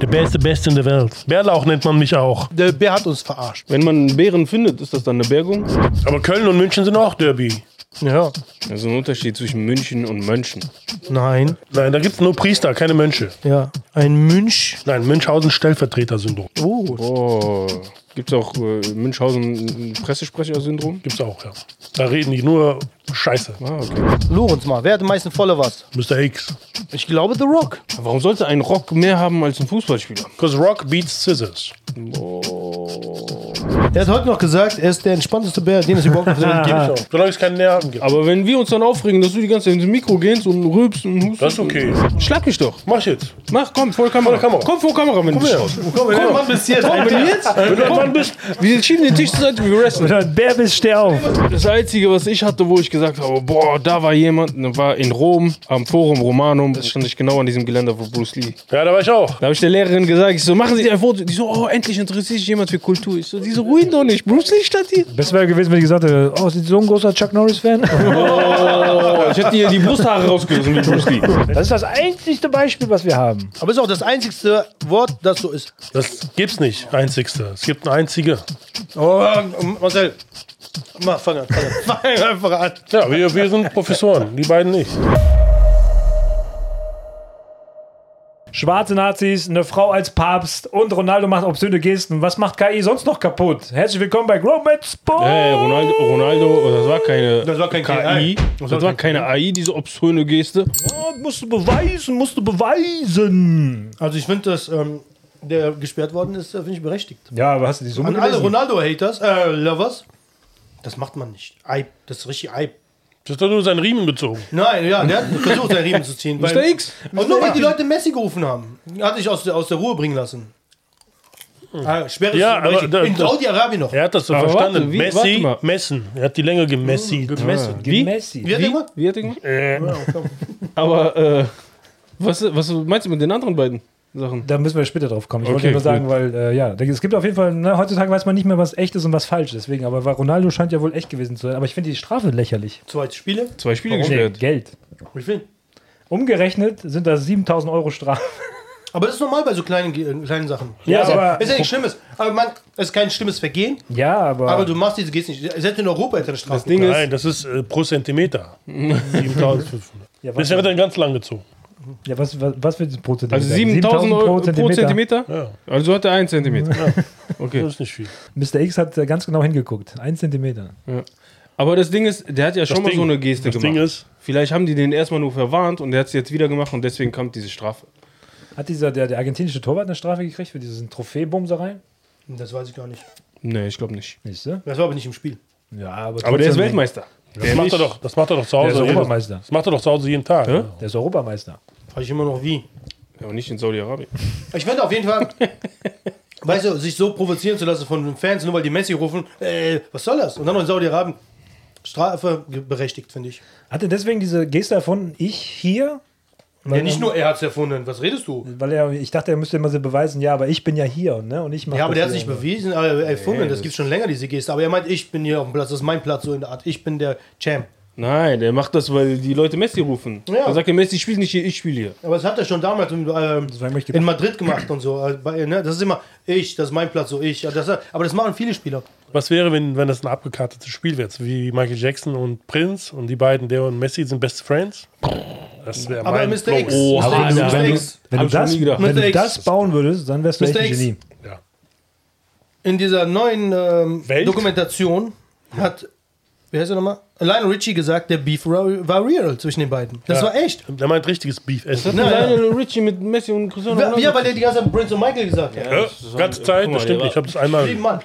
Der beste, beste in der Welt. Bärlauch nennt man mich auch. Der Bär hat uns verarscht. Wenn man einen Bären findet, ist das dann eine Bergung? Aber Köln und München sind auch Derby. Ja. Also ein Unterschied zwischen München und Mönchen. Nein. Nein, da gibt's nur Priester, keine Mönche. Ja. Ein Münch. Nein, Münchhausen-Stellvertreter-Syndrom. Oh. Oh. Gibt es auch äh, Münchhausen Pressesprecher-Syndrom? Gibt's auch, ja. Da reden die nur Scheiße. Ah, okay. Lorenz mal. Wer hat die meisten Followers? Mr. X. Ich glaube The Rock. Warum sollte ein Rock mehr haben als ein Fußballspieler? Cause Rock beats Scissors. Er hat heute noch gesagt, er ist der entspannteste Bär, den es überhaupt auf der Welt Ah. gibt. Solange es keine Nerven gibt. Aber wenn wir uns dann aufregen, dass du die ganze Zeit ins Mikro gehst und rülpst und hustest. Das ist okay. Schlag mich doch. Mach ich jetzt. Mach, komm, vor Kamera. der Kamera. Komm vor Kamera, wenn du dich traust. Komm, her. Mann bis jetzt. Komm, wenn du jetzt. Wenn du ein Mann bist. Wir schieben den Tisch zur Seite, wir wresteln. Oder Bär bist, steh auf. Das Einzige, was ich hatte, wo ich gesagt habe, boah, da war jemand, ne, war in Rom, am Forum Romanum, das stand ich genau an diesem Geländer von Bruce Lee. Ja, da war ich auch. Da habe ich der Lehrerin gesagt, ich so, machen Sie ein Foto. Die so, oh, endlich interessiert sich jemand für Kultur. Ich so, diese ruhen doch nicht. Bruce Lee stand hier. Das wäre gewesen, wenn ich gesagt hätte, oh, sind Sie so ein großer Chuck Norris-Fan? Oh, ich hätte hier die Brusthaare rausgerissen mit Bruce Lee. Das ist das einzigste Beispiel, was wir haben. Aber ist auch das einzigste Wort, das so ist. Das gibt's nicht. Einzigste. Es gibt eine einzige. Oh, Marcel. Mach, fang an. Fang, an. fang einfach an. Ja, wir, wir sind Professoren. Die beiden nicht. Schwarze Nazis, eine Frau als Papst und Ronaldo macht obszöne Gesten. Was macht KI sonst noch kaputt? Herzlich willkommen bei Gromit Sport. Hey, Ronaldo, Ronaldo, das war keine Das war kein KI. Das, war keine AI, diese obszöne Geste. Oh, musst du beweisen, musst du beweisen. Also ich finde, dass ähm, der gesperrt worden ist, äh, finde ich berechtigt. Ja, aber hast du die Summe An alle gelesen? Ronaldo-Haters, äh, Lovers, das macht man nicht. Eib, das ist richtig Eib. Das ist doch nur sein Riemen bezogen. Nein, ja, der hat versucht, seinen Riemen zu ziehen. weil- Mr. X. Und nur weil die Leute Messi gerufen haben. Hat sich aus, der- aus der Ruhe bringen lassen. Ah, Sperre Ja, aber richtig. da- in da- Saudi-Arabien noch. Er hat das so Aber verstanden. warte, wie- Messi, warte Ah. messen. Er hat die Länge gemessen. Gemessen. Wie? Gemessen. Wie hat der gemacht? Wie hat der gemacht? Aber äh, was, was meinst du mit den anderen beiden Sachen? Da müssen wir später drauf kommen. Ich wollte Okay, nur sagen, weil, äh, ja, da- es gibt auf jeden Fall, ne, heutzutage weiß man nicht mehr, was echt ist und was falsch. Deswegen, aber weil Ronaldo scheint ja wohl echt gewesen zu sein. Aber ich finde die Strafe lächerlich. Zwei Spiele. Zwei Spiele Nee, gesperrt. Geld. Wie viel? Umgerechnet sind das 7000 Euro Strafe. Aber das ist normal bei so kleinen, Ge- äh, kleinen Sachen. Ja, Also, aber- ist ja nichts Schlimmes. Aber man, es ist kein schlimmes Vergehen. Ja, aber. Aber du machst diese Geste nicht. Selbst in Europa hätte er eine Strafe. Das Ding ist, Nein, das ist äh, pro Zentimeter. 7500. ja, was, Bisher wird er ganz lang gezogen. ja, was, was, was für ein pro Zentimeter? also 7000 Euro pro Zentimeter. Ja. Also hat er einen Zentimeter. Okay. Das ist nicht viel. Mr. X hat äh, ganz genau hingeguckt. Ein Zentimeter. Aber das Ding ist, der hat ja schon mal so eine Geste das gemacht. Ding ist, Vielleicht haben die den erstmal nur verwarnt und der hat es jetzt wieder gemacht und deswegen kommt diese Strafe. Hat dieser, der, der argentinische Torwart eine Strafe gekriegt für diese Trophäebumserei? Das weiß ich gar nicht. Nee, ich glaube nicht. Nicht, ne? Das war aber nicht im Spiel. Ja, aber, Aber der ist trotzdem- Weltmeister. das macht, er doch, das macht er doch zu Der ist Hause. jeden- Europameister. Das macht er doch zu Hause jeden Tag. Hä? Der ist Europameister. Weiß ich immer noch wie. Ja, aber nicht in Saudi-Arabien. Ich finde auf jeden Fall, weißt du, sich so provozieren zu lassen von den Fans, nur weil die Messi rufen, äh, was soll das? Und dann noch in Saudi-Arabien. Strafe ge- berechtigt, finde ich. Hat er deswegen diese Geste erfunden? Ich hier? Ja, nicht nur er hat es erfunden. Was redest du? Weil er, ich dachte, er müsste immer so beweisen, ja, aber ich bin ja hier, ne? Und ich mache Ja, aber das der hat es nicht hier. bewiesen, äh, erfunden. das gibt schon länger, diese Geste. Aber er meint, ich bin hier auf dem Platz, das ist mein Platz, so in der Art. Ich bin der Champ. Nein, der macht das, weil die Leute Messi rufen. Ja. Er sagt, ja, Messi spielt nicht hier, ich spiele hier. Aber das hat er schon damals in, ähm, war möchte- in Madrid gemacht und so. Äh, bei, ne? Das ist immer ich, das ist mein Platz, so ich. Ja, Das, aber das machen viele Spieler. Was wäre, wenn, wenn das ein abgekartetes Spiel wäre? jetzt Wie Michael Jackson und Prince und die beiden, der und Messi, sind Best Friends? Das wäre Aber mein Mr. Flow. X, Oh, Mr. X, aber wenn Mr. du- X. Wenn Hab du, ich schon das, nie gedacht. wenn Mr. du X. das bauen würdest, dann wärst du echt Mr. ein X. Genie. Ja. in dieser neuen ähm, Welt? Dokumentation hat, wie heißt er nochmal? Lionel Richie gesagt, der Beef war, war real zwischen den beiden. Das Ja. war echt. Der meint richtiges Beef. Es ist Ja, ja. Lionel Richie mit Messi und Cristiano Ja, Ronaldo. ja, weil der die ganze Zeit Prince und Michael gesagt hat. ja, das ist- ganze guck Zeit, mal, das stimmt. der Ich habe das einmal. Wie Mann.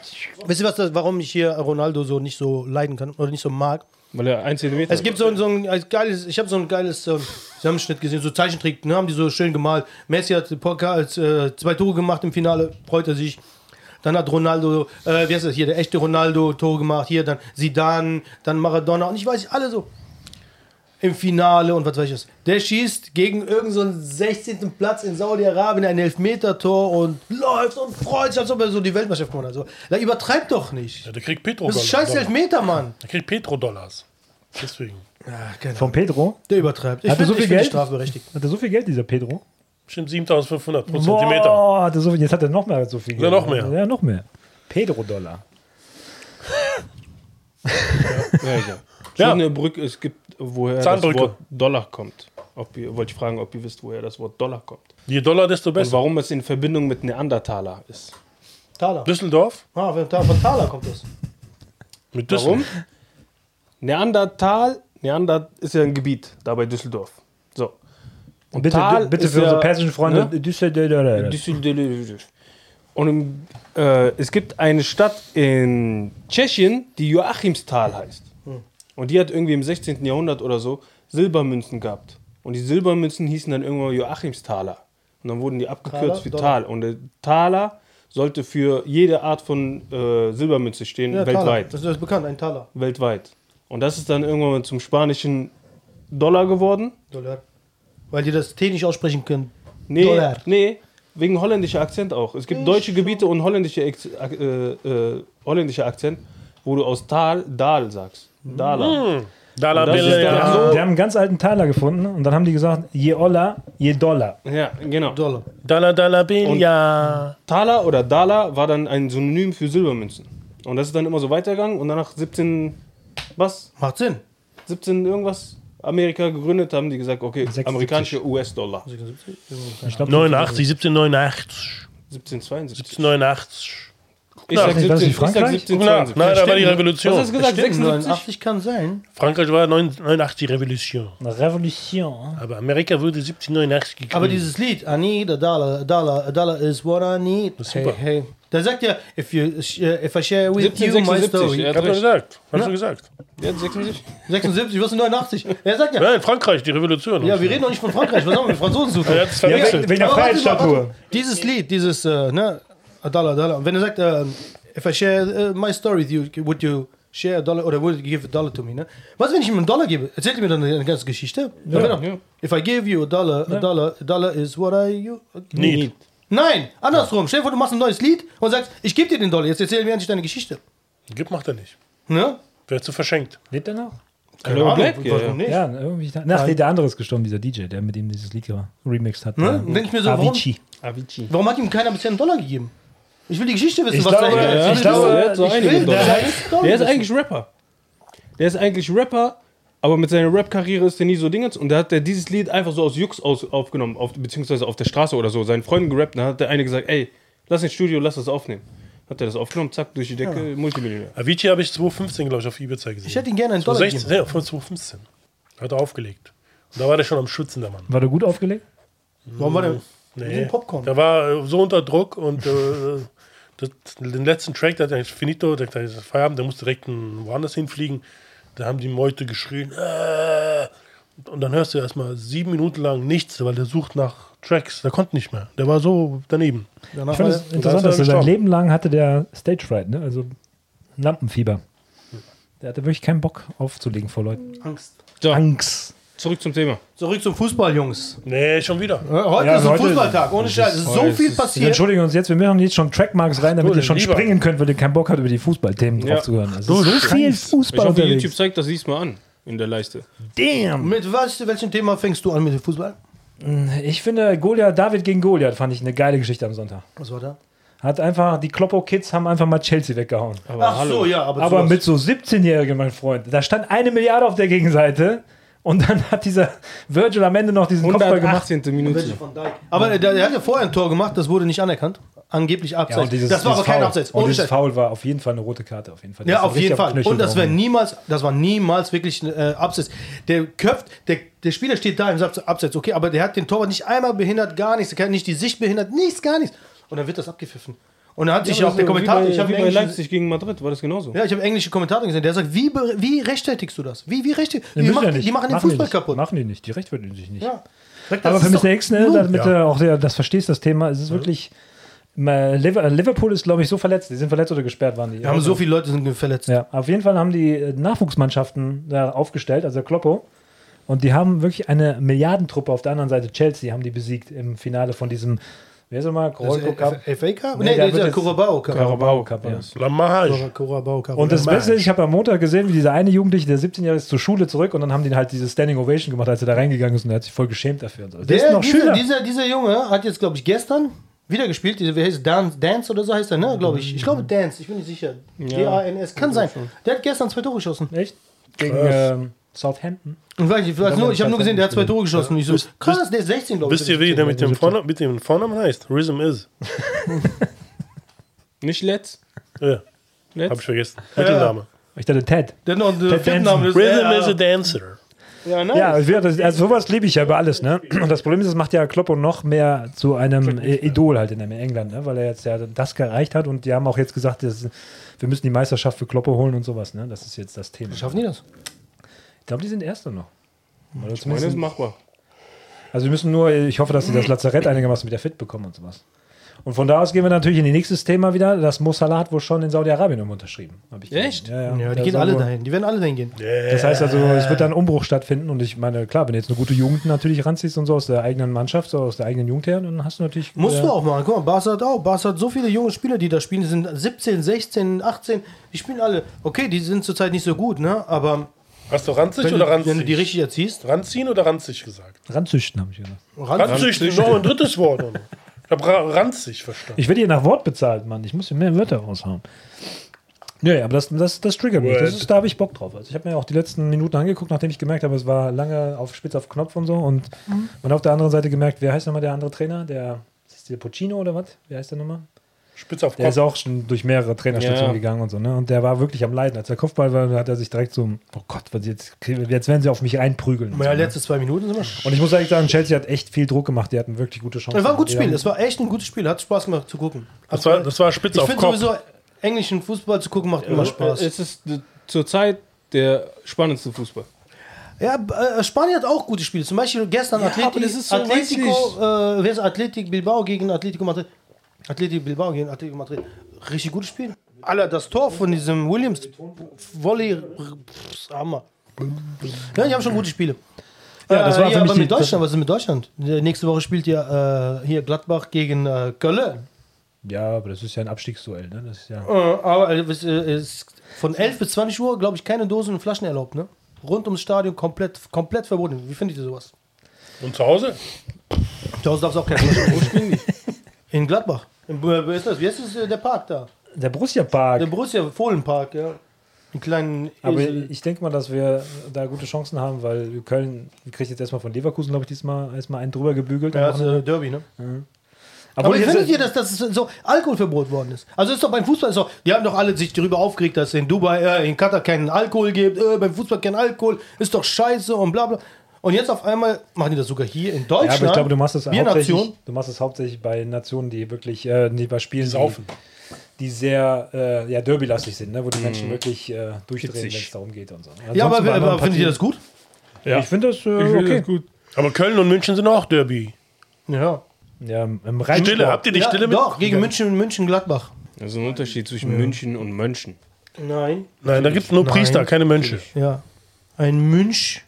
Wisst ihr, was das, warum ich hier Ronaldo so nicht so leiden kann oder nicht so mag? Weil er ein Zentimeter Es gibt so ein, so ein geiles, ich habe so ein geiles ähm, Zusammenschnitt gesehen, so Zeichentrick, ne, haben die so schön gemalt. Messi hat Pokal, äh, zwei Tore gemacht im Finale, freut er sich. Dann hat Ronaldo, äh, wie heißt das hier, der echte Ronaldo Tore gemacht, hier dann Zidane, dann Maradona und ich weiß nicht, alle so. Im Finale und was weiß ich was. Der schießt gegen irgendeinen so einen 16. Platz in Saudi-Arabien ein Elfmeter-Tor und läuft und freut sich, als ob er so die Weltmeisterschaft gewonnen hat. So, da übertreibt doch nicht. Ja, der kriegt Petro Das ist scheiß Elfmeter, Mann. Der kriegt Petro-Dollars. Deswegen. Von Pedro? genau. Der übertreibt. Ich Hat er finde so viel find die Geld? Strafe berechtigt. Hat er so viel Geld, dieser Pedro? Bestimmt 7500 pro Zentimeter. Boah, hat er so, jetzt hat er noch mehr so viel. Ja, noch mehr. Ja, noch mehr. Pedro-Dollar. Ja, egal. Ja. Ja. eine Brücke, es gibt, woher das Zahnbrücke. Wort Dollar kommt. Ob ihr, wollte ich fragen, ob ihr wisst, woher das Wort Dollar kommt. Je Dollar, desto Und besser. warum es in Verbindung mit Neandertaler ist. Thaler. Düsseldorf? Ah, von Thaler- von Thaler kommt das. Mit Warum? Düsseldorf. Neandertal, Neander ist ja ein Gebiet, da bei Düsseldorf. So. Und Bitte, Tal bitte ist für ja- unsere persischen Freunde. ne? Düsseldorf. Düsseldorf. Und im, äh, es gibt eine Stadt in Tschechien, die Joachimsthal heißt. Hm. Und die hat irgendwie im 16. Jahrhundert oder so Silbermünzen gehabt. Und die Silbermünzen hießen dann irgendwann Joachimsthaler. Und dann wurden die abgekürzt Thaler, für Dollar. Tal. Und der Thaler sollte für jede Art von äh, Silbermünze stehen, Ja, Thaler. weltweit. Das ist das ist bekannt, ein Thaler. Weltweit. Und das ist dann irgendwann zum spanischen Dollar geworden. Dollar. Weil die das T nicht aussprechen können. Nee, Dollar. nee, wegen holländischer Akzent auch. Es gibt Hm, deutsche Gebiete und holländische, Ex Ak- äh, äh, holländischer Akzent, wo du aus Tal Dal sagst. Dala. Dollar Das ist Bill, der- Die ja. haben, so. die haben einen ganz alten Taler gefunden und dann haben die gesagt, je Olla, je Dollar. Ja, genau. Dollar. Dollar, Dollar Bill, Und- ja. Taler oder Dala war dann ein Synonym für Silbermünzen. Und das ist dann immer so weitergegangen und danach 17, was? Macht Sinn. 17 irgendwas Amerika gegründet, haben die gesagt, okay, 76. amerikanische US-Dollar. Ich glaub, 89, 1789. 1772. 1789. Ich sag Ist das nicht 17, Frankreich? Ich sag Na, 1772. nein, da war die Was hast du Revolution. gesagt? Stimmt, 76? 89 kann sein. Frankreich war 9- 89 die Revolution. Eine Revolution. Aber Amerika wurde 1789 gegründet. Aber dieses Lied, I need a dollar, dollar, a dollar is what I need. Das ist super. Hey, hey. Da sagt ja, if, you, sh- uh, if I share with you my 1776, story. er ich hab hat doch recht. gesagt. Hast du gesagt? Der hat 76? 76, was ist 89? Er sagt ja, Nein, Frankreich, die Revolution. ja, wir reden doch nicht von Frankreich, was haben wir mit Franzosen zu tun? Er hat es Ja, verwechselt. wegen, wegen der Aber warte mal, Freiheitsstatue. warte. Dieses Lied, dieses, äh, ne, a dollar, a dollar. Und Wenn er sagt, ähm, if I share äh, my story with you, would you share a dollar, oder would you give a dollar to me, ne? Was, wenn ich ihm einen Dollar gebe? Erzählt ihr mir dann eine ganze Geschichte? Ja, ja. If I give you a dollar, a dollar, a dollar is what I you... Need. Nein, andersrum. Stell dir vor, du machst ein neues Lied und sagst, ich gebe dir den Dollar, jetzt erzähl mir endlich deine Geschichte. Gib macht er nicht. Ne? Wäre zu verschenkt. Lebt er noch? Hello Ahnung, Black, ja, warum ja. nicht? Ja, irgendwie. Nach der, der andere ist gestorben, dieser DJ, der mit ihm dieses Lied remixed hat. Ne? Ähm, Denk ich mir so, warum? Avicii. Avicii. Warum hat ihm keiner bisher einen Dollar gegeben? Ich will die Geschichte wissen, Ich was glaube, da ja, ist. ich will glaube, wissen, er hat so ich einige will Dollar. seine Story Der ist wissen. eigentlich Rapper. Der ist eigentlich Rapper, aber mit seiner Rap-Karriere ist der nie so Dingens. Und da hat er dieses Lied einfach so aus Jux aus, aufgenommen, auf, beziehungsweise auf der Straße oder so, seinen Freunden gerappt. Dann hat der eine gesagt, ey, lass ins Studio, lass das aufnehmen. Hat er das aufgenommen, zack, durch die Decke, Multimillionär. Avicii habe ich 2015, glaube ich, auf Ibiza gesehen. Ich hätte ihm gerne einen Dollar gegeben. 2016, ja, von 2015. Hat er aufgelegt. Und da war der schon am Schützen, der Mann. War der gut aufgelegt? Warum war der? Mit Nee. dem Popcorn. Der war äh, so unter Druck und äh, das, den letzten Track, der hat eigentlich Finito, der hat gesagt, Feierabend, der muss direkt ein- woanders hinfliegen. Da haben die Meute geschrien. Äh, und dann hörst du erstmal sieben Minuten lang nichts, weil der sucht nach Tracks. Der konnte nicht mehr. Der war so daneben. Danach Ich fand war es er- interessant, da dass ist er er sein gestorben. Leben lang hatte der Stage Fright, ne? also Lampenfieber. Der hatte wirklich keinen Bock aufzulegen vor Leuten. Angst. So, Angst. zurück zum Thema. Zurück zum Fußball, Jungs. Nee, schon wieder. Äh, Heute Ja, ist ein heute- Fußballtag, ohne Scheiß. Es ist so heute viel ist- Wir passiert. entschuldigen uns jetzt, wir machen jetzt schon Trackmarks rein, damit Gute ihr schon Lieber. springen könnt, weil ihr keinen Bock habt, über die Fußballthemen Ja. draufzuhören. Es ist so viel Ich Fußball hoffe, unterwegs. YouTube zeigt das diesmal an in der Leiste. Damn! Mit was, welchem Thema fängst du an mit dem Fußball? Ich finde, Goliath, David gegen Goliath fand ich eine geile Geschichte am Sonntag. Was war da? Hat einfach, die Kloppo-Kids haben einfach mal Chelsea weggehauen. Aber Ach so, ja, aber, Aber sowas. mit so 17-Jährigen, mein Freund, da stand eine Milliarde auf der Gegenseite und dann hat dieser Virgil am Ende noch diesen Kopfball gemacht. 118. Welche Minute. von Dijk? Aber äh, der, der hat ja vorher ein Tor gemacht, das wurde nicht anerkannt. Angeblich Ja, abseits. und dieses, das war aber dieses kein Foul. Abseits. Und Ohne dieses Scheiß. Foul war auf jeden Fall eine rote Karte. Auf jeden Fall. Ja, Das ist auf richtig jeden den Fall. Knöchel Und das wäre gehauen. niemals, das war niemals wirklich ein äh, Abseits. Der köpft, der, der Spieler steht da im Abs- Abseits, okay, aber der hat den Torwart nicht einmal behindert, gar nichts. Der kann nicht die Sicht behindert, nichts, gar nichts. Und dann wird das abgepfiffen. Und dann hat sich Ja, auch der aber das ist Kommentator, wie bei- ich habe wie bei englischen- Leipzig gegen Madrid, war das genauso. ja, ich habe englische Kommentator gesehen, der sagt, wie, be- wie rechtfertigst du das? Wie, wie rechtfertigst Die die, müssen ja machen, nicht. die machen den die Fußball nicht. kaputt. Machen die nicht. Die rechtfertigen sich nicht. Ja. Sagt, das Aber ist für mich doch- X, ne, Nun, damit ja. du auch sehr, das verstehst, das Thema, es ist wirklich. mal, Liver- äh, Liverpool ist, glaube ich, so verletzt. Die sind verletzt oder gesperrt waren die. Wir haben so viele Leute sind verletzt. Ja, auf jeden Fall haben die äh, Nachwuchsmannschaften da aufgestellt, also der Kloppo. Und die haben wirklich eine Milliardentruppe auf der anderen Seite, Chelsea, haben die besiegt im Finale von diesem, Wer ist nochmal? Korolko Cup? FA Cup? Nee, Nee, da nee wird der jetzt- äh, Carabao Cup. Carabao Cup, ja. Lamage. Carabao Cup. Und das Mann. Beste, ist, ich habe am Montag gesehen, wie dieser eine Jugendliche, der 17 Jahre ist, zur Schule zurück und dann haben die halt diese Standing Ovation gemacht, als er da reingegangen ist und er hat sich voll geschämt dafür. Und so. Der, ist Der, noch dieser, Schüler. dieser, dieser Junge hat jetzt, glaube ich, gestern wieder gespielt. Diese, wie heißt es? Dan- Dance oder so heißt er, ne? Glaube ich. Ich glaube Dance, ich bin nicht sicher. D-A-N-S. Kann sein. Der hat gestern zwei Tore geschossen. Echt? Gegen Krass. ähm, Southampton. Und weiß ich, vielleicht glaub, nur, der ich habe hat nur gesehen, der hat zwei gesehen. Tore geschossen. Und ich so, krass, der ist 16, glaube ich. Wisst ihr, wie der mit dem, Vornamen, mit dem Vornamen heißt? Rhythm is. Nicht let's. Ja, äh, hab ich let's. vergessen. Mittelname. Ich dachte, Ted. Der hat noch einen Ted vierten Danson. Namen. das ist Rhythm der, is a dancer. Ja, ne? Ja, wir- das- also sowas liebe ich ja über alles, ne? Und das Problem ist, es macht ja Kloppo noch mehr zu einem äh, Idol halt in England, ne? Weil er jetzt ja das gereicht hat und die haben auch jetzt gesagt, das, wir müssen die Meisterschaft für Kloppo holen und sowas, ne? Das ist jetzt das Thema. Ich Schaffen die das? glaube, die sind Erste noch. Oder Das ist zumindest, machbar. also wir müssen nur, ich hoffe, dass sie das Lazarett einigermaßen wieder fit bekommen und sowas. Und von da aus gehen wir natürlich in die nächstes Thema wieder. Das Mo Salah hat wohl schon in Saudi-Arabien um unterschrieben. Hab ich gelesen. Echt? Ja, ja. Ja, die Der gehen soll alle wohl- dahin. Die werden alle dahin gehen. Das heißt also, es wird dann ein Umbruch stattfinden und ich meine, klar, wenn du jetzt eine gute Jugend natürlich ranziehst und so aus der eigenen Mannschaft, so aus der eigenen Jugend her, dann hast du natürlich. Musst äh, du auch machen. Guck mal, Barca hat auch. Barca hat so viele junge Spieler, die da spielen. Die sind 17, 16, 18. Die spielen alle. Okay, die sind zurzeit nicht so gut, ne? Aber Hast du ranzig wenn, oder du, wenn du ranzig? die richtig erziehst, Ranziehen oder ranzig gesagt? ranzüchten, habe ich gesagt. ran. Ranzig, noch ein drittes Wort. oder? Ich hab ra- ranzig verstanden. Ich werde hier nach Wort bezahlt, Mann. Ich muss hier mehr Wörter raushauen. Ja, ja, aber das, das, das triggert mich. Das Word. ist, da habe ich Bock drauf. Also ich habe mir auch die letzten Minuten angeguckt, nachdem ich gemerkt habe, es war lange auf Spitz auf Knopf und so. Und man hat auf der anderen Seite gemerkt, wer heißt nochmal der andere Trainer? Der, ist das der Puccino oder was? Wer heißt der nochmal? Spitz auf Der ist Kopf. auch schon durch mehrere Trainerstationen Ja. gegangen und so, ne? Und der war wirklich am Leiden. Als der Kopfball war, hat er sich direkt so, oh Gott, was jetzt, jetzt werden sie auf mich reinprügeln. Und, so, Ja, ne? letzte zwei Minuten sind wir schon. und ich muss ehrlich sagen, Chelsea hat echt viel Druck gemacht. Die hatten wirklich gute Chancen. Es war ein gutes Die Spiel. haben- Es war echt ein gutes Spiel. Hat Spaß gemacht zu gucken. Das war, das war Spitz ich auf finde Kopf. sowieso, englischen Fußball zu gucken macht immer Spaß. Es ist äh, zurzeit der spannendste Fußball. Ja, b- äh, Spanien hat auch gute Spiele. Zum Beispiel gestern Ja, Atleti, aber das ist so, Atletico, weiß äh, wer ist Atletico Bilbao gegen Atletico Madrid. Atletico Bilbao gegen Atletico Madrid. Richtig gutes Spiel. Alter, das Tor von diesem Williams, Volley, pff, Hammer. Ja, die haben schon gute Spiele. Ja, das war äh, für ja, mich aber die- mit Deutschland, was ist mit Deutschland? Nächste Woche spielt ja äh, hier Gladbach gegen äh, Köln. Ja, aber das ist ja ein Abstiegsduell, ne? Das ist ja. Äh, aber äh, es äh, ist von 11 bis 20 Uhr, glaube ich, keine Dosen und Flaschen erlaubt, ne? Rund ums Stadion komplett, komplett verboten. Wie findet ihr sowas? Und zu Hause? Zu Hause darfst du auch keine Flaschen Wo spielen die? In Gladbach. In, äh, wie ist das? Wie ist das, äh, der Park da? Der Borussia Der Park. Borussia Fohlenpark, ja. Einen kleinen Aber Esel. ich denke mal, dass wir da gute Chancen haben, weil Köln kriegt jetzt erstmal von Leverkusen, glaube ich, diesmal erstmal einen drüber gebügelt. ja, das ist, äh, Derby, ne? Obwohl Aber jetzt- findet ihr, dass das so Alkoholverbot worden ist? Also ist doch beim Fußball ist doch, die haben doch alle sich darüber aufgeregt, dass es in Dubai, äh, in Katar keinen Alkohol gibt, äh, beim Fußball kein Alkohol, ist doch scheiße und bla bla. Und jetzt auf einmal machen die das sogar hier in Deutschland. Ja, aber ich glaube, du machst es Wir Nation. hauptsächlich, du machst es hauptsächlich bei Nationen, die wirklich, äh, die bei Spielen, Saufen. die, die sehr äh, ja, derbylastig sind, ne? wo die Menschen wirklich äh, durchdrehen, wenn es darum geht und so. Ja, aber, Ansonsten bei aber, anderen findet ihr das Partien- gut? Ja. Ich finde das, äh, okay. gut. Aber Köln und München sind auch Derby. Ja. Ja, im Rheinsport. Stille, habt ihr die ja, Stille mit? doch, gegen München, München Gladbach. Das ist ein Unterschied zwischen München und Mönchen. Nein. Nein, da gibt es nur Nein. Priester, keine Mönche. Ja. Ein Münch.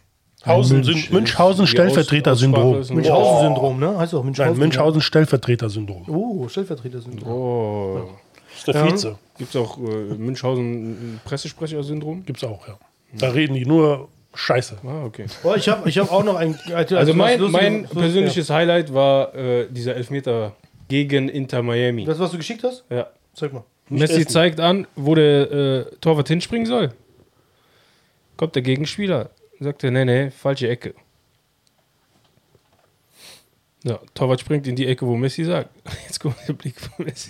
Hausen Münch sind Münchhausen ist- die Aus- Aussprache ist ein- Stellvertreter-Syndrom. Münchhausen-Syndrom, ne? Heißt auch Münchhausen. Nein, Münchhausen Stellvertreter-Syndrom. Oh, Stellvertreter-Syndrom. Oh. Das ist der Vize. Gibt es auch äh, Münchhausen äh, Pressesprecher-Syndrom? Gibt's auch, ja. Da reden die nur Scheiße. Ah, okay. Oh, ich habe ich hab auch noch ein. Also mein, was mein Lustiges- persönliches Highlight war äh, dieser Elfmeter gegen Inter Ja. Miami. Das, was du geschickt hast? Ja. Zeig mal. Messi essen. zeigt an, wo der äh, Torwart hinspringen soll. Kommt der Gegenspieler, sagt er, nee, nee, falsche Ecke. Ja, Torwart springt in die Ecke, wo Messi sagt. Jetzt kommt der Blick von Messi.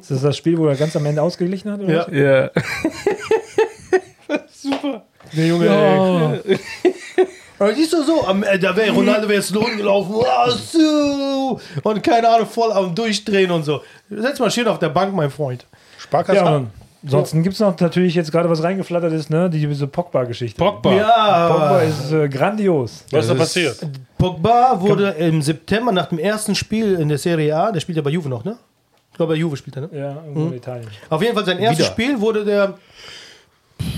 Ist das das Spiel, wo er ganz am Ende ausgeglichen hat? Oder Ja. was? Ja. Super. Nee, Junge, Ja. Aber siehst du so, am, äh, da wäre Ronaldo wäre jetzt rumgelaufen. Wow, so. Und keine Ahnung, voll am Durchdrehen und so. Setz mal schön auf der Bank, mein Freund. Sparkasse. Ja, und ansonsten gibt es noch natürlich jetzt gerade was reingeflattert ist, ne? Die, diese Pogba-Geschichte. Pogba. Pogba Ja, ist äh, grandios. Was ist da Das ist- passiert? Pogba wurde im September nach dem ersten Spiel in der Serie A, der spielt ja bei Juve noch, ne? Ich glaube, bei Juve spielt er, ne? Hm? Ja, irgendwo in Italien. Auf jeden Fall, sein erstes Wieder. Spiel wurde der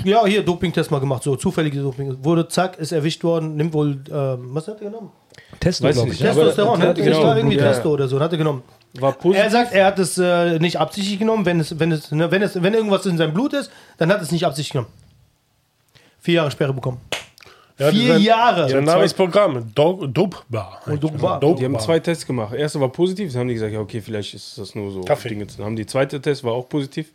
ja, hier, Dopingtest mal gemacht, so zufällige Doping. Wurde, zack, ist erwischt worden, nimmt wohl, ähm, was hat er genommen? Testo, Weiß glaube nicht, ich. ja. Ja. aber- Testosteron, Ja, ne? genau. Ich war irgendwie Ja. Testo oder so, hat er genommen. War Er positiv. sagt, er hat es äh, nicht absichtlich genommen, wenn es, wenn es, ne, wenn es, wenn irgendwas in seinem Blut ist, dann hat es nicht absichtlich genommen. Vier Jahre Sperre bekommen. Ja, Vier sein- Jahre! Sein Name ist Programm. Do- Dope Bar. Und Dope Bar. Dope Die haben Bar. zwei Tests gemacht. Der erste war positiv, dann haben die gesagt, ja, okay, vielleicht ist das nur so. Kaffee. Dinge. Dann haben die zweite Test, war auch positiv.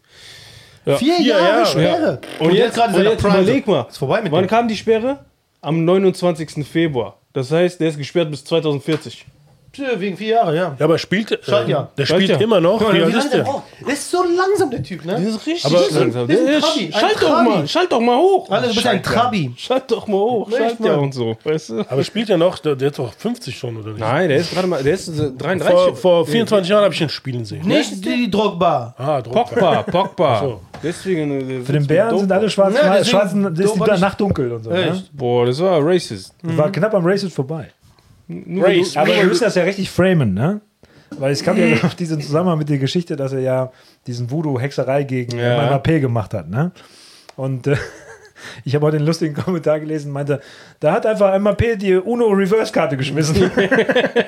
Vier Vier Jahre Jahre. Sperre! Und, jetzt, gerade und seiner jetzt Prime. überleg mal, Ist vorbei mit wann dem. kam die Sperre? Am 29. Februar. Das heißt, der ist gesperrt bis 2040. Tja, Wegen vier Jahre, ja. Ja, aber er spielt. Äh, Schaltjahr. Der spielt Schaltjahr. immer noch. Guck mal, Wie alt lange ist der der? braucht. Der ist so langsam, der Typ, ne? ist richtig Aber- langsam. Das ist ein Ja, Trabi, ein schalt doch Trabi. mal, schalt doch mal hoch. Alter, du bist ein Trabi. Schalt doch mal hoch, Echt, schalt ja Mann. und so, weißt du? Aber spielt er noch? Der, der ist doch 50 schon, oder nicht? Nein, der ist gerade mal, der ist äh, 33. Vor, vor 24 Jahren habe ich ihn spielen sehen. Nicht die Drogba. Ah, Druck. Pogba, Pogba. so. Deswegen. äh, Für den Bären sind alle schwarz, Ja, deswegen schwarzen, ist die dope ich- Nacht dunkel und so. Ne? Echt? Boah, das war racist. Das War knapp am Racist vorbei. Nur Race. du- Aber wir müssen das ja richtig framen, ne? Weil es kam ja auch diesen Zusammenhang mit der Geschichte, dass er ja diesen Voodoo-Hexerei gegen Ja. ja. MAP gemacht hat, ne? Und äh, ich habe heute einen lustigen Kommentar gelesen, meinte, da hat einfach MAP die UNO-Reverse-Karte geschmissen.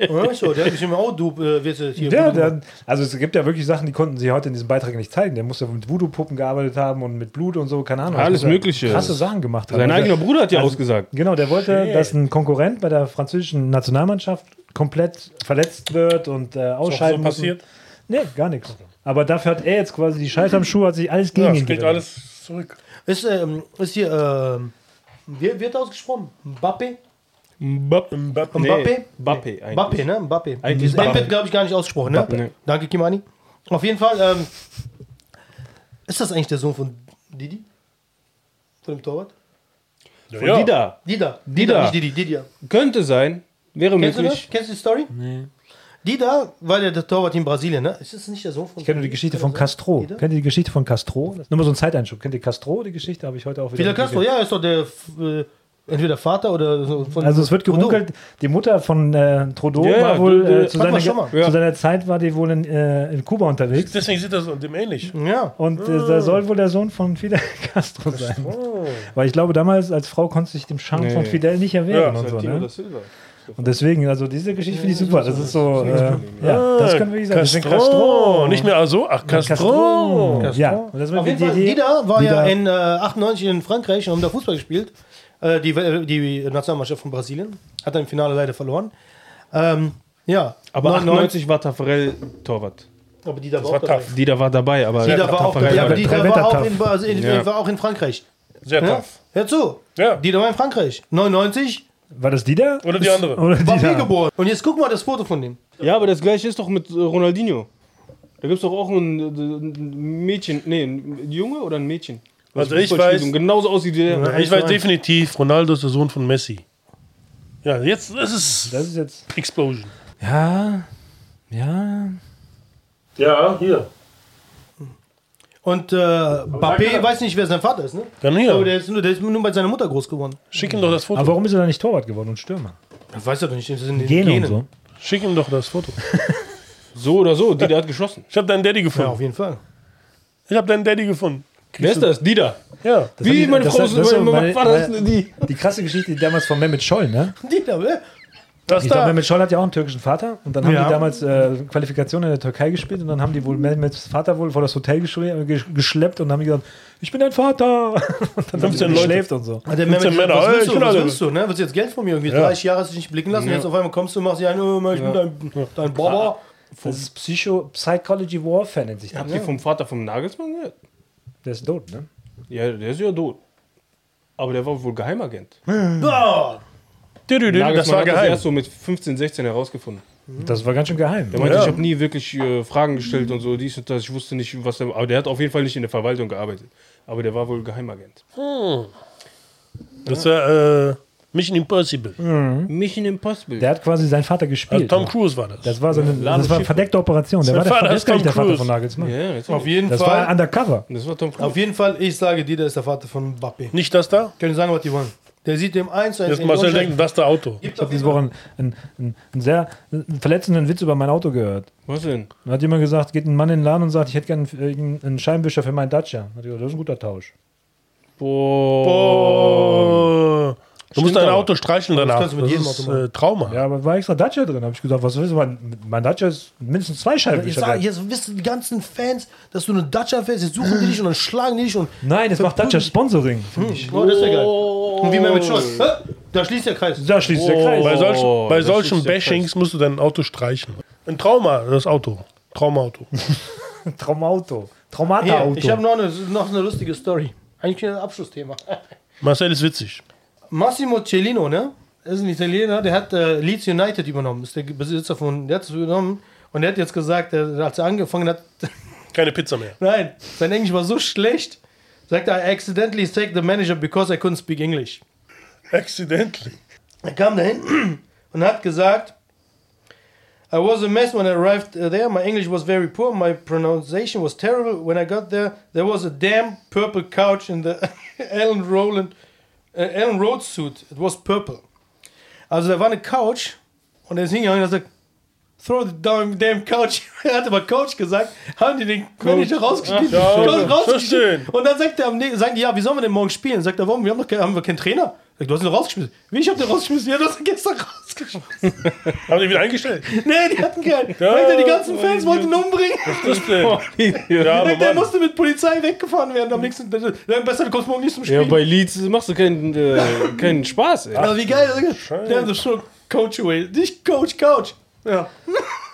Ja, so, der hat bestimmt auch du, äh, wirst du hier. ja, der, also es gibt ja wirklich Sachen, die konnten sie heute in diesem Beitrag nicht zeigen. Der muss ja mit Voodoo-Puppen gearbeitet haben und mit Blut und so, keine Ahnung. Alles Das muss er Mögliche. Krasse Sachen gemacht haben. Sein Also- eigener Bruder hat ja ausgesagt. Genau, der wollte, dass ein Konkurrent bei der französischen Nationalmannschaft komplett verletzt wird und äh, Ist auch ausscheiden so müssen. passiert. Nee, gar nichts. Aber dafür hat er jetzt quasi die Scheiße am Schuh, hat sich alles gegen Ja, ihn steht gewendet. alles zurück. Ist, ähm, ist hier, ähm, wie wird ausgesprochen? Mbappe? Mbappe. Mbappe? Mbappe eigentlich. Mbappe, ne? Mbappe. Eigentlich Ist Mbappe, Mbappe. glaube ich, gar nicht ausgesprochen, ne? Mbappe, ne. Danke, Kimani. Auf jeden Fall, ähm, ist das eigentlich der Sohn von Didi? Von dem Torwart? Ja, Von ja. Dida. Dida. Dida. Nicht Didi, Didier. Könnte sein. Wäre Kennst du das? möglich. Kennst du die Story? Nee. Dida war der, der Torwart in Brasilien, ne? Ist das nicht der Sohn von Ich kenne nur die Geschichte von Oder so? Castro. Dida? Kennt ihr die Geschichte von Castro? Nur mal so ein Zeiteinschub. Kennt ihr Castro? Die Geschichte habe ich heute auch wieder. Fidel Castro, ja, ist doch der, f- äh, entweder Vater oder so von. Also es wird Trudeau. gemunkelt, die Mutter von äh, Trudeau Ja, war ja, wohl du- du- äh, Warte zu, seiner, mal, schau mal. zu seiner Zeit war die wohl in, äh, in Kuba unterwegs. Deswegen sieht das dem ähnlich. Ja. Und äh, da soll wohl der Sohn von Fidel Castro sein. Weil ich glaube, damals als Frau konnte sich dem Charme Nee. von Fidel nicht erwehren Ja, und so. Tino da Ne? Silva. Und deswegen, also diese Geschichte finde ich super. Das ist so, äh, ja, Ah, das können wir nicht sagen. Das sind Castro. Nicht mehr also? Ach, Castro. Ja, und das Auf jeden Fall, Dida war ja in äh, 98 in Frankreich und haben da Fußball gespielt. Äh, die, äh, die Nationalmannschaft von Brasilien hat dann im Finale leider verloren. Ähm, ja, Aber 99 98 war Tafarel Torwart. aber Dida war war auch dabei. tough. Dida war dabei, aber Dida war auch, Taffarel ja, aber war Dida Drei war auch, Wetter in, Bas- in, Ja. war auch in Frankreich. Sehr Ja? tough. Hör zu, Ja. Dida war in Frankreich. 99 War das Dida? Oder die andere. Oder war hier Dida? geboren. Und jetzt guck mal das Foto von dem. der. ja, aber das gleiche ist doch mit äh, Ronaldinho. Da gibt es doch auch ein, äh, ein Mädchen, nee, ein Junge oder ein Mädchen. Also das ich Fußball weiß- spielt und Genauso aussieht wie der. Ich weiß definitiv, Ronaldo ist der Sohn von Messi. Ja, jetzt das ist Das ist jetzt. Explosion. Ja. Ja. Ja, hier. Und äh, Mbappé weiß nicht, wer sein Vater ist, ne? Dann Aber hier. der ist, nur, der ist nur bei seiner Mutter groß geworden. Schick ihm doch das Oh, Aber Foto. warum ist er da nicht Torwart geworden und Stürmer? Ich weiß ja doch nicht, das sind die Gene, Gene. und so. Schick ihm doch das Foto. So oder so, Dida hat geschossen. Ich habe deinen Daddy Ja, gefunden. auf jeden Fall. Ich habe deinen Daddy gefunden. Wer ist das? Dida. Ja. Das wie hat- meine das Frau, hat- das mein, mein hat- Vater weil- ist die. Die krasse Geschichte die damals von Mehmet Scholl, ne? Dida, wer? Das Ich glaube, da. Mehmet Scholl hat ja auch einen türkischen Vater und dann haben Ja. die damals äh, Qualifikationen in der Türkei gespielt und dann haben die wohl Mehmets Vater wohl vor das Hotel geschle äh, gesch- geschleppt und haben die gesagt, ich bin dein Vater. Und dann 15 haben die Leute. schläft und so. Hat der Mit Mehmet dem Männer, was ey, willst ich du, bin was alle- willst du, ne? Willst du jetzt Geld von mir irgendwie? Ja. 30 Jahre hast du dich nicht blicken lassen, jetzt auf einmal kommst du und machst dir einen, oh, ich bin dein, dein Baba. Das ist Psycho Psychology Warfare nennt sich das. Habt ihr vom Vater vom Nagelsmann gehört? Der ist tot, ne? Ja, der ist ja tot. Aber der war wohl Geheimagent. Ja. Dü-dü-dü, Das Nagelsmann war hat das geheim. erst so mit 15, 16 herausgefunden. Das war ganz schön geheim. Der meinte, Ja. ich habe nie wirklich äh, Fragen gestellt und so, dies und das. Ich wusste nicht, was er. Aber der hat auf jeden Fall nicht in der Verwaltung gearbeitet. Aber der war wohl Geheimagent. Das war äh, Mission Impossible. Mission Impossible. Der hat quasi seinen Vater Also gespielt. Tom Cruise war das. Das war, seine, Lalo das war eine Schiffer. verdeckte Operation. Der Sein war der, Vater Vater, der ist ist gar nicht Tom der Vater Cruise. von Nagelsmann. ja, jetzt Auf jeden Das war Fall. undercover. das war Tom Cruise. Auf jeden Fall, ich sage, Dida ist der Vater von Mbappe. Nicht das da? Können sagen, was die wollen. Der sieht dem eins zu eins Jetzt in die Marcel Unschuld. denkt, das da Auto. Gibt Ich habe auf jeden diese Woche einen, einen, einen, einen sehr einen verletzenden Witz über mein Auto gehört. Was denn? Dann äh, hat jemand gesagt, geht ein Mann in den Laden und sagt, ich hätte gerne einen, einen Scheinwischer für meinen Dacia. Hat er gesagt, das ist ein guter Tausch. Boah. Oh, du musst dein aber. Auto streicheln danach. Das, kannst du mit jedem ist Auto machen. äh, Trauma. Ja, aber war extra Dacia drin, habe ich gesagt. Was willst du? Mein, mein Dacia ist mindestens zwei Scheiben. Jetzt, sag, jetzt wissen die ganzen Fans, dass du eine Dacia fährst, jetzt suchen die dich und dann schlagen die dich und. Nein, das macht Dacia Sponsoring. finde Hm. ich. Oh, das wäre geil. Und wie man mit Schulz. Hä? Da schließt der Kreis. Da schließt Oh. der Kreis. Bei solchen, bei das solchen ist ja krass. Bashings musst du dein Auto streichen. Ein Trauma, das Auto. Traumauto. Traumauto. Hier, ich habe Traumata-Auto. noch eine, noch eine lustige Story. Eigentlich ein Abschlussthema. Marcel ist witzig. Massimo Cellino, ne? Das ist ein Italiener, der hat äh, Leeds United übernommen. Ist der Besitzer von. Der hat es übernommen. Und der hat jetzt gesagt, äh, als er angefangen hat, Keine Pizza mehr. Nein, sein Englisch war so schlecht. Sagt er, I accidentally sacked the manager because I couldn't speak English. Accidentally. Er kam dahin und hat gesagt, I was a mess when I arrived uh, there. My English was very poor. My pronunciation was terrible. When I got there, there was a damn purple couch in the Alan Rowland, uh, Alan Rhodes suit. It was purple. Also da war eine Couch und er ist hingegangen und hat gesagt, throw the damn, damn couch. er hat aber Couch gesagt, haben die den Manager rausgeschmissen. ja, Raus- so schön. Und dann sagt er am nächsten, sagen die, ja, wie sollen wir denn morgen spielen? Sagt er, warum? Wir haben doch keinen, haben wir keinen Trainer. Sagt, du hast ihn rausgeschmissen. Wie, ich hab den rausgeschmissen? Ja, du hast ihn gestern rausgeschmissen. Haben die wieder eingestellt? Nee, die hatten keinen. Sagt er, die ganzen Fans wollten ihn umbringen. Das ist, äh, ja, aber Sagt, er Mann. musste mit Polizei weggefahren werden am nächsten Tag. Sagt, Besser, du kommst morgen nicht zum Ja, Spiel. bei Leeds machst du keinen, äh, keinen Spaß, ey. also, wie geil. Sagt, er, der hat so schon Coach away. Nicht Coach, Coach. Ja.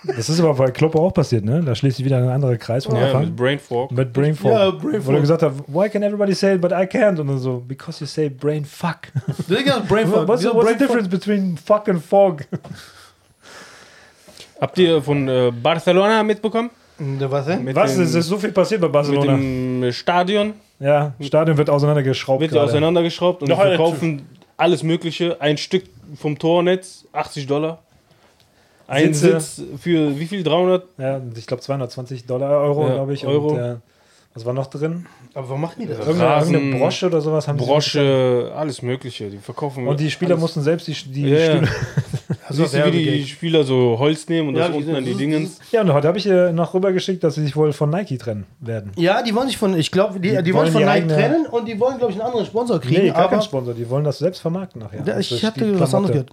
Das ist aber bei Klopp auch passiert, ne? Da schließt sich wieder ein anderer Kreis von Ja, Anfang. mit Brainfork. Mit Brainfall. Ja, Brainfuck. Wo er gesagt hat, why can everybody say it, but I can't? Und dann so, because you say brain fuck. Digga, Brainfuck. what's the, what's the difference between fuck and fog? Habt ihr von äh, Barcelona mitbekommen? Hm, Was denn? Mit Was? dem, Es ist so viel passiert bei mit Barcelona. dem Stadion Ja, Stadion wird auseinandergeschraubt. wird ja gerade. auseinandergeschraubt und die Noch eine verkaufen alles Mögliche. Ein Stück vom Tornetz, 80 Dollar. Ein Sitze. Sitz für wie viel? 300? Ja, und ich glaube 220 Dollar Euro, Ja, glaube ich. Euro. Und, äh, was war noch drin? Aber warum machen die das? Irgendeine, Rasen, irgendeine Brosche oder sowas haben die- Brosche, alles Mögliche. Die verkaufen. Und die Spieler alles. mussten selbst die, die Ja, ja. Stühle. Siehst du, wie die Spieler so Holz nehmen und Ja, das die unten sind- an die Dingens. Ja, und heute habe ich äh, noch rübergeschickt, dass sie sich wohl von Nike trennen werden. Ja, die wollen sich von, ich glaube, die, die, Die wollen sich wollen von die Nike eigene- trennen und die wollen, glaube ich, einen anderen Sponsor kriegen. Nee, gar kein aber Sponsor. Die wollen das selbst vermarkten nachher. Ja, Also ich die hatte was Klamotte. anderes gehört.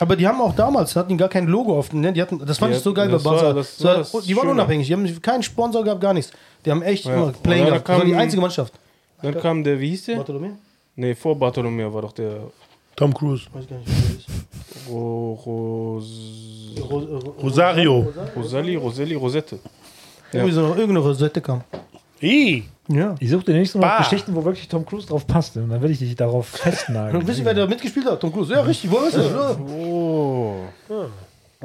Aber die haben auch damals, hatten die gar kein Logo auf dem, ne? die hatten, das fand Die ich so geil bei hatten- das Barca. war- das So, war das die waren Schöne. unabhängig, die haben keinen Sponsor gehabt, gar nichts. Die haben echt immer Ja, Playing da gehabt. Das war die kam- einzige Mannschaft. Dann kam der, wie hieß der? Bartholomew? Nee, vor Bartholomew war doch der Tom Cruise. Weiß gar nicht, wie Ro Ros der ist. Ro- Ro- Ro- Rosario. Roselli, Roselli, Rosette. Irgendwie so eine irgendeine Rosette kam. I. Ja. Ich suche dir nächsten Mal Bah. Geschichten, wo wirklich Tom Cruise drauf passt. Und dann will ich dich darauf festnageln. Und wisst ihr, wer da mitgespielt hat? Tom Cruise. Ja, richtig, wo ist er? Oh.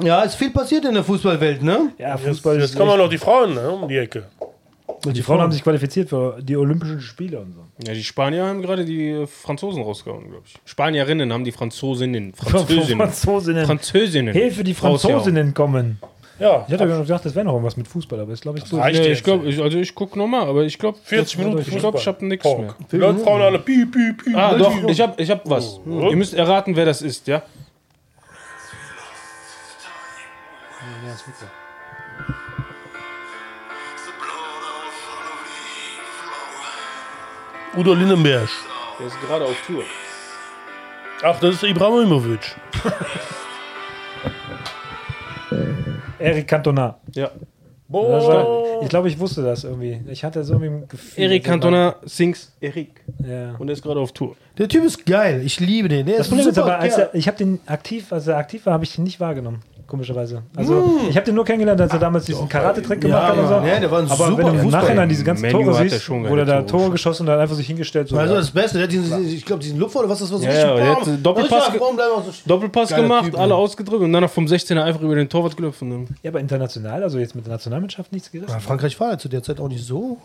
Ja, ist viel passiert in der Fußballwelt, ne? ja, Fußball Jetzt ist kommen auch echt, noch die Frauen ne, um die Ecke. Die Frauen haben sich qualifiziert für die Olympischen Spiele und so. Ja, die Spanier haben gerade die äh, Franzosen rausgehauen, glaube ich. Spanierinnen haben die Franzosinnen. Französinnen. Französinnen. Franzosinnen. Französinnen. Hilfe, die Franzosinnen kommen. Ja, Ich hatte gar nicht gedacht, das wäre noch irgendwas mit Fußball, aber ist, glaube ich, zu. Reicht Ja, jetzt. ich glaube, ich, also ich gucke nochmal, aber ich glaube, 40 Minuten Ich glaube, ich habe nichts Talk. mehr. Die Leute, Frauen alle piep, piep, piep. ne, Ah, doch, ich habe ich hab was. Ihr müsst erraten, wer das ist, ja? Udo Lindenberg. Der ist gerade auf Tour. Ach, das ist Ibrahimovic. Eric Cantona. Ja. Das Boah. war, ich glaube, ich wusste das irgendwie. Ich hatte so irgendwie ein Gefühl. Eric dass er- Cantona sings Eric. Ja. Und der ist gerade auf Tour. Der Typ ist geil, ich liebe den. Der Das ist ein Problem ist super aber, als Kerl. er, ich habe den aktiv, als er aktiv war, habe ich ihn nicht wahrgenommen. Komischerweise. Also, ich habe den nur kennengelernt, als er damals diesen Karate-Trick gemacht hat und so. Mm. Ja, der war ein Aber super wenn du im Fußballer. Nachhinein diese ganzen Manu Tore hat ja siehst, schon wo geile der da Tore Tore geschossen und dann einfach sich hingestellt so. Also ja. das Beste, der hat diesen, ich glaube, diesen Lupfer oder was das war, so Ja, richtig ja, der hat warm. so Doppelpass Richtig ge- warm, bleiben wir so- Doppelpass Geiler gemacht, Typ, alle ne? ausgedrückt und dann vom 16er einfach über den Torwart gelaufen. ja, aber international, also jetzt mit der Nationalmannschaft nichts Ja, gerissen. Frankreich war ja zu der Zeit auch nicht so.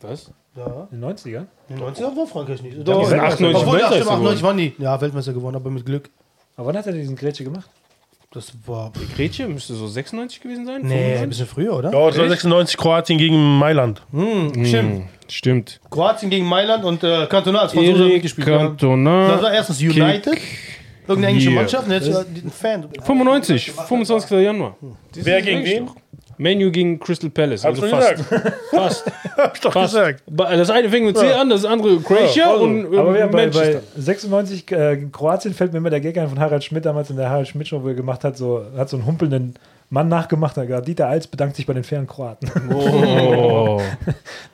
Was? Ja. In den 90ern? In den 90ern war Frankreich nicht so. die sind 98 Obwohl, ja, stimmt, Weltmeister 98 waren die. Ja, Weltmeister gewonnen, aber mit Glück. Aber wann hat er diesen Grätsche gemacht? Das war. Gretje müsste so 96 gewesen sein? Nee, ein bisschen früher, oder? Ja, das war 96 Kroatien gegen Mailand. Stimmt. Hm, Stimmt. Kroatien gegen Mailand und äh, Cantona als Franzose Eric mitgespielt. ja. Das war Cantona. erstens United, irgendeine englische ne? Hier. Mannschaft und jetzt äh, ein Fan. 95, 25. Januar. Wer gegen wen? Menu gegen Crystal Palace. Hab's Also schon fast. gesagt. fast. Hab's doch fast. gesagt. Ba- Das eine fängt mit C an, das andere Croatia und äh, Aber ja, bei, bei Manchester. 96 äh, gegen Kroatien fällt mir immer der Gag ein von Harald Schmidt damals in der Harald Schmidt Show, wo er gemacht hat, so hat so einen humpelnden Mann nachgemacht, da hat gesagt, Dieter Alts bedankt sich bei den fairen Kroaten. Oh.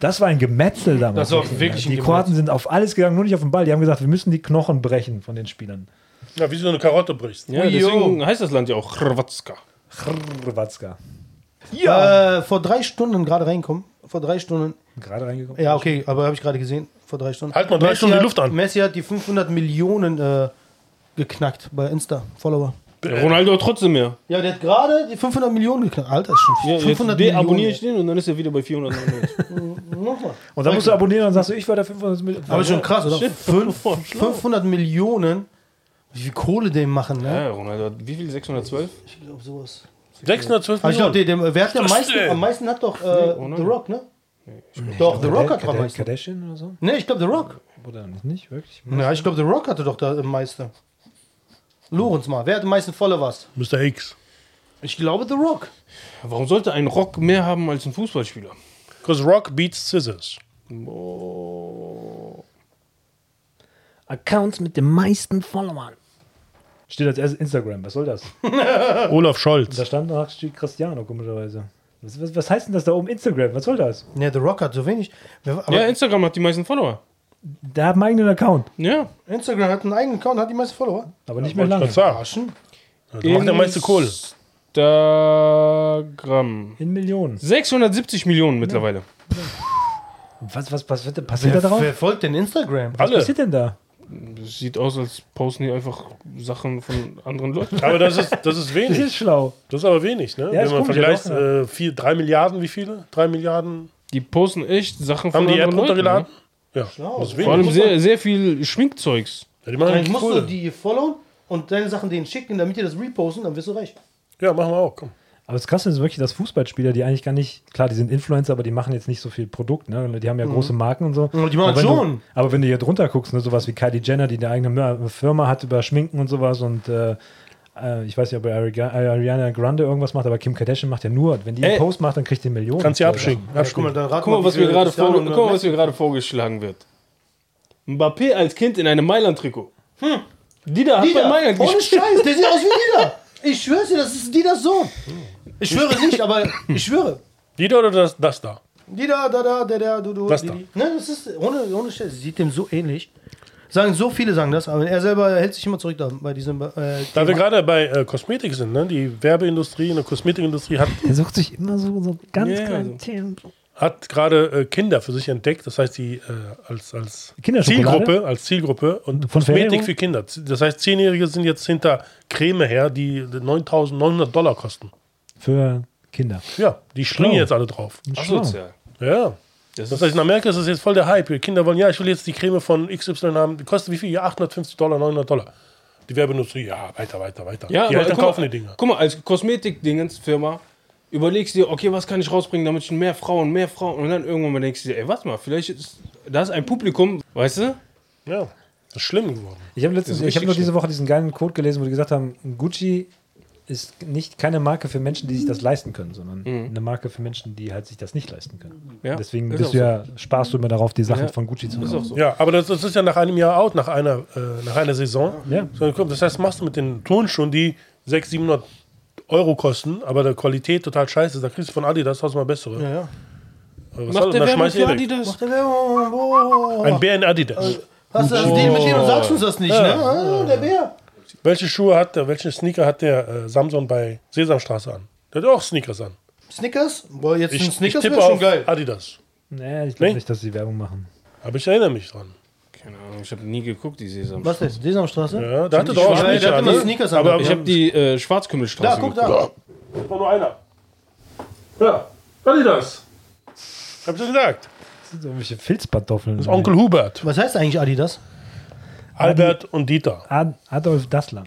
Das war ein Gemetzel damals. Das war wirklich ein die Gemetzel. Kroaten sind auf alles gegangen, nur nicht auf den Ball. Die haben gesagt, wir müssen die Knochen brechen von den Spielern. Ja, wie so eine Karotte brichst. Ja, Ui, deswegen heißt das Land ja auch Hrvatska. Krwatzka. Äh, vor drei Stunden gerade reinkommen. Vor drei Stunden. Gerade reingekommen. Ja, okay, aber habe ich gerade gesehen. Vor drei Stunden. Halt mal drei Messi Stunden die hat- Luft an. Messi hat die 500 Millionen äh, geknackt bei Insta-Follower. Ja, Ronaldo hat trotzdem mehr. Ja, der hat gerade die 500 Millionen geknackt. Alter, ist schon viel. Ja, jetzt 500 Millionen. deabonniere ich den und dann ist er wieder bei 499. Nochmal. Und dann musst du abonnieren und sagst, du, ich war da 500 Millionen. Aber schon krass, oder? Shit. Fünf, Voll schlau. 500 Millionen. Wie viel Kohle dem machen, ne? ja, Ronaldo hat wie viel? 612? Ich glaube sowas. 612 Aber ich glaube, Millionen. der, der, wer hat am Was meisten, denn? am meisten hat doch äh, Nee, The Ronaldo. Rock, ne? Doch, The Rock hat am Kardashian, meisten. Kardashian oder so? Ne, ich glaube The Rock. Oder nicht, nicht wirklich? Ja, ich glaube The Rock hatte doch da am meisten. Lorenz mal, wer hat am meisten Followers? Mr. X. Ich glaube The Rock. Warum sollte ein Rock mehr haben als ein Fußballspieler? Because Rock beats Scissors. Accounts mit den meisten Followern. Steht als erstes Instagram, was soll das? Olaf Scholz. Da stand danach steht Cristiano, komischerweise. Was, was, was heißt denn das da oben? Instagram, was soll das? Ne, The Rock hat so wenig. Wer war- Aber Ja, Instagram hat die meisten Follower. Da haben eigenen Account, Ja. Instagram hat einen eigenen Account, hat die meisten Follower. Ah, aber nicht mehr Wollte ich lange. grad sagen. Arschen. Da macht der meiste Kohle. Instagram. In Millionen. 670 Millionen mittlerweile. Was, was, was, was passiert Wer, da drauf? wer folgt denn Instagram? was Alle. passiert denn da? Das sieht aus, als posten die einfach Sachen von anderen Leuten. Aber das ist, das ist Das wenig. ist schlau. Das ist aber wenig, ne? Ja, Wenn ist man komisch, vergleicht, ja doch, ja. äh, vier, drei Milliarden, wie viele? Drei Milliarden Die posten echt Sachen von haben die App anderen Leuten. runtergeladen? Ja, Schlau. das ist ne? Vor allem wenig. sehr, sehr viel Schminkzeugs. Ja, die machen Dann richtig musst du Kohle. die followen und deine Sachen denen schicken, damit die das reposten, dann wirst du reich. Ja, machen wir auch. Komm. Aber das Krasse ist wirklich, dass Fußballspieler, die eigentlich gar nicht, klar, die sind Influencer, aber die machen jetzt nicht so viel Produkt, ne? Die haben ja große Marken und so. Ja, die machen aber wenn schon. Du, aber wenn du hier drunter guckst, ne, sowas wie Kylie Jenner, die eine eigene Mer- Firma hat über Schminken und sowas und äh, äh, ich weiß nicht, ob Ari- Ariana Grande irgendwas macht, aber Kim Kardashian macht ja nur, wenn die Ey. einen Post macht, dann kriegt die Millionen. Kannst du abschicken. Ja, guck mal, abschicken. dann rat Guck mal, wie was mir viel gerade Cristiano vor, und guck mal, was Messi- mir gerade vorgeschlagen wird. Mbappé als Kind in einem Mailand-Trikot. Hm. Dida hat bei Dida, Mailand ohne gespielt. Scheiß, der sieht aus wie Dida. Ich schwöre dir, das ist Didas Sohn. Ich schwöre nicht, aber ich schwöre. Die da oder das, das da? Dida, da, da, der, der, du, du. Das die, da. die. Ne, das ist ohne, ohne Scheiß, sieht dem so ähnlich. Sagen so viele sagen das, aber er selber hält sich immer zurück da bei diesem. Äh, Da wir gerade bei äh, Kosmetik sind, ne? die Werbeindustrie und die Kosmetikindustrie hat, Er sucht sich immer so, so ganz Ja, kleine so. Themen. hat gerade äh, Kinder für sich entdeckt. Das heißt, die äh, als, als Kinderschokolade? Zielgruppe, als Zielgruppe und Von Kosmetik Ferrero? für Kinder. Das heißt, Zehnjährige sind jetzt hinter Creme her, die 9.900 Dollar kosten. Für Kinder. Ja, die springen Schlau. jetzt alle drauf. Schlau. Asozial. Ja. Das Das heißt, in Amerika ist das jetzt voll der Hype. Die Kinder wollen, ja, ich will jetzt die Creme von XY haben. Die kostet wie viel? Ja, 850 Dollar, 900 Dollar. Die Werbeindustrie, ja, weiter, weiter, weiter. Ja, die aber Eltern guck mal- kaufen die Dinger. Guck mal, als Kosmetik-Dingens-Firma überlegst du dir, okay, was kann ich rausbringen, damit ich mehr Frauen, mehr Frauen. Und dann irgendwann mal denkst du dir, ey, warte mal, vielleicht ist da ist ein Publikum, weißt du? Ja, das ist schlimm geworden. Ich habe letztens, Das ist ich habe richtig nur diese Woche diesen geilen Code gelesen, wo die gesagt haben, Gucci ist nicht keine Marke für Menschen, die sich das leisten können, sondern eine Marke für Menschen, die halt sich das nicht leisten können. Ja, Deswegen ist auch bist du ja, sparst du immer darauf, die Sachen Ja, von Gucci zu Ist auch kaufen. so. Ja, aber das, das ist ja nach einem Jahr out, nach einer, äh, nach einer Saison. Ja. So, guck, Das heißt, machst du mit den Turnschuhen, die 600, 700 Euro kosten, aber der Qualität total scheiße ist. Da kriegst du von Adidas tausendmal bessere. ja, ja. Aber was soll- Macht der dann Werbung schmeißt ihr für weg. Adidas? Macht der Werbung, boah. Ein Bär in Adidas. Hast du das Deal mit denen und sagst uns das nicht, ne? Ah, der Bär. Welche Schuhe hat der, welche Sneaker hat der äh, Samson bei Sesamstraße an? Der hat auch Sneakers an. Snickers? Boah, jetzt Ich, ein ich Snickers tippe wäre schon auf geil. Adidas. Nee, ich glaube Nee. nicht, dass sie Werbung machen. Aber ich erinnere mich dran. Keine Ahnung, ich habe nie geguckt, die Sesam. Was denn? Sesamstraße? Ja, da hatte die doch auch Schwarz- Sneaker, der hatte ne? immer Sneakers an, aber glaub Ich habe die äh, Schwarzkümmelstraße Da, guck geguckt. da. Das war nur einer. Ja, Adidas. Hab ich ja gesagt. Das sind so irgendwelche Filzpantoffeln. Das ist Onkel Hubert. Was heißt eigentlich Adidas? Albert und Dieter. Ad Adolf Dassler.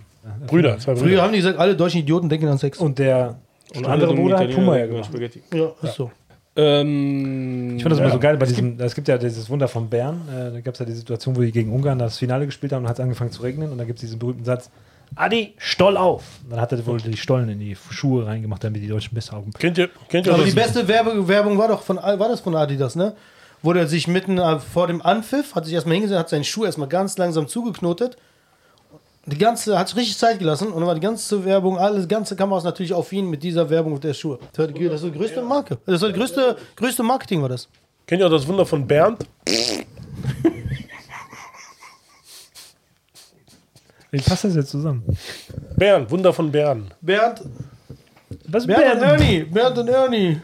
Brüder, zwei Früher Brüder. haben die gesagt, alle deutschen Idioten denken an Sex. Und der und Und andere mit dem Bruder hat Italiener Puma ja über gemacht. Spaghetti. Ja, ist so. Ähm, Ich fand das immer so geil bei diesem, es gibt ja dieses Wunder von Bern, äh, da gab es ja die Situation, wo die gegen Ungarn das Finale gespielt haben und hat es angefangen zu regnen und da gibt es diesen berühmten Satz, Adi, Stoll auf. Und dann hat er wohl die Stollen in die Schuhe reingemacht, damit die Deutschen besser haben. Kennt ihr, kennt ihr Aber Also die das? beste Werbe Werbung war doch von war das von Adidas, ne? Wo er sich mitten äh, vor dem Anpfiff, hat sich erstmal hingesetzt, hat seinen Schuh erstmal ganz langsam zugeknotet. Die ganze, hat sich richtig Zeit gelassen und dann war die ganze Werbung, alles, ganze Kameras natürlich auf ihn mit dieser Werbung mit der Schuhe. Das war die, das war die größte Marke. Das war die größte, größte Marketing war das. Kennt ihr das Wunder von Bernd? Wie passt das jetzt zusammen? Bern, Wunder von Bern. Bernd, Was ist Bernd und Bern? Ernie, Bernd und Ernie.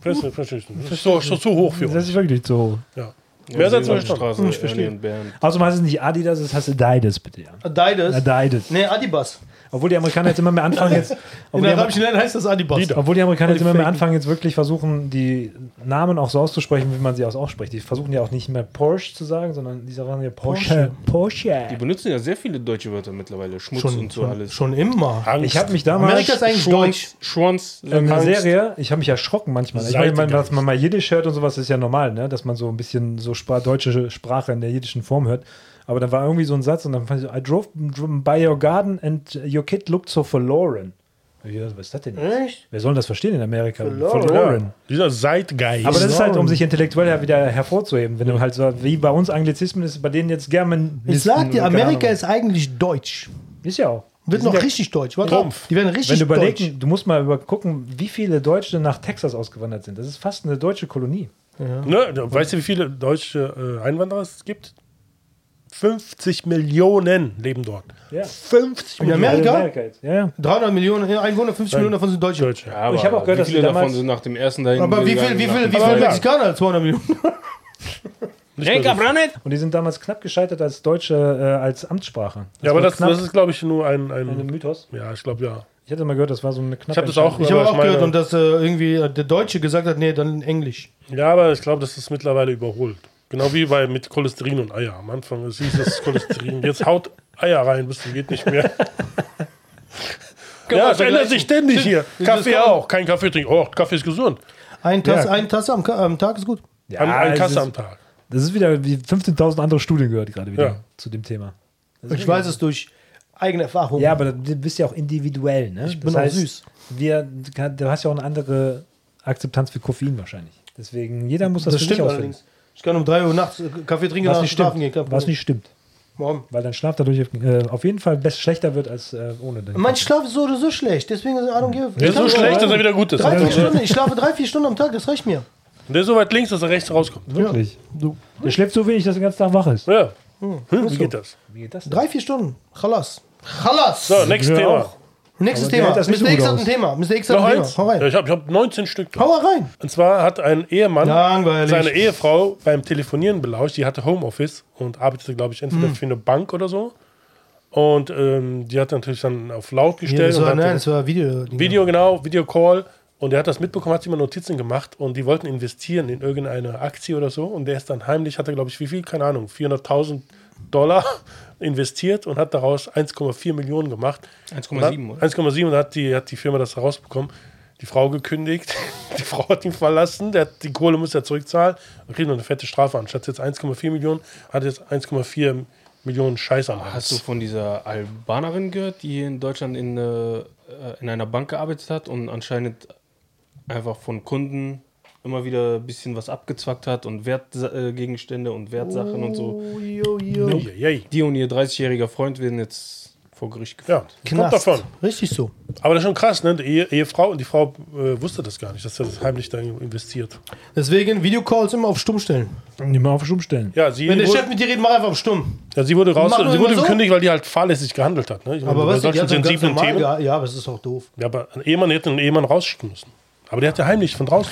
Presse, Presse. Das ist so, so, so hoch für Das uns. ist wirklich zu hoch. Ja. Wer hat das verstanden? Straße, ich verstehe. Bern. Außerdem heißt es nicht Adidas, es heißt Adidas, bitte. Ja. Adidas. Adidas. Ne, Adibas. Obwohl die Amerikaner jetzt immer mehr anfangen, jetzt. In Obwohl die, Amer arabischen Ländern heißt das Adibas. Die da. obwohl die Amerikaner jetzt immer mehr Faken. anfangen, jetzt wirklich versuchen, die Namen auch so auszusprechen, wie man sie auch ausspricht. Die versuchen ja auch nicht mehr Porsche zu sagen, sondern die sagen ja Porsche. Die Porsche. benutzen ja sehr viele deutsche Wörter mittlerweile. Schmutz Schon, und so schon, alles. schon immer. Angst. Ich habe mich damals. Amerika ist eigentlich deutsch. Schwanz, Schwanz, In der Angst. Serie, ich habe mich erschrocken manchmal. Ich meine, Seite dass man mal Jiddisch hört und sowas ist ja normal, ne? dass man so ein bisschen so Spra deutsche Sprache in der jiddischen Form hört. Aber da war irgendwie so ein Satz und dann fand ich so, I drove by your garden and your kid looked so forlorn. Ja, was ist das denn? jetzt? Echt? Wer soll denn das verstehen in Amerika? Verloren. Ja, dieser Zeitgeist. Aber das ist halt, um Verloren. sich intellektuell ja wieder hervorzuheben. Wenn du halt so, wie bei uns Anglizismen ist, bei denen jetzt German. Ich sag dir, keine Amerika Ahnung. ist eigentlich deutsch. Ist ja auch. Wird Die sind noch ja- richtig deutsch. Warte, Trumpf. Die werden richtig Wenn du überlegst, deutsch. du musst mal über gucken, wie viele Deutsche nach Texas ausgewandert sind. Das ist fast eine deutsche Kolonie. ne? Weißt du, wie viele deutsche äh, Einwanderer es gibt? 50 Millionen leben dort. Ja. 50 In Millionen. Amerika? jetzt. Ja, ja. 300 Millionen Einwohner, 50 Millionen davon sind Deutsche. Deutsche. Aber Ich hab auch wie gehört, dass viele die davon damals- sind nach dem ersten dahin Aber wie viel, wie viel, wie viel Aber ja. Mexikaner? 200 Millionen. Nicht mehr so viel. Und die sind damals knapp gescheitert als Deutsche, äh, als Amtssprache. Ja, aber war das, knapp das ist, glaube ich, nur ein, ein ein. Mythos. Ja, ich glaube, ja. Ich hatte mal gehört, das war so eine knappe Ich hab das auch Ich Aber habe ich auch gehört, meine- und dass äh, irgendwie äh, der Deutsche gesagt hat, nee, dann Englisch. Ja, aber ich glaube, das ist mittlerweile überholt. Genau wie bei mit Cholesterin und Eier. Am Anfang es hieß das Cholesterin. Jetzt haut Eier rein, bis zum geht nicht mehr. ja, es ändert sich ständig hier. Kaffee auch. Kein Kaffee trinken. Oh, Kaffee ist gesund. Eine Tasse, Ja. eine Tasse am, Ka- am Tag ist gut. Ja, Ein, ein das, Kasse am ist, Tag. das ist wieder wie 15.000 andere Studien gehört gerade wieder Ja. zu dem Thema. Ich weiß es durch eigene Erfahrung. Ja, aber du bist ja auch individuell, ne? Ich bin auch süß. Wir, du hast ja auch eine andere Akzeptanz für Koffein wahrscheinlich. Deswegen, jeder muss das, das für sich stimmt ausfinden. allerdings. Ich kann um 3 Uhr nachts äh, Kaffee trinken und Was dann nicht, schlafen stimmt, gehen. Kein was Problem. nicht stimmt. Warum? Weil dein Schlaf dadurch äh, auf jeden Fall best schlechter wird als äh, ohne den. Mein Schlaf ist so oder so schlecht, deswegen ist Ahnung give. Der ist so schlecht, dass er wieder gut ist. Drei, vier Der Stunden, ich schlafe drei, vier Stunden am Tag, das reicht mir. ist so weit links, dass er rechts rauskommt. Wirklich. Der schläft so wenig, dass er den ganzen Tag wach ist. Ja. Hm, wie geht das? Wie geht das denn? Drei, vier Stunden. Chalas. Chalas. So, nächstes Ja, Thema. auch. Nächstes der Thema. hält das nicht Mr. so X gut hat ein aus. Thema. Mr. X hat Noch ein eins? Thema. Hau Ja, rein. ich habe ich hab 19 Stück. drin. Hau rein. Und zwar hat ein Ehemann Langweilig. seine Ehefrau beim Telefonieren belauscht. Die hatte Homeoffice und arbeitete, glaube ich, Hm. entweder für eine Bank oder so. Und ähm, die hat natürlich dann auf laut Hier, gestellt. das und war, hatte nein, das war Video. halt Video, genau, Videocall. Und er hat das mitbekommen, hat sich mal Notizen gemacht und die wollten investieren in irgendeine Aktie oder so. Und der ist dann heimlich, hat er, glaube ich, wie viel, keine Ahnung, 400.000 Dollar investiert und hat daraus 1,4 Millionen gemacht. 1,7, Und oder? hat- 1,7 und hat die, hat die Firma das rausbekommen. Die Frau gekündigt, die Frau hat ihn verlassen, der hat, die Kohle muss er zurückzahlen und kriegt noch eine fette Strafe an. Statt jetzt 1,4 Millionen, hat er jetzt 1,4 Millionen Scheiß am Hals. Oh, Hast du von dieser Albanerin gehört, die hier in Deutschland in, äh, äh, in einer Bank gearbeitet hat und anscheinend einfach von Kunden immer wieder ein bisschen was abgezwackt hat und Wertgegenstände und Wertsachen und so. Ei, ei, ei. Die und ihr 30-jähriger Freund werden jetzt vor Gericht Ja, geführt. kommt davon. Richtig so. Aber das ist schon krass, ne? Die Ehe, Ehefrau und die Frau äh, wusste das gar nicht, dass er das heimlich da investiert. Deswegen Videocalls immer auf stumm stellen. Nimm mal auf den Schub stellen. Ja, sie, Wenn der Chef wurde, mit dir redet, mach einfach auf stumm. ja, sie wurde raus, Mach nur sie wurde immer so. gekündigt, weil die halt fahrlässig gehandelt hat. Ne? Ich meine, Aber bei was solchen doch ganz sensiblen normal Themen. geha- Ja, aber es ist auch doof. Ja, aber ein Ehemann hätte einen Ehemann rausschicken müssen. Aber der hat ja heimlich von draußen.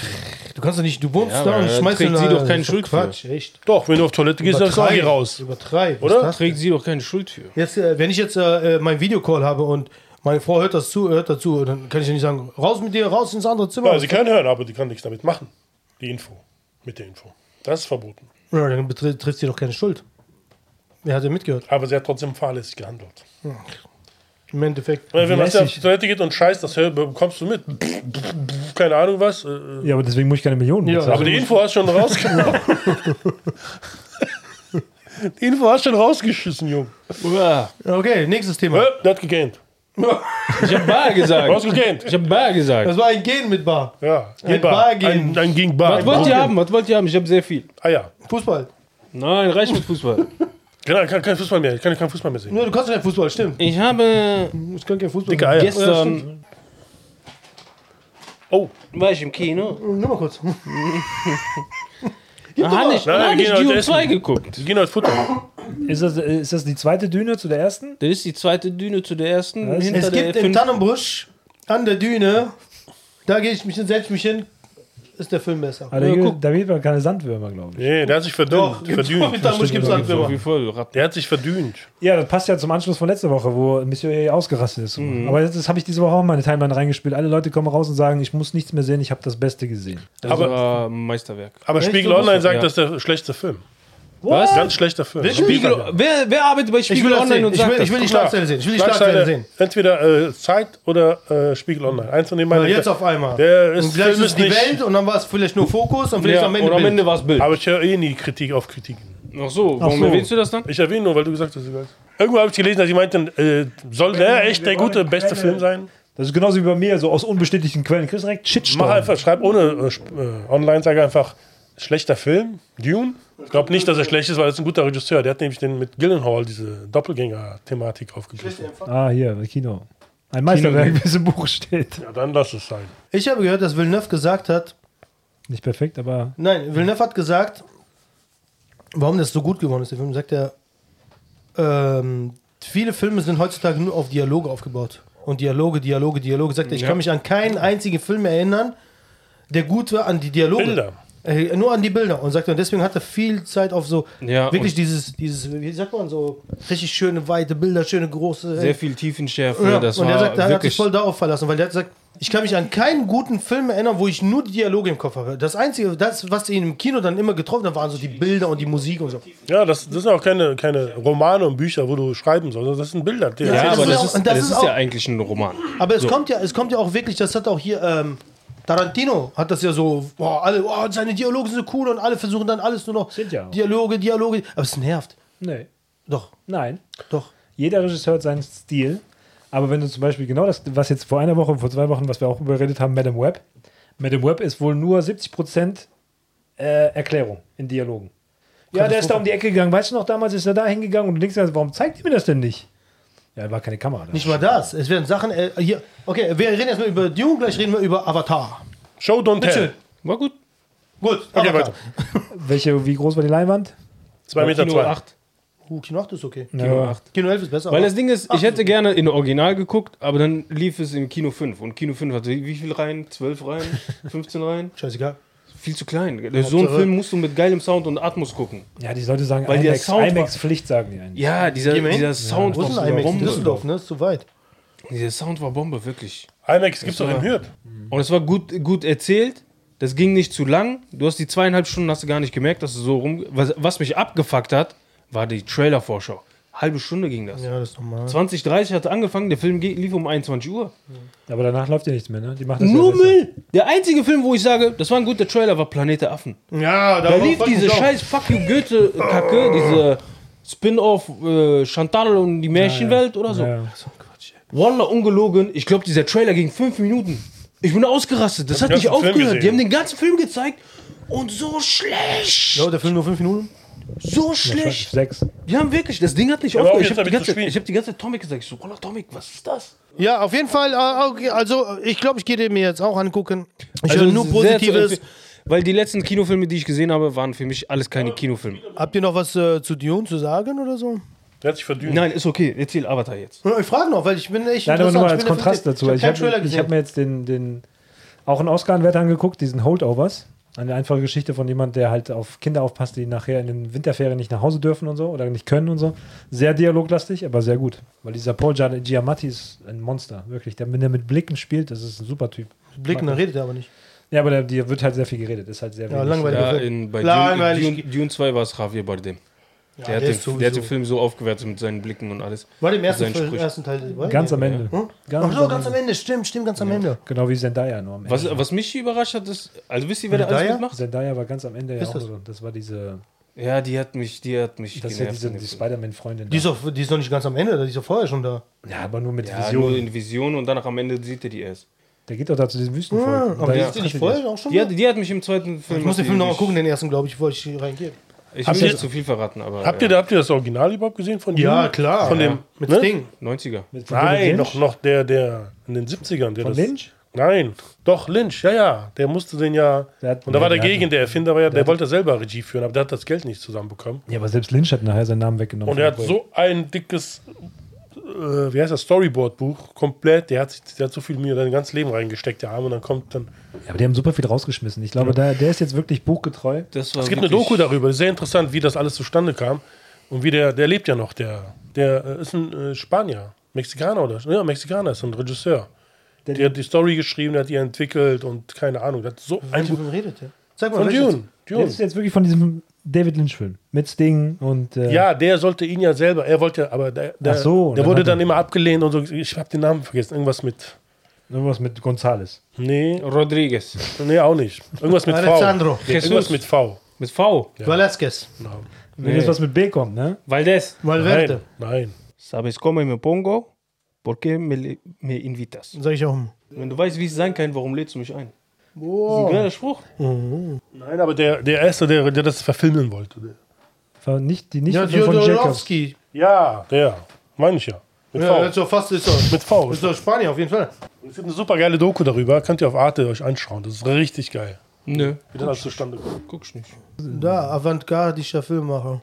Du kannst ja nicht, du wohnst Ja, da aber und da schmeißt trägt den sie da- doch keine das ist Schuld für. Quatsch, echt. Doch, wenn du auf Toilette gehst, dann ist auch hier raus. Übertreib. Oder? Was ist das? Trägt sie doch keine Schuld für. Jetzt, äh, wenn ich jetzt äh, äh, mein Videocall habe und meine Frau hört das zu, hört dazu, dann kann ich ja nicht sagen, raus mit dir, raus ins andere Zimmer. Ja, sie kann hören, aber die kann nichts damit machen. Die Info. Mit der Info. Das ist verboten. Ja, dann betri- trifft sie doch keine Schuld. Wer hat ja mitgehört? Aber sie hat trotzdem fahrlässig gehandelt. Im Endeffekt. Weil Wenn man auf Lässig. die Toilette geht und scheißt, das hör- bekommst du mit. Keine Ahnung was. äh, Ja, aber deswegen muss ich keine Millionen Ja, bezahlen. Aber die Info hast du schon rausgenommen. Die Info hast du schon rausgeschissen, Junge. Uah, Okay, nächstes Hä? Thema. Der hat gegaint. Ich hab Du hast Bar gesagt. gegaint. Ich hab Bar gesagt. Das war ein Gen mit Bar. Ja. Ein Bar. Bar gehen. Ein, ein gegen Bar. Was wollt ihr haben? Was wollt ihr haben? Ich hab sehr viel. Ah ja. Fußball. Nein, reicht mit Fußball. Genau, kein, kein Fußball mehr. Ich kann kein Fußball mehr sehen. Nur du kannst kein Fußball, stimmt. Ich habe Ich kann kein Fußball. Dicke Eier. gestern Oh. war ich im Kino. Nimm mal kurz. Da habe ich, Nein, wir hab ich gehen heute Dune 2 essen. geguckt. Sie gehen heute Futter. Ist das, äh, ist das die zweite Düne zu der ersten? Das ist die zweite Düne zu der ersten. Was? Hinter Es gibt der in fünf- Tannenbusch an der Düne, da gehe ich mich hin, setze mich hin, ist der Film besser. Ah, da Ja, gibt- guck. da gibt man keine Sandwürmer, glaube ich. Nee, der hat sich Doch, verdünnt. gibt's- in verdünnt. Tannenbusch gibt es So wie Sandwürmer. voll. Ratten. Der hat sich verdünnt. Ja, das passt ja zum Anschluss von letzter Woche, wo Monsieur E ausgerastet ist. Aber das, das habe ich diese Woche auch in meine Timeline reingespielt. Alle Leute kommen raus und sagen, ich muss nichts mehr sehen, ich habe das Beste gesehen. Das Aber- war ein Meisterwerk. Aber Echt? Spiegel So was- Online sagt, ja. das ist der schlechteste Film. Was? Ganz schlechter Film. Welchen? Spiegel- Spiegel, wer, wer arbeitet bei Ich Spiegel will, das Online sehen. und ich, sagt will, ich das? will die Schlagzeile sehen. Ich will die Schlagzeile Schlagzeile, sehen. entweder äh, Zeit oder äh, Spiegel Online. Eins von den beiden. Weil jetzt auf einmal. Der ist, und vielleicht Film ist ist die nicht, Welt und dann war es vielleicht nur Fokus und vielleicht ja, am Ende. oder am Bild. Ende war es Bild. Aber ich höre eh nie Kritik auf Kritik. Ach so, warum so. erwähnst du das dann? Ich erwähne nur, weil du gesagt hast, egal. Irgendwo habe ich gelesen, dass sie meinten, äh, soll der echt der gute, beste Film sein? Das ist genauso wie bei mir, so aus unbestätigten Quellen. Kriegst direkt Mach Shitstorm. einfach, schreib ohne äh, Sp- äh, online, sage einfach, schlechter Film, Dune. Ich glaube nicht, dass er schlecht ist, weil er ist ein guter Regisseur. Der hat nämlich den mit Gillenhall diese Doppelgänger-Thematik aufgegriffen. Ah, hier, Kino. Ein Meisterwerk, wie es im Buch steht. Ja, dann lass es sein. Ich habe gehört, dass Villeneuve gesagt hat, Nicht perfekt, aber Nein, Villeneuve hat gesagt, warum das so gut geworden ist. Der Film sagt er, ähm, viele Filme sind heutzutage nur auf Dialoge aufgebaut. Und Dialoge, Dialoge, Dialoge. Sagt er, ich Ja. kann mich an keinen einzigen Film erinnern, der gut war an die Dialoge. Bilder. Äh, nur an die Bilder. Und sagt er, und deswegen hat er viel Zeit auf so Ja, wirklich und- dieses, dieses, wie sagt man, so richtig schöne, weite Bilder, schöne, große. Sehr viel Tiefenschärfe. Äh, Ja, das und war er sagt, er hat sich wirklich. voll darauf verlassen, weil er hat gesagt, ich kann mich an keinen guten Film erinnern, wo ich nur die Dialoge im Kopf habe. Das Einzige, das, was ihn im Kino dann immer getroffen hat, waren so die Bilder und die Musik und so. Ja, das, das sind auch keine, keine Romane und Bücher, wo du schreiben sollst. Das sind Bilder. Die ja, das aber ist das auch- ist, und das das ist, ist auch- ja eigentlich ein Roman. Aber es kommt ja, es kommt ja auch wirklich, das hat auch hier ähm, Tarantino hat das ja so, boah, alle, oh, seine Dialoge sind so cool und alle versuchen dann alles nur noch Sind ja auch. Dialoge, Dialoge, aber es nervt. nee, Doch, nein. doch. Jeder Regisseur hat seinen Stil. Aber wenn du zum Beispiel genau das, was jetzt vor einer Woche, vor zwei Wochen, was wir auch überredet haben, Madame Web. Madame Web ist wohl nur 70% äh, Erklärung in Dialogen. Ja, der ist da um die Ecke gegangen. Weißt du noch, damals ist er da hingegangen und du denkst, dir, warum zeigt ihr mir das denn nicht? Ja, war keine Kamera da. Nicht mal das. Es werden Sachen äh, hier. Okay, wir reden erstmal über Dune, gleich reden wir über Avatar. Show don't tell. Bitte. War gut. Gut, Okay, Avatar. weiter. Welche, wie groß war die Leinwand? Zwei Meter Kino zwei. 8. Uh, Kino 8 ist okay. Ja. Kino 11 ist besser. Weil aber- das Ding ist, ich hätte gerne in Original geguckt, aber dann lief es im Kino 5. Und Kino 5 hatte wie viel Reihen? 12 Reihen? 15 Reihen? Scheißegal. Viel zu klein. So einen Film musst du mit geilem Sound und Atmos gucken. Ja, die Leute sagen Weil der IMAX, Sound war- IMAX-Pflicht, sagen die eigentlich. Ja, dieser, Gehen wir hin? dieser Sound Wo ist war denn IMAX? In Bombe. Düsseldorf, ne? Ist zu weit. Dieser Sound war Bombe, wirklich. IMAX gibt's doch in Hürth. Und es war gut, gut erzählt. Das ging nicht zu lang. Du hast die zweieinhalb Stunden hast du gar nicht gemerkt, dass du so rum. Was, was mich abgefuckt hat, war die Trailer-Vorschau. Halbe Stunde ging das. Ja, das ist normal. 20.30 hatte angefangen, der Film ge- lief um 21 Uhr. Aber danach läuft ja nichts mehr, ne? Die machen das Nur ja besser. Müll! Der einzige Film, wo ich sage, das war ein guter Trailer, war Planet der Affen. Ja, Da lief diese scheiß Fuck you Goethe-Kacke, diese Spin-off äh, Chantal und die Märchenwelt oder so. Ja. So ein Quatsch, ey. Wallah, ungelogen, ich glaube, dieser Trailer ging fünf Minuten. Ich bin ausgerastet, das hat den nicht ganzen Film aufgehört. Die gesehen. haben den ganzen Film gezeigt und so schlecht. Ja, der Film nur 5 Minuten? So schlecht. Sechs. Die haben wirklich, das Ding hat nicht aber auch aufgehört. jetzt Ich habe die, damit zu ganze- spielen. ich hab die ganze Zeit Tomik gesagt, ich so, Wallah, Tomik, was ist das? Ja, auf jeden Fall. äh, okay, Also, ich glaube, ich gehe den mir jetzt auch angucken. Ich höre Also nur es ist sehr zu Positives. empfehlen, Weil die letzten Kinofilme, die ich gesehen habe, waren für mich alles keine Kinofilme. Habt ihr noch was äh, zu Dune zu sagen oder so? Der hat sich verdünnt. Nein, ist okay, erzähl Avatar jetzt. Äh, Ich frage noch, weil ich bin echt. Nein, aber nur mal als interessant. Kontrast ich bin der dazu. Ich Fünfte. habe Ich habe keinen hab Trailer ich hab gesehen. mir jetzt den, den auch einen Oscar-Wert angeguckt, diesen Holdovers. Eine einfache Geschichte von jemand, der halt auf Kinder aufpasst, die nachher in den Winterferien nicht nach Hause dürfen und so oder nicht können und so. Sehr dialoglastig, aber sehr gut. Weil dieser Paul Gia- Giamatti ist ein Monster, wirklich. Der, wenn der mit Blicken spielt, das ist ein super Typ. Blicken, da redet er aber nicht. Ja, aber der, der wird halt sehr viel geredet. Ist halt sehr Ja, wenig. langweilig. Ja, in, bei Dune, Langweilig. Dune, Dune 2 war es Javier Bardem. Der, hat der den, ist sowieso- der hat den Film so aufgewertet mit seinen Blicken und alles. War dem ersten, Sein Film, Sprüch. ersten Teil. war Ganz der? am Ende. Ganz Hm? Ach so, ganz am Ende. Stimmt, stimmt, ganz am Ende. Genau wie Zendaya nur am Ende. Was, was mich überrascht hat, ist, also wisst ihr, wer da alles Zendaya? mitmacht? Zendaya war ganz am Ende ja Ist auch das- so. Das war diese Ja, die hat mich, die hat mich Das ist ja diese in dem die Film. Spider-Man-Freundin. Die da. ist, doch, die ist noch nicht ganz am Ende, die ist doch vorher schon da. Ja, aber nur mit ja, nur Vision. in Vision und danach am Ende sieht ihr die erst. Der geht doch da zu diesem Wüstenvolk. Ah, Und da aber ist ist- die nicht vorher auch schon Die da? hat, die hat mich im zweiten Film. Ich muss den die- Film nochmal ich- gucken, den ersten, glaube ich, bevor ich hier reingehe. Ich Habt will ihr- nicht zu viel verraten, aber. Habt, ihr, da- habt ihr das Original überhaupt gesehen von Ja, Dune? klar. Von ja. dem. Mit ne? Sting. 90er. mit Nein, David noch, Lynch? noch der, der in den 70ern. Der Von das, Lynch? Nein, doch, Lynch, ja, ja. Der musste den ja. Der hat- und da war Ja, der dagegen, hat- der Erfinder war ja, der, hat- wollte selber Regie führen, aber der hat das Geld nicht zusammenbekommen. Ja, aber selbst Lynch hat nachher seinen Namen weggenommen. Und er hat vom so ein dickes, äh, wie heißt das, Storyboard-Buch komplett. Der hat, sich, der hat so viel mir sein ganzes Leben reingesteckt, der Arme. Und dann kommt dann. Projekt. Ja, aber die haben super viel rausgeschmissen. Ich glaube, da, der ist jetzt wirklich buchgetreu. Das war Es gibt eine wirklich- Doku darüber, sehr interessant, wie das alles zustande kam. Und wie der, der lebt ja noch, der, der äh, ist ein äh, Spanier, Mexikaner oder? Ja, Mexikaner ist ein Regisseur. Der, hat die Story geschrieben, der hat die entwickelt und keine Ahnung. Der hat so ein Wovon redet der? Zeig mal, Von welches- Dune. Der Dune. ist jetzt wirklich von diesem David Lynch-Film. Mit Sting und. Äh, Ja, der sollte ihn ja selber, er wollte, ja- aber der, der, Ach so, der dann wurde hat er- dann immer abgelehnt und so. Ich habe den Namen vergessen. Irgendwas mit. Irgendwas mit Gonzales. Nee, Rodriguez. nee, auch nicht. Irgendwas mit V. Alessandro. Irgendwas Jesus. mit V. Mit V. Ja. Velasquez. Nein. Wenn jetzt was mit B kommt, ne? Valdez. Valverde. Nein. Nein. Sabes cómo me pongo? ¿Por qué me, me invitas? Sag ich auch mal. Wenn du weißt, wie es sein kann, warum lädst du mich ein? Das ist ein geiler Spruch. Nein, aber der, der Erste, der, der das verfilmen wollte. Der. Von, nicht, die nicht Ja, von Jacobs. Jodorowski. Ja, der. Meine ich ja. Mit Ja, also- V. das ist doch fast, ist doch, mit V. ist doch Spanier auf jeden Fall. Es gibt eine super geile Doku darüber. Könnt ihr auf Arte euch anschauen. Das ist richtig geil. Nö, Wie das alles zustande kommt. guckst nicht. Da, avantgardischer Filmmacher.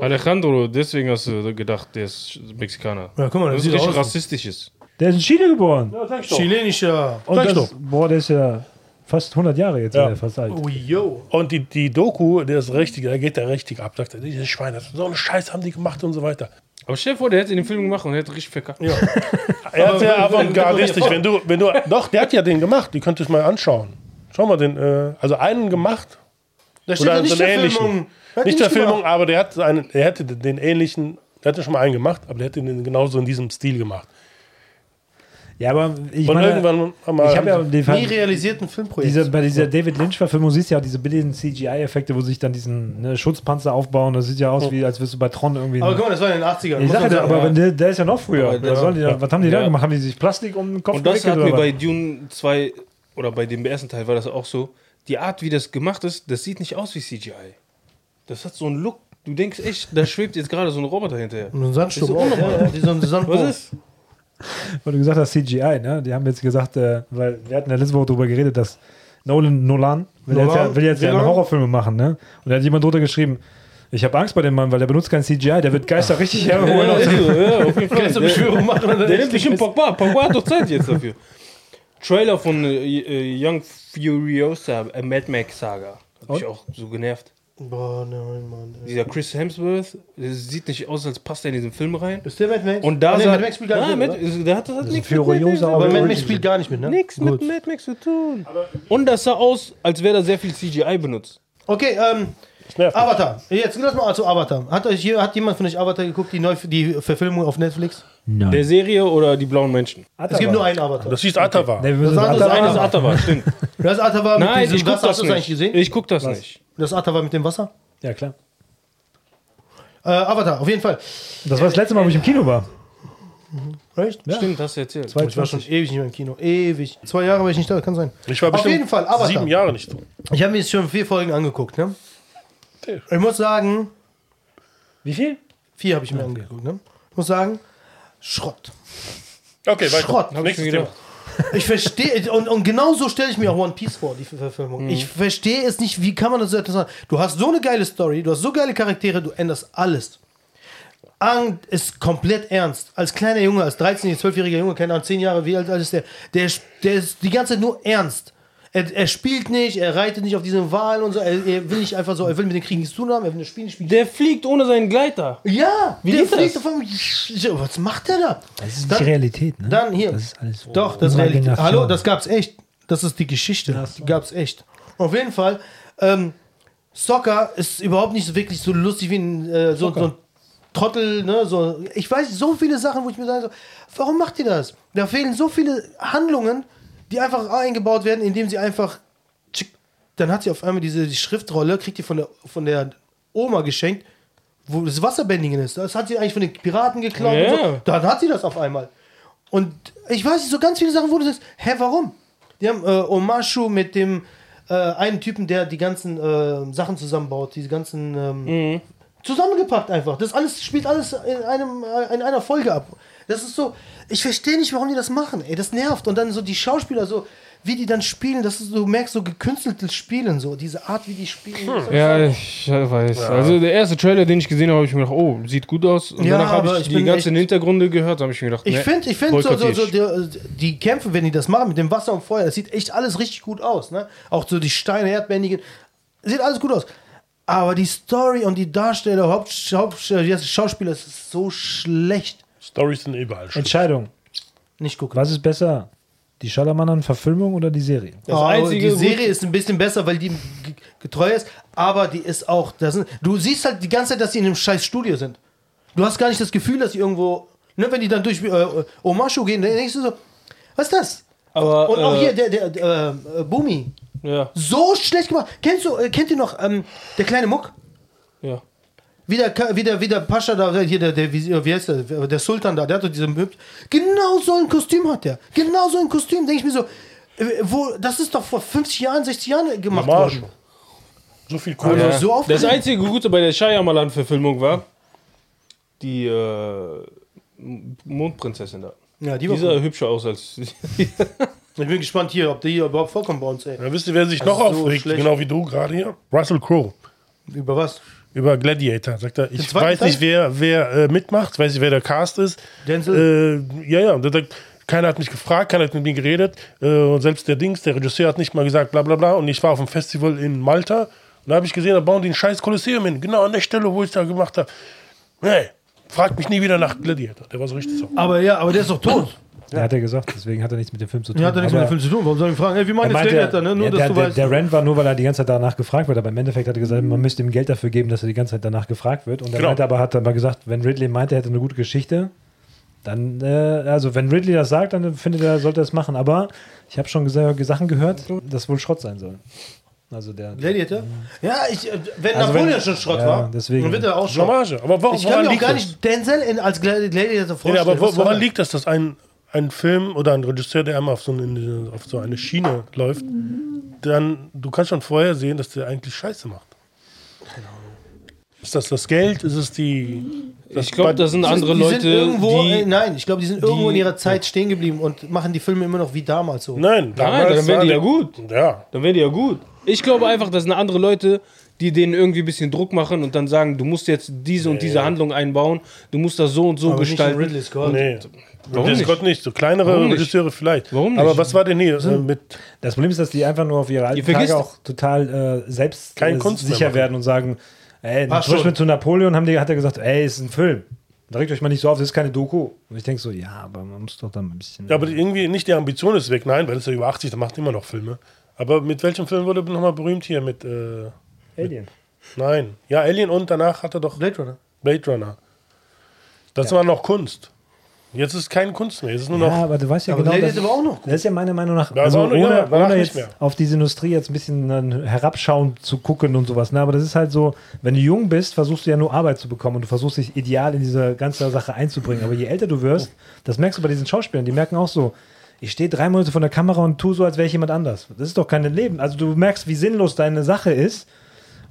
Alejandro, deswegen hast du gedacht, der ist Mexikaner. Ja, guck mal, das das sieht ist richtig aus. rassistisch ist. Der ist in Chile geboren. Ja, sag ich doch. Chilenischer. Und Sag ich das, doch. boah, der ist ja fast 100 Jahre jetzt, Ja. ja. fast alt. Oh, yo. Und die, die Doku, der ist richtig, da geht der richtig ab. Sagt er, diese Schweine, so einen Scheiß haben die gemacht und so weiter. Aber stell dir vor, der hätte den Film gemacht und hätte richtig verkackt. Er hat ja Aber- avantgardistisch, wenn du, wenn du, doch, der hat ja den gemacht, die könntest du mal anschauen. Schau mal, den, äh, also einen gemacht, Da Oder ja so einen ähnlichen. Verfilmung. Hat die nicht der um- Filmung, gemacht. aber der hat einen, er hätte den ähnlichen, der hatte schon mal einen gemacht, aber der hätte den genauso in diesem Stil gemacht. Ja, aber ich Und meine, irgendwann mal, ich habe ja die, Nie realisierten Filmprojekt. diese, bei dieser David Lynch-Verfilmung siehst du ja diese billigen CGI-Effekte, wo sich dann diesen ne, Schutzpanzer aufbauen. Das sieht ja aus, wie als wirst du bei Tron irgendwie. Oh. aber guck mal, das war in den 80ern. ich muss sage man ja, sagen. aber wenn der, der ist ja noch früher. Aber der- was, sollen die da, was haben die Ja. da gemacht? Haben die sich Plastik um den Kopf Und das hat gewickelt mir oder bei was? Dune 2 oder bei dem ersten Teil war das auch so. Die Art, wie das gemacht ist, das sieht nicht aus wie CGI. Das hat so einen Look. Du denkst echt, da schwebt jetzt gerade so ein Roboter hinterher. Und ein Sandsturm. Ist auch. unnormal. Ja, ja, die so ein Sandboot. Was ist? Weil du gesagt hast, CGI, ne? Die haben jetzt gesagt, äh, weil wir hatten ja letzte Woche drüber geredet, dass Nolan, Nolan will Nolan? Genau. jetzt, ja, will jetzt ja Nolan? Horrorfilme machen, ne? Und da hat jemand drunter geschrieben, ich habe Angst bei dem Mann, weil der benutzt kein CGI, der wird Geister richtig herholen. aus dem- ja, auf jeden Fall. Kannst du Der, Beschwörung machen? und dann der echt- nimmt bestimmt Pogba. Pogba hat doch Zeit jetzt dafür. Trailer von äh, äh, Young Furiosa, äh, Mad Max Saga. Hat mich Und? auch so genervt. Boah, nein, Mann. ey. Dieser Chris Hemsworth, das sieht nicht aus, als passt er in diesen Film rein. Ist der Mad Max? Und da Ah, nee, sah- Mad Max spielt gar nicht Nein, mit. Mad- oder? der hat, das hat ist nichts ein furioser Aber Mad Max Original. spielt gar nicht mit, ne? Nichts mit Mad Max zu tun. Und das sah aus, als wäre da sehr viel CGI benutzt. Okay, ähm, nervt. Avatar. Jetzt lass mal zu Avatar. Hat, euch, hier- hat jemand von euch Avatar geguckt, die, neu, die Verfilmung auf Netflix? Der Serie oder die blauen Menschen? Es gibt nur einen Avatar. das hieß Atawa. Nee, wir müssen Das das andere Das Atta- eine ist Avatar. Atavar, stimmt. Das Avatar mit Nein, Ah. diesem ich guck Wasser. das Hast du das eigentlich nicht. gesehen? Ich guck das nicht. Das Avatar mit dem Wasser? Ja, klar. Äh, Avatar, auf jeden Fall. Das war das letzte Mal, wo ich im Kino war. Mhm. Echt? Ja. Stimmt, hast du erzählt. Ich war schon 2020. ewig nicht mehr im Kino. Ewig. Zwei Jahre war ich nicht da, kann sein. Ich war Auf bestimmt jeden Fall, Avatar. sieben Jahre nicht drin. Ich habe mir jetzt schon vier Folgen angeguckt, ne? Ich muss sagen, Wie viel? vier habe ich mir angeguckt, ne? Ich muss sagen, Schrott. Okay, weiter. Schrott, hab Hab ich Nächstes mir Thema. gedacht. Ich verstehe, und, und genau so stelle ich mir auch One Piece vor, die Ver- Verfilmung. Mhm. Ich verstehe es nicht, wie kann man das so etwas sagen? Du hast so eine geile Story, du hast so geile Charaktere, du änderst alles. Ang ist komplett ernst. Als kleiner Junge, als 13-, 12-jähriger Junge, keine Ahnung, 10 Jahre, wie alt alt ist der? Der, der ist die ganze Zeit nur ernst. Er, er spielt nicht, er reitet nicht auf diesen Wahlen und so, er, er will nicht einfach so, er will mit den Kriegen nichts zu tun haben, er will nicht spielen, spielen. Der fliegt ohne seinen Gleiter. Ja, wie der geht das? fliegt davon. Was macht der da? Das ist Dann- nicht Realität, ne? dann hier. Das ist alles so. Doch, das ist Realität. Hallo, das gab's echt. Das ist die Geschichte. Ach Das so. gab's echt. Auf jeden Fall, ähm, Soccer ist überhaupt nicht wirklich so lustig wie ein, äh, so, so ein Trottel, ne? So, ich weiß so viele Sachen, wo ich mir sage, so, warum macht ihr das? Da fehlen so viele Handlungen, die einfach eingebaut werden, indem sie einfach tschick, dann hat sie auf einmal diese die Schriftrolle, kriegt die von der von der Oma geschenkt, wo das Wasserbändigen ist. Das hat sie eigentlich von den Piraten geklaut. Ja. Und so. Dann hat sie das auf einmal. Und ich weiß nicht, so ganz viele Sachen, wo du sagst, hä, warum? Die haben äh, Omashu mit dem äh, einen Typen, der die ganzen äh, Sachen zusammenbaut, diese ganzen ähm, zusammengepackt einfach. Das alles spielt alles in, einem, in einer Folge ab. Das ist so, ich verstehe nicht, warum die das machen. Ey, das nervt. Und dann so die Schauspieler, so wie die dann spielen, das ist, so- du merkst so gekünsteltes Spielen, so diese Art, wie die spielen. Hm. Ja, ich weiß. Also der erste Trailer, den ich gesehen habe, habe ich mir gedacht, oh, sieht gut aus. Und Ja, danach habe aber ich, ich die bin ganzen echt- Hintergründe gehört, habe ich mir gedacht, Ich nee, finde, ich finde so, so, so boykottiere ich. die, die Kämpfe, wenn die das machen mit dem Wasser und Feuer, das sieht echt alles richtig gut aus. Ne? Auch so die Steine, Erdbändigen, sieht alles gut aus. Aber die Story und die Darsteller, Haupt, Haupt, die Schauspieler, das ist so schlecht. Stories sind überall schlecht. Entscheidung. Nicht gucken. Was ist besser? Die Schallermann-Verfilmung oder die Serie? Das Aber einzige Ah, die Serie Gute- ist ein bisschen besser, weil die ge- getreu ist, aber die ist auch. Das sind, du siehst halt die ganze Zeit, dass sie in einem scheiß Studio sind. Du hast gar nicht das Gefühl, dass sie irgendwo. Ne, wenn die dann durch äh, Omashu gehen, dann denkst du so, was ist das? Aber, Und auch äh, hier der, der, der äh, Bumi. Ja, So schlecht gemacht. Kennst du, äh, kennt ihr noch ähm, der kleine Muck? ja. Wie der, Ka- wie der, wie der Pascha da, hier der, der, wie, wie heißt der, der Sultan da, der hat doch diesen Hüb- Genau so ein Kostüm hat der. Genau so ein Kostüm, denke ich mir so. äh, Wo, das ist doch vor 50 Jahren, 60 Jahren gemacht Normal worden. schon. So viel Und Kohle. Ah, das ist so Das aufgeregt. einzige Gute bei der Shyamalan-Verfilmung war die äh, M- Mondprinzessin da. Ja, die war Dieser cool. hübscher aus als Ich bin gespannt hier, ob der hier überhaupt vorkommt bei uns, ey. Ja, wisst ihr, wer sich noch Also so aufregt, schlecht. genau wie du gerade hier? Russell Crowe Über was? über Gladiator. Sagt er, ich zweiten weiß Teil? nicht, wer, wer äh, mitmacht, weiß nicht, wer der Cast ist. Denzel? Äh, ja, ja. Und er sagt, keiner hat mich gefragt, keiner hat mit mir geredet. Äh, und selbst der Dings, der Regisseur hat nicht mal gesagt, bla bla bla. Und ich war auf einem Festival in Malta und da habe ich gesehen, da bauen die ein scheiß Kolosseum hin. Genau an der Stelle, wo ich es da gemacht habe. Hey, fragt mich nie wieder nach Gladiator. Der war so richtig so. Aber ja, aber der ist doch tot. Ja. Hat er gesagt, deswegen hat er nichts mit dem Film zu tun. Der hat ja nichts mit dem Film zu tun. Warum soll ich ihn fragen? Ey, wir Er machen jetzt meinte, Gladiator, ne? Nur, ja, dass der, du der, weißt. Mhm. der Rand war nur, weil er die ganze Zeit danach gefragt wird, aber im Endeffekt hat er gesagt, man müsste ihm Geld dafür geben, dass er die ganze Zeit danach gefragt wird. Und er Genau. meinte aber, hat aber gesagt, wenn Ridley meinte, er hätte eine gute Geschichte, dann, äh, also wenn Ridley das sagt, dann findet er, sollte er es machen. Aber ich habe schon gesagt, Sachen gehört, das wohl Schrott sein soll. Also der. Gladiator? Ja, ich, äh, wenn Also Napoleon wenn- schon Schrott ja, war, deswegen. dann wird er auch Schrott. Blamage. Aber warum, Ich kann woran mir auch liegt gar das? nicht Denzel in, als Gladi- Gladiator Ja, vorstellen. aber wo, Was soll woran er? liegt das, dass ein, ein Film oder ein Regisseur, der einmal auf so, eine, auf so eine Schiene läuft, dann, du kannst schon vorher sehen, dass der eigentlich Scheiße macht. Ist das das Geld? Ist es die. Ich glaube, das sind Die andere sind- die Leute, Sind irgendwo, die. äh, nein, ich glaube, die sind irgendwo die- in ihrer Zeit stehen geblieben und machen die Filme immer noch wie damals so. Nein, Nein, dann wären die ja war gut. der- Ja. Dann wäre die ja gut. Ich glaube einfach, das sind andere Leute, die denen irgendwie ein bisschen Druck machen und dann sagen, du musst jetzt diese und diese Handlung einbauen, du musst das so und so Aber nicht in gestalten. Ridley Scott. Nee. Warum Ridley nicht? Scott nicht. So kleinere Warum nicht? Regisseure vielleicht. Warum nicht? Hm? Aber was war denn hier? Äh, mit, Das Problem ist, dass die einfach nur auf ihre alten vergisst- Tage auch total äh, selbst Keine äh, Kunst mehr sicher machen. werden und sagen, ey, Passt zum Beispiel schon. zu Napoleon haben die, hat er gesagt, ey, ist ein Film. Regt euch mal nicht so auf, das ist keine Doku. Und ich denke so, ja, aber man muss doch dann ein bisschen. ja, aber irgendwie nicht die Ambition ist weg. Nein, weil das ist ja über 80, der macht immer noch Filme. Aber mit welchem Film wurde nochmal berühmt hier? Mit. Äh, Alien. nein. Ja, Alien und danach hat er doch. Blade Runner. Blade Runner. Das war noch Kunst. Jetzt ist keine Kunst mehr. Jetzt ist nur Ja, noch. aber du weißt ja Aber genau. Blade Das, ist aber auch noch das ist ja meiner Meinung nach. Ja, also aber auch noch- ja, ohne, danach ohne nicht jetzt mehr. auf diese Industrie jetzt ein bisschen äh, herabschauend zu gucken und sowas. Ne? Aber das ist halt so, wenn du jung bist, versuchst du ja nur Arbeit zu bekommen und du versuchst dich ideal in diese ganze Sache einzubringen. Aber je älter du wirst, das merkst du bei diesen Schauspielern, die merken auch so. Ich stehe drei Monate vor der Kamera und tue so, als wäre ich jemand anders. Das ist doch kein Leben. Also du merkst, wie sinnlos deine Sache ist.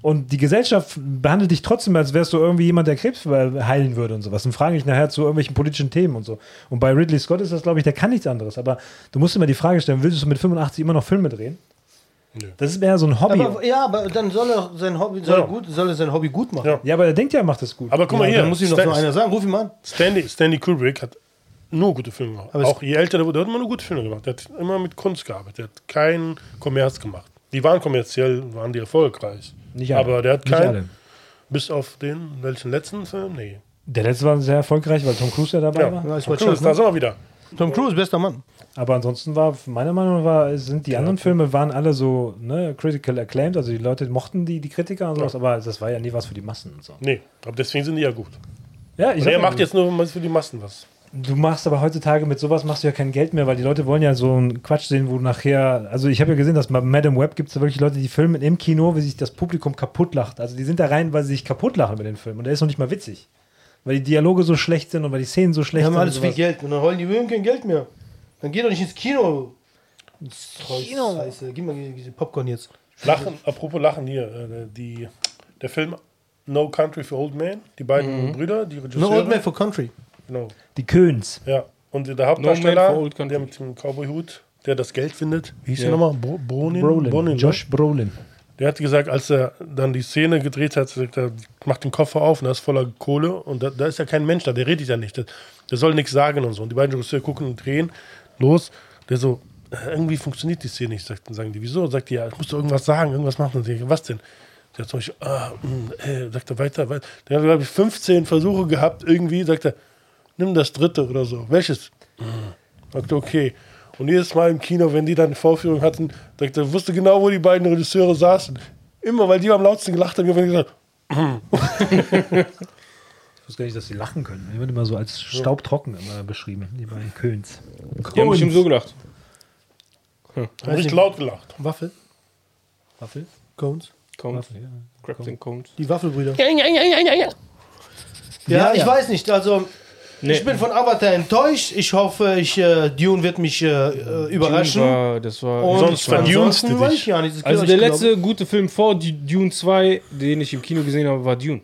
Und die Gesellschaft behandelt dich trotzdem, als wärst du irgendwie jemand, der Krebs heilen würde und sowas. Und fragen dich nachher zu irgendwelchen politischen Themen und so. Und bei Ridley Scott ist das, glaube ich, der kann nichts anderes. Aber du musst immer die Frage stellen, willst du mit 85 immer noch Filme drehen? Nö. Das ist mehr so ein Hobby. Aber, ja, aber dann soll er sein Hobby, soll, Ja. er gut, soll er sein Hobby gut machen. Ja. ja, aber der denkt ja, er macht das gut. Aber guck mal hier. Dann muss ihm noch Stan- so einer sagen, ruf ihn mal an. Stanley, Stanley Kubrick hat nur gute Filme gemacht. Aber es- auch je älter er wurde, der hat immer nur gute Filme gemacht. Der hat immer mit Kunst gearbeitet. Der hat keinen Kommerz gemacht. Die waren kommerziell, waren die erfolgreich. Nicht alle. Aber der hat Nicht keinen. alle. Bis auf den, welchen letzten Film? Nee. der letzte war sehr erfolgreich, weil Tom Cruise ja dabei Ja. war. Ja, ich Cool, wollte schon, das da ne? sind wir wieder. Tom Cruise, bester Mann. Aber ansonsten war, meiner Meinung nach, war, sind die anderen Filme waren alle so ne, critical acclaimed. Also die Leute mochten die, die Kritiker und sowas, aber das war ja nie was für die Massen und so. Nee. Aber deswegen sind die ja gut. Ja, ich Und sag er ja, macht jetzt nur was für die Massen was. Du machst aber heutzutage mit sowas machst du ja kein Geld mehr, weil die Leute wollen ja so einen Quatsch sehen, wo nachher. Also ich habe ja gesehen, dass bei Madame Web gibt es wirklich Leute, die filmen im Kino, wie sich das Publikum kaputt lacht. Also die sind da rein, weil sie sich kaputt lachen über den Film. Und der ist noch nicht mal witzig. Weil die Dialoge so schlecht sind und weil die Szenen so schlecht Wir haben sind. alles und viel sowas. Geld und dann heulen die Willen kein Geld mehr. Dann geh doch nicht ins Kino. Ins Kino. Scheiße, gib mal diese Popcorn jetzt. Lachen, apropos Lachen hier, äh, die, der Film No Country for Old Man, die Mhm. beiden Brüder, die Regisseure. No Old Man for Country. Genau, Die Köhns. ja. Und der Man Hauptdarsteller, for Old Country. der mit dem Cowboy-Hut, der das Geld findet, wie hieß Ja. der nochmal? Bro Bronin? Brolin. Bronin, ne? Josh Brolin. Der hat gesagt, als er dann die Szene gedreht hat, sagt er, macht den Koffer auf und da ist voller Kohle und da, da ist ja kein Mensch da, der redet ja nicht. Der, der soll nichts sagen und so. Und die beiden Regisseure gucken und drehen los. Der so, äh, irgendwie funktioniert die Szene nicht, sagt, dann sagen die. Wieso? Sagt die, ja, ich muss doch irgendwas sagen, irgendwas machen. Und ich, was denn? Der hat zum Beispiel, ah, mh, äh, sagt er, weiter, weiter. Der hat, glaube ich, 15 Versuche gehabt, irgendwie, sagt er, nimm das dritte oder so. Welches? Sagte, okay. Und jedes Mal im Kino, wenn die dann eine Vorführung hatten, sagte, wusste genau, wo die beiden Regisseure saßen. Immer, weil die am lautsten gelacht haben, die haben gesagt, Ich wusste gar nicht, dass sie lachen können. Die werden immer so als staubtrocken immer beschrieben, die beiden Köhns. Die haben bestimmt so gelacht. haben richtig laut gelacht. Waffel. Waffel? Cones? Cones. Crabs and Cones. Die Waffelbrüder. Yeah, yeah, yeah, yeah, yeah. Ja, Ja, ich ja. weiß nicht. Also, Nee. ich bin von Avatar enttäuscht. Ich hoffe, ich, äh, Dune wird mich äh, äh, überraschen. War, Ah, das war. Und Sonst verdunst ansonsten du weiß dich. ich ja nicht. Das also kann der ich letzte gute Film vor D- Dune 2, den ich im Kino gesehen habe, war Dune.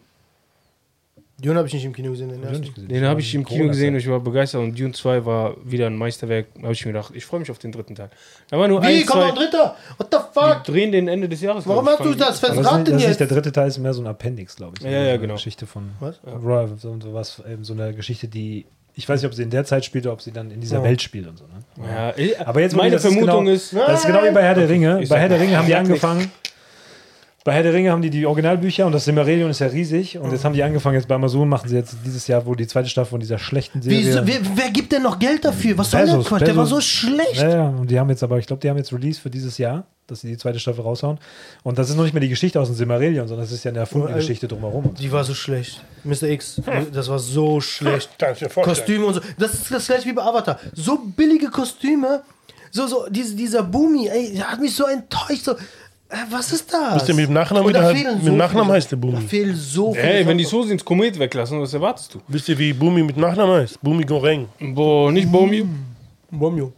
Glauben. Dune habe ich nicht im Kino gesehen. Den ersten. Den habe ich im Kino gesehen und ich war begeistert. Und Dune 2 war wieder ein Meisterwerk. Da habe ich mir gedacht, ich freue mich auf den dritten Teil. Da war nur Wie? ein, Kommt noch zwei, ein dritter? What the fuck? die drehen den Ende des Jahres. Warum glaub ich, hast du fangen das die an. Das ist, Rat nicht, denn das ist jetzt? nicht der dritte Teil, ist mehr so ein Appendix, glaube ich. Ja, ja, So eine genau. Geschichte von Was? Roy, so, so was, eben so eine Geschichte, die ich weiß nicht, ob sie in der Zeit spielt oder ob sie dann in dieser Ja. Welt spielt und so. Ne? Ja, ich- Aber jetzt meine das ist Vermutung genau, ist, Ah. das ist genau wie bei Herr der Ringe. Ich Bei sag- Herr der Ringe haben die sag nix. angefangen. Bei Herr der Ringe haben die die Originalbücher und das Silmarillion ist ja riesig und jetzt haben die angefangen jetzt bei Amazon machen sie jetzt dieses Jahr wohl die zweite Staffel von dieser schlechten Serie. Wieso, wer, wer gibt denn noch Geld dafür? Was soll der Bezos, Quatsch? Der war Bezos. so schlecht. Ja, ja, und die haben jetzt aber, ich glaube, die haben jetzt Release für dieses Jahr, dass sie die zweite Staffel raushauen. Und das ist noch nicht mehr die Geschichte aus dem Silmarillion, sondern das ist ja eine erfundene Äh, Geschichte drumherum. Und so. Die war so schlecht. Mr. X, das war so schlecht. Kann ich mir vorstellen. Kostüme und so. Das ist das gleiche wie bei Avatar. So billige Kostüme. So, so, diese, dieser Boomy, ey, der hat mich so enttäuscht. So, äh, was ist das? Wisst ihr, mit dem Nachnamen Und da wieder halt- fehlen mit dem Nachnamen viele- heißt der Boomy. Da fehlen so viele. Ey, wenn die Sachen. Soße ins Komet weglassen, was erwartest du? Wisst ihr, wie Bumi mit Nachnamen heißt? Bumi Goreng. Boah, nicht Bomi. Bomio.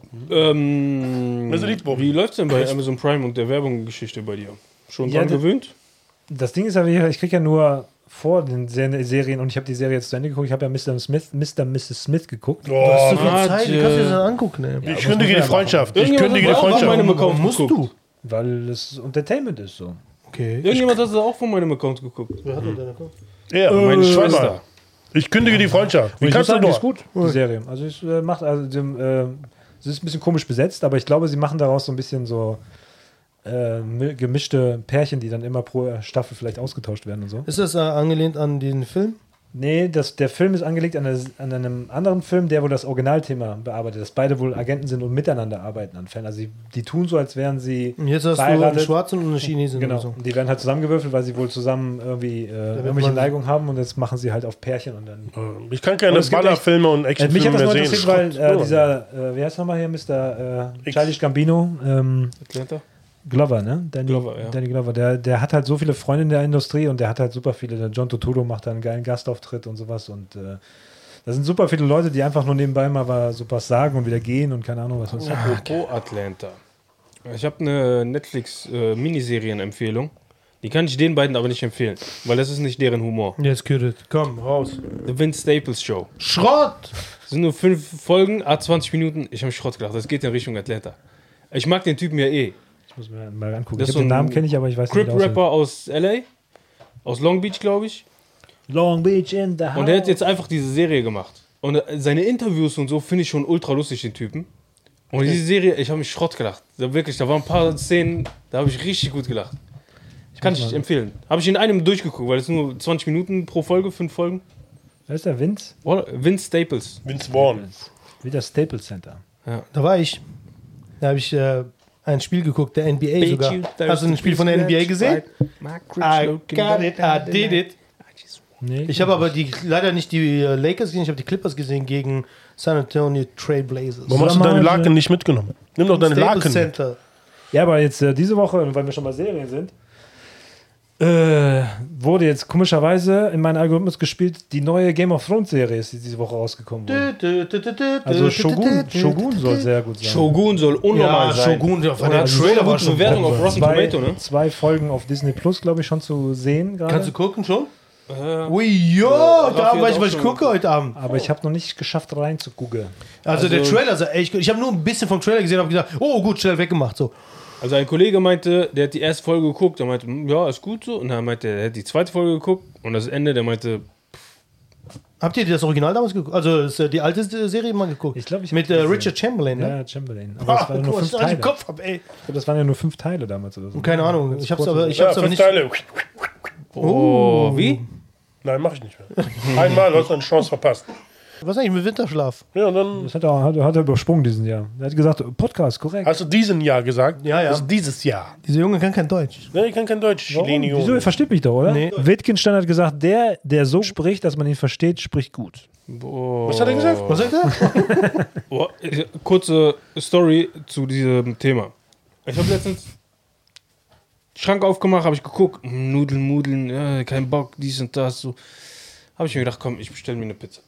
Ähm, Also nicht Bomi. wie läuft's denn bei Amazon Prime und der Werbungsgeschichte bei dir? Schon Ja, dran das- gewöhnt? Das Ding ist aber, ich kriege ja nur vor den Ser- Serien und ich habe die Serie jetzt zu Ende geguckt. Ich habe ja Mr. Smith, Mr. Mrs. Smith geguckt. Oh, Hast du viel Warte. Zeit? Die kannst du dir das angucken, ey. ich kündige die Freundschaft. Ich Irgendjemand kündige die hat auch meinem Freundschaft. Account musst geguckt. du? Weil es Entertainment ist so. Okay. Irgendjemand hat das auch von meinem Account geguckt. Wer hat denn deine Kopf? Ja, Meine schau mal. Schwester. Ich kündige die Freundschaft. Wie Ich muss kannst du sagen, die ist nur? gut, die Serie. Also es äh, macht, also dem, äh, es ist ein bisschen komisch besetzt, aber ich glaube, sie machen daraus so ein bisschen so äh, mi- gemischte Pärchen, die dann immer pro Staffel vielleicht ausgetauscht werden und so. Ist das äh, angelehnt an den Film? Nee, das, der Film ist angelegt an, eine, an einem anderen Film, der wohl das Originalthema bearbeitet, dass beide wohl Agenten sind und miteinander arbeiten an Fällen. Also die, die tun so, als wären sie Und jetzt hast du einen verheiratet. Schwarzen und eine Chinesin. Genau. und Mhm, so. Und Die werden halt zusammengewürfelt, weil sie wohl zusammen irgendwie äh, irgendwelche man- Neigung haben und jetzt machen sie halt auf Pärchen und dann. Ähm, Ich kann keine Und es gibt echt- Ballerfilme und Äh, mich hat Actionfilme das mehr nur sehen. interessiert, weil äh, dieser, äh, wie heißt nochmal hier, Mr. Äh, X. Charlie Gambino, ähm, Atlanta? Glover, ne? Danny Glover, ja. Danny Glover, der, der hat halt so viele Freunde in der Industrie und der hat halt super viele. Der John Turturro macht da einen geilen Gastauftritt und sowas und äh, da sind super viele Leute, die einfach nur nebenbei mal was, so was sagen und wieder gehen und keine Ahnung was. sonst. Apropos Atlanta. Ich ne habe eine Netflix-Miniserienempfehlung. äh, Die kann ich den beiden aber nicht empfehlen, weil das ist nicht deren Humor. Jetzt kürt. Komm, raus. The Vince Staples Show. Schrott! Das sind nur fünf Folgen, a 20 Minuten. Ich habe mich Schrott gedacht, das geht in Richtung Atlanta. Ich mag den Typen ja eh. Ich muss mir halt mal angucken. Das ist Ich hab den so ein Namen kenne ich, aber ich weiß nicht. genau, wie der aussieht. Crip-Rapper aus L.A., aus Long Beach, glaube ich. Long Beach in the Und er hat jetzt einfach diese Serie gemacht. Und äh, seine Interviews und so finde ich schon ultra lustig, den Typen. Und diese Serie, ich habe mich Schrott gelacht. Da wirklich, da waren ein paar Szenen, da habe ich richtig gut gelacht. Kann ich empfehlen. Habe ich in einem durchgeguckt, weil es nur 20 Minuten pro Folge, fünf Folgen. Wer ist der Vince? Oh, Vince Staples. Vince Vaughn. Wie das Staples Center. Da war ich. Da habe ich äh, ein Spiel geguckt, der NBA sogar. Hast du ein Spiel von der NBA gesehen? I got it, I did it. Nee, Ich habe aber die, leider nicht die äh, Lakers gesehen, ich habe die Clippers gesehen gegen San Antonio Trail Blazers. Warum hast du Sag mal, deine äh, Laken nicht mitgenommen? Nimm doch deine Staples Laken. mit. Center. Ja, aber jetzt äh, diese Woche, weil wir schon bei Serien sind, äh, wurde jetzt komischerweise in meinen Algorithmus gespielt die neue Game of Thrones Serie, ist, die diese Woche rausgekommen wurde. Äh, Also Shogun, Shogun soll sehr gut sein. Shogun soll unnormal Ja, sein. Shogun, der Oder der so Trailer war gute schon Bewertung auf Bombe. Rotten Zwei, Tomato, ne? zwei Folgen auf Disney Plus, glaube ich, schon zu sehen Kannst du gerade. gucken schon? Äh, Ui, jo, da Raffi weiß hat ich, auch was ich schon gucke heute Abend. Aber ich habe noch nicht geschafft, reinzugucken. Also, der Also- Trailer, sah echt gut. ich habe nur ein bisschen vom Trailer gesehen und habe gesagt, oh gut, schnell weggemacht. So. Also ein Kollege meinte, der hat die erste Folge geguckt, der meinte, "Hm, ja, ist gut so. Und dann meinte er, er hat die zweite Folge geguckt und das Ende, der meinte, Habt ihr das Original damals geguckt? Also das, äh, die alte Serie mal geguckt? Ich glaub, ich hab Mit die äh, gesehen. Richard Chamberlain, ne? Ja, Chamberlain. Aber Ah, das, waren nur guck, was fünf ich alles Teile. im Kopf hab, ey. Ich glaub, das waren ja nur fünf Teile damals oder so. Keine Ahnung, ich hab's aber, ich Ja, hab's aber fünf nicht. Teile. oh, wie? Nein, mache ich nicht mehr. Einmal hast du eine Chance verpasst. Was eigentlich mit Winterschlaf? Ja, und dann Das hat er, hat, hat er übersprungen diesen Jahr. Er hat gesagt, Podcast, korrekt. hast du diesen Jahr gesagt. Ja, ja. Das ist dieses Jahr. Dieser Junge kann kein Deutsch. Ne, ich kann kein Deutsch. Warum? Lenio. Wieso? Ihr versteht mich doch, oder? Nee. Wittgenstein hat gesagt, der, der so spricht, dass man ihn versteht, spricht gut. Boah. Was hat er gesagt? Was sagt er? Boah, ich- kurze Story zu diesem Thema. Ich habe letztens Schrank aufgemacht, habe ich geguckt, hm, Nudeln, Nudeln, ja, kein Bock, dies und das. So. Habe ich mir gedacht, komm, ich bestelle mir eine Pizza.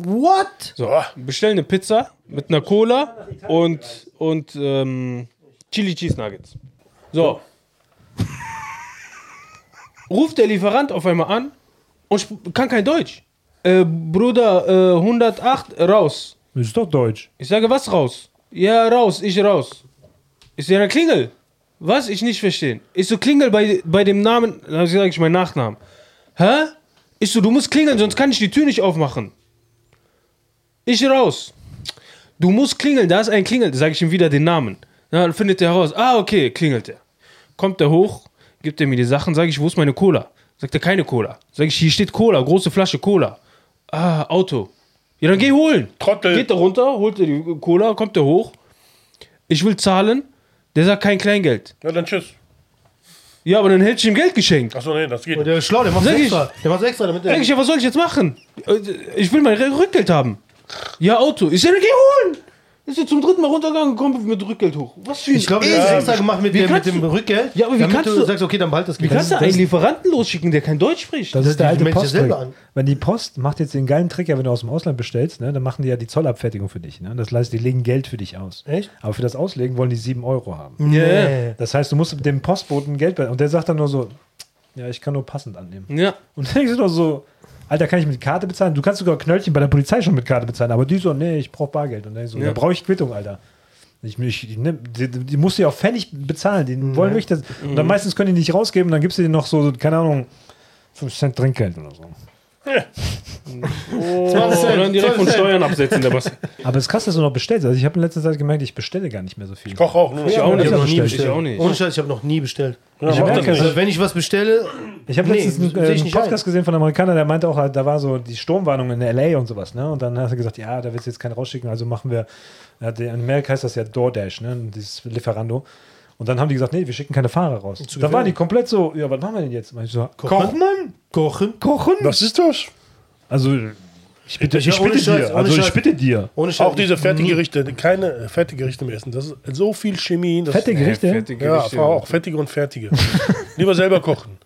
What? So, ah, bestell eine Pizza mit einer Cola und, und ähm, Chili Cheese Nuggets. So. Ruft der Lieferant auf einmal an und sp- kann kein Deutsch. Äh, Bruder, äh, 108 raus. Das ist doch Deutsch. Ich sage, was raus? Ja, raus, ich raus. Ich sehe eine Klingel. Was? Ich nicht verstehen. Ich so, Klingel bei, bei dem Namen, dann sage ich meinen Nachnamen. Hä? Ich so, du musst klingeln, sonst kann ich die Tür nicht aufmachen. Ich raus. Du musst klingeln, da ist ein Klingel, sage ich ihm wieder den Namen. Na, Dann findet er heraus, ah, okay, klingelt er. Kommt er hoch, gibt er mir die Sachen, sage ich, wo ist meine Cola? Sagt er, keine Cola. Sage ich, hier steht Cola, große Flasche Cola. Ah, Auto. Ja, dann geh holen. Trottel. Geht er runter, holt er die Cola, kommt er hoch. Ich will zahlen. Der sagt kein Kleingeld. Ja, dann tschüss. Ja, aber dann hätte ich ihm Geld geschenkt. Achso, nee, das geht. Und der ist schlau, der macht's Sag ich. extra. Der macht's extra, damit Sag er. ich, ja, was soll ich jetzt machen? Äh, Ich will mein Rückgeld haben. Ja, Auto. Ich sag, geh holen. Ist jetzt zum dritten Mal runtergegangen, kommt mit Rückgeld hoch. Was für ein Ich glaube, der Esel. hat extra gemacht mit, Wie dem- mit kannst dem du- Rückgeld. Ja, aber wie damit kannst du du- sagst, okay, dann behalt das Wie Geld. kannst du einen Lieferanten losschicken, der kein Deutsch spricht? Das ist der alte Mensch ja Post. selber an. Wenn die Post macht jetzt den geilen Trick, ja, wenn du aus dem Ausland bestellst, ne, dann machen die ja die Zollabfertigung für dich. Ne? Das heißt, die legen Geld für dich aus. Echt? Aber für das Auslegen wollen die 7 Euro haben. Nee. Das heißt, du musst mit dem Postboten Geld be- Und der sagt dann nur so, ja, ich kann nur passend annehmen. ja. Und dann denkst du doch so, Alter, kann ich mit Karte bezahlen? Du kannst sogar Knöllchen bei der Polizei schon mit Karte bezahlen, aber die so, nee, ich brauche Bargeld. Und dann so, Ja. da brauche ich Quittung, Alter. Ich, ich, die, nimm- die, die musst du ja auch Pfennig bezahlen. Die wollen wirklich das. Und dann meistens können die nicht rausgeben, dann gibst du denen noch so, keine Ahnung, 5 Cent Trinkgeld oder so. Oh, dann direkt von Steuern absetzen, der Basti. Aber es ist krass, dass du noch bestellst. Also ich habe in letzter Zeit gemerkt, ich bestelle gar nicht mehr so viel. Koch auch. Nur noch Ich ja, auch Ich nicht. hab noch nie Ich, bestellt. auch nicht. Ohne Scheiß, ich habe noch nie bestellt. mach das merke nicht. es. Also, wenn ich was bestelle, Ich habe Nee, letztens sehe einen, ich äh, einen nicht Podcast ein. gesehen von einem Amerikaner, der meinte auch, halt, da war so die Sturmwarnung in LA und sowas, ne? Und dann hat er gesagt, ja, da wird es jetzt keinen rausschicken, also machen wir, ja, der- in Amerika heißt das ja DoorDash, ne? Dieses Lieferando. Und dann haben die gesagt, nee, wir schicken keine Fahrer raus. Da waren die komplett so, ja, was machen wir denn jetzt? Und ich so, Kochen? Kochmann? kochen. Kochen? Was ist das? Also, ich bitte, Ja, ich ohne bitte Scheiß, dir. ohne Also, ich Scheiß. bitte dir. Ohne Scheiß. Auch diese Fertiggerichte, keine äh, Fertiggerichte mehr essen. Das ist so viel Chemie. Das Fette Gerichte? Ja, aber auch fettige und fertige. Lieber selber kochen.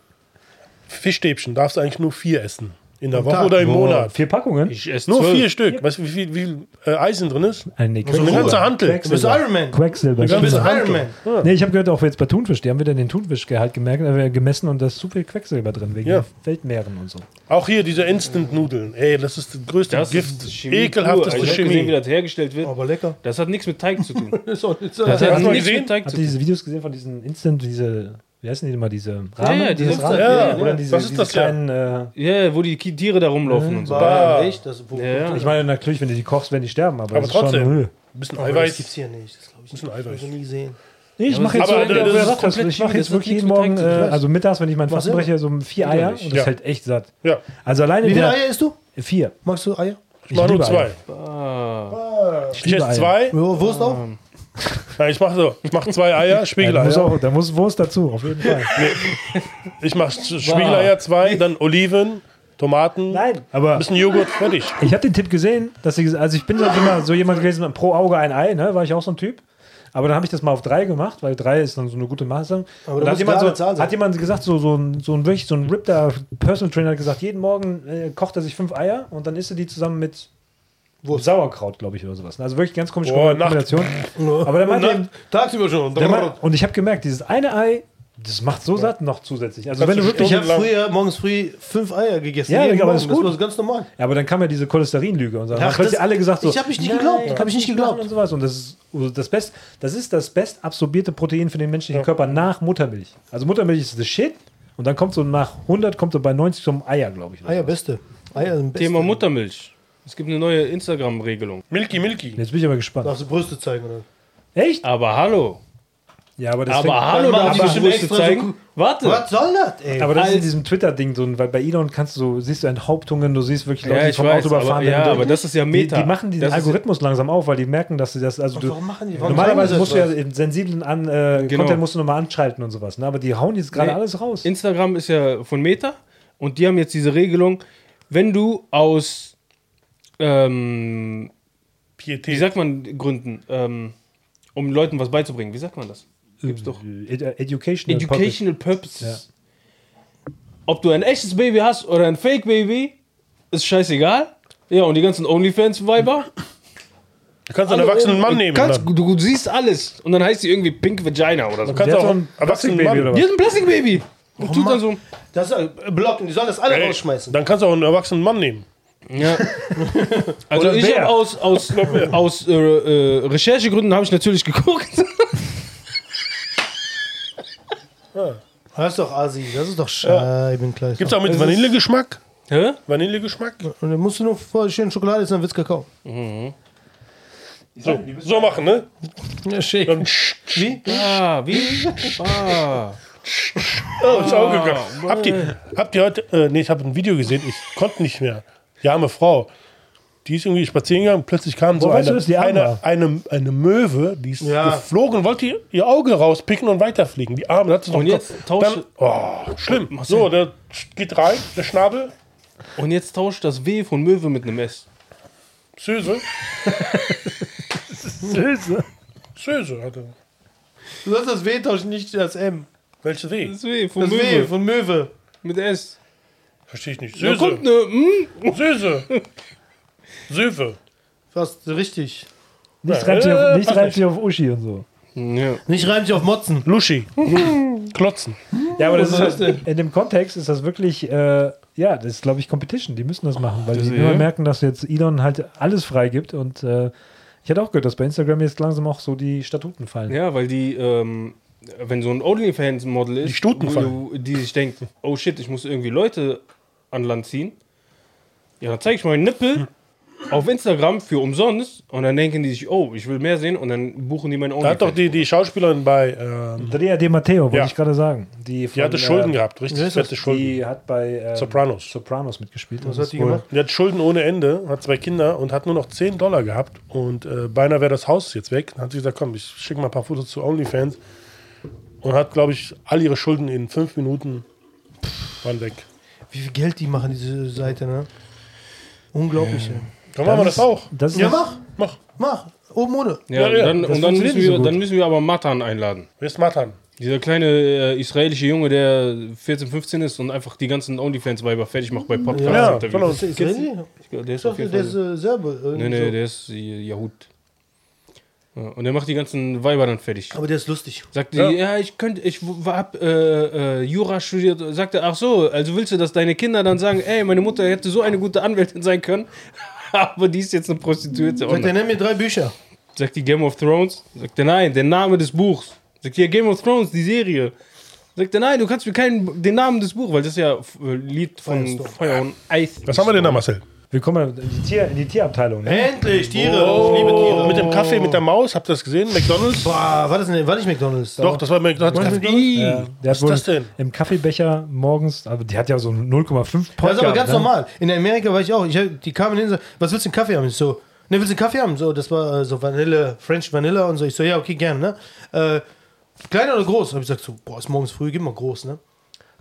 Fischstäbchen darfst du eigentlich nur vier essen. In der Woche Tag. oder im Boah, Monat. vier Packungen? Ich esse Nur zwölf. vier Stück. Weißt du, wie viel, wie viel äh, Eisen drin ist? Ah, nee, So eine Quecksilber. ganze Handel. Du bist Iron Man. Quecksilber. Du bist stimmt. Iron Man. Ah. Nee, ich habe gehört, auch jetzt bei Thunfisch, die haben wieder den Thunfischgehalt gemerkt, äh, gemessen und da ist zu viel Quecksilber drin, wegen Ja. den Weltmeeren und so. Auch hier diese Instant-Nudeln. Ey, das ist das größte Das Gift. ist Chemie pur. Also Ekelhafteste Ich hab gesehen, wie Chemie. das hergestellt wird. Aber lecker. Das hat nichts mit Teig zu tun. Das ist auch nicht so. Das hat hast du mal nichts gesehen? mit Teig Habt zu ihr tun. diese Videos gesehen von diesen Instant, diese, wie heißen die immer, diese Ja, Rahmen? ja, die dieses Instant- ja, ja. Oder diese, Was ist diese das ja? kleinen, äh, Ja, yeah, wo die Ki- Tiere da rumlaufen Äh, und so. Bah. Echt? Das, wo, Ja, ja. Ich meine, natürlich, wenn du die kochst, werden die sterben, aber, Aber das ist trotzdem. schon... Äh. Ein bisschen aber das Eiweiß. gibt's hier nicht. Das glaube ich nicht. Bisschen Das hab ich Eiweiß. noch nie gesehen. Nee, ich aber mache das jetzt, ist so- komplett- wer das ist sagt das? komplett ich Chemie, mache das jetzt hat wirklich nichts jeden mit Morgen, Teig zu tun. äh, also mittags, wenn ich meinen Fasten denn? breche, so vier Eier und das Ja. hält echt satt. Ja. Also alleine Wie viele der- Eier isst du? Vier. Magst du Eier? Ich mache nur liebe zwei. Eier. Ah. Ich, liebe esse Eier. zwei. Ja, Wurst auch? Nein, ich mache so. Ich mache zwei Eier, Ja, da, muss Spiegeleier. auch, da muss Wurst dazu, auf jeden Fall. Ich mache Spiegeleier zwei, dann Oliven, Tomaten, Nein, aber ein bisschen Joghurt, fertig. ich habe den Tipp gesehen, dass ich, also ich bin so immer so jemand gewesen, pro Auge ein Ei, ne, war ich auch so ein Typ. Aber dann habe ich das mal auf drei gemacht, weil drei ist dann so eine gute Maße. Aber Und da muss da hat jemand, gerade so, eine Zahl sein. hat jemand gesagt, so, so, ein, so ein wirklich so ein rippter Personal Trainer hat gesagt, jeden Morgen äh, kocht er sich fünf Eier und dann isst er die zusammen mit Wurst. Sauerkraut, glaube ich, oder sowas. ne? Also wirklich ganz komische Boah, Kombination. Aber der meinte, eben- Tagsüber schon. der meinte, und ich habe gemerkt, dieses eine Ei, das macht so satt noch zusätzlich. Also wenn du wirklich ich habe stundenlang- früher morgens früh fünf Eier gegessen. Ja, Jeden aber das Morgen. ist gut. Das war ganz normal. Ja, aber dann kam ja diese Cholesterinlüge und so. Ach, Ach, das, das- alle gesagt so, ich hab mich nicht nein, geglaubt, hab ich nicht machen geglaubt. Und sowas. Und das ist also das best, das ist das best absorbierte Protein für den menschlichen Körper nach Muttermilch. Also Muttermilch ist the shit und dann kommt so nach 100 kommt so bei 90 zum Eier, glaube ich. oder Eier, Ah sowas. beste. Eier sind beste. Thema Muttermilch. Es gibt eine neue Instagram-Regelung. Milky, Milky. Jetzt bin ich aber gespannt. Darfst du Brüste zeigen, oder? Echt? Aber hallo. Ja, aber das Aber halt fängt- hallo, machen da die habe ich bestimmt Brüste extra zeigen. so- Warte. Was soll das, ey? aber das ist in Als- diesem Twitter-Ding, so, ein- weil bei Elon kannst du so, siehst du Enthauptungen, du siehst wirklich Leute, Ja, die ich vom weiß, Auto überfahren aber, ja, werden. aber das ist ja die, Meta. die machen diesen das ist- Algorithmus langsam auf, weil die merken, dass sie das, also du, warum machen die- warum zeigen normalerweise die musst du ja das in sensiblen an, äh, Genau. Content musst du nochmal anschalten und sowas, ne? aber die hauen jetzt gerade Nee. alles raus. Instagram ist ja von Meta und die haben jetzt diese Regelung, wenn du aus, ähm, wie Pietät. sagt man, Gründen, ähm, um Leuten was beizubringen, wie sagt man das? Gibt's doch. Ed äh, Educational Purpose. Educational Purposes. Ob du ein echtes Baby hast oder ein Fake Baby, ist scheißegal. Ja, und die ganzen OnlyFans-Weiber. Du kannst einen erwachsenen Mann äh, nehmen. Kannst, dann. du, du siehst alles. Und dann heißt sie irgendwie Pink Vagina oder so. Du kannst Der hat auch so ein einen erwachsenen Mann. Plastikbaby oder Die ist ein Plastikbaby. Und tut dann so. Das ist äh, blocken, die sollen das alle Ey, rausschmeißen. Dann kannst du auch einen erwachsenen Mann nehmen. Ja. Also Oder ich wer? habe aus, aus, aus äh, äh, Recherchegründen habe ich natürlich geguckt. Das ist doch Asi, das ist doch Scheibenkleid. ich bin klein. Gibt es auch mit Vanillegeschmack? Hä? Vanillegeschmack? Und dann musst du nur voll schön Schokolade essen, dann wird's Kakao. So, so machen, ne? Ja, schön. Dann Wie? Ah, wie? Ah. oh, ins Auge gegangen. Habt ihr, habt ihr heute, äh, nee, ich habe ein Video gesehen, ich konnte nicht mehr. Die arme Frau. Die ist irgendwie spazieren gegangen, plötzlich kam so Wo eine, weißt du, dass die arm eine, war? eine, eine Möwe, die ist Ja. geflogen und wollte ihr, ihr Auge rauspicken und weiterfliegen. Die Arme, hat sie noch Und jetzt dann, tausche- oh, Schlimm. So, der geht rein, der Schnabel, Und jetzt tauscht das W von Möwe mit einem S. Söse, Süße. Söse hat er. Du sollst das W tauschen, nicht das M. Welches W? Das W von Das W von Möwe. mit S. Verstehe ich nicht. Da kommt Söse, eine. Hm? Söse. Söwe. Fast richtig. Nicht reimt sich auf, Äh, nicht passt reimt sich auf Uschi und so. Ja. Nicht reimt sich auf Motzen. Luschi. Klotzen. Ja, aber das Was ist soll halt, das denn? in dem Kontext ist das wirklich, äh, ja, das ist, glaube ich, Competition. Die müssen das machen, weil die sehe. immer merken, dass jetzt Elon halt alles freigibt und äh, ich hatte auch gehört, dass bei Instagram jetzt langsam auch so die Statuten fallen. ja, weil die, ähm, wenn so ein OnlyFans-Model ist, Die Stuten wo du, die sich denkt, oh shit, ich muss irgendwie Leute an Land ziehen. Ja, dann zeige ich meinen Hm. Nippel auf Instagram für umsonst und dann denken die sich, oh, ich will mehr sehen und dann buchen die meinen Da hat doch OnlyFans. die, die Schauspielerin bei, ähm, Drea De Matteo, wollte Ja. ich gerade sagen. Die, die von, hatte Schulden äh, gehabt, richtig fette Schulden. Die hat bei ähm, Sopranos. Sopranos mitgespielt. Was hat die gemacht? Die hat Schulden ohne Ende, hat zwei Kinder und hat nur noch 10 Dollar gehabt. Und äh, beinahe wäre das Haus jetzt weg. Dann hat sie gesagt, komm, ich schicke mal ein paar Fotos zu OnlyFans. Und hat, glaube ich, all ihre Schulden in fünf Minuten waren weg. Wie viel Geld die machen, diese Seite, ne? Unglaublich. ey. Dann machen wir das auch. Das ist Ja, ja, mach, Mach. mach. Oben ohne. Ja, Ja, ja, dann, das und dann funktioniert müssen, nicht so wir, gut. dann müssen wir aber Matan einladen. Wer ist Matan? Dieser kleine äh, israelische Junge, der 14, 15 ist und einfach die ganzen OnlyFans-Weiber fertig macht bei Ja, Podcasts. voll aus- Ist der Israeli? der Ich ist auf dachte, jeden der Fall. ist äh, Serbe. nee, irgendwie nee, so. der ist J- Jahud. Ja, und der macht die ganzen Weiber dann fertig. Aber der ist lustig. Sagt die, Ja. ja, ich könnte, ich w- hab äh, äh, Jura studiert. Sagt er, ach so, also willst du, dass deine Kinder dann sagen, ey, meine Mutter hätte so eine gute Anwältin sein können, aber die ist jetzt eine Prostituierte. Oh Sagt der, Online. nenn mir drei Bücher. Sagt die Game of Thrones. Sagt er, nein, der Name des Buchs. Sagt die, ja, Game of Thrones, die Serie. Sagt er, nein, du kannst mir keinen, den Namen des Buchs, weil das ist ja äh, Lied von Firestorm. Feuer und Eis. Was haben wir denn da, Marcel? wir kommen in die, Tier, in die Tierabteilung. Ne? Endlich, Tiere. Ich liebe Oh, Tiere. mit dem Kaffee, mit der Maus, habt ihr das gesehen? McDonalds? Boah, war das denn, war nicht McDonalds? Doch, das war McDonalds. Was? Kaffee. Ja, der Was hat ist wohl das denn? im Kaffeebecher morgens, aber die hat ja so 0,5 Podcast. Das ist aber ganz ne? normal. In Amerika war ich auch. Ich, hab- die kamen hin und sagten, was willst du einen Kaffee haben? Ich so, ne, willst du einen Kaffee haben? So, das war äh, so Vanille, French Vanilla und so. Ich so, ja, okay, gern, ne? Äh, klein oder groß? Hab ich gesagt, so, boah, ist morgens früh, gib mal groß, ne?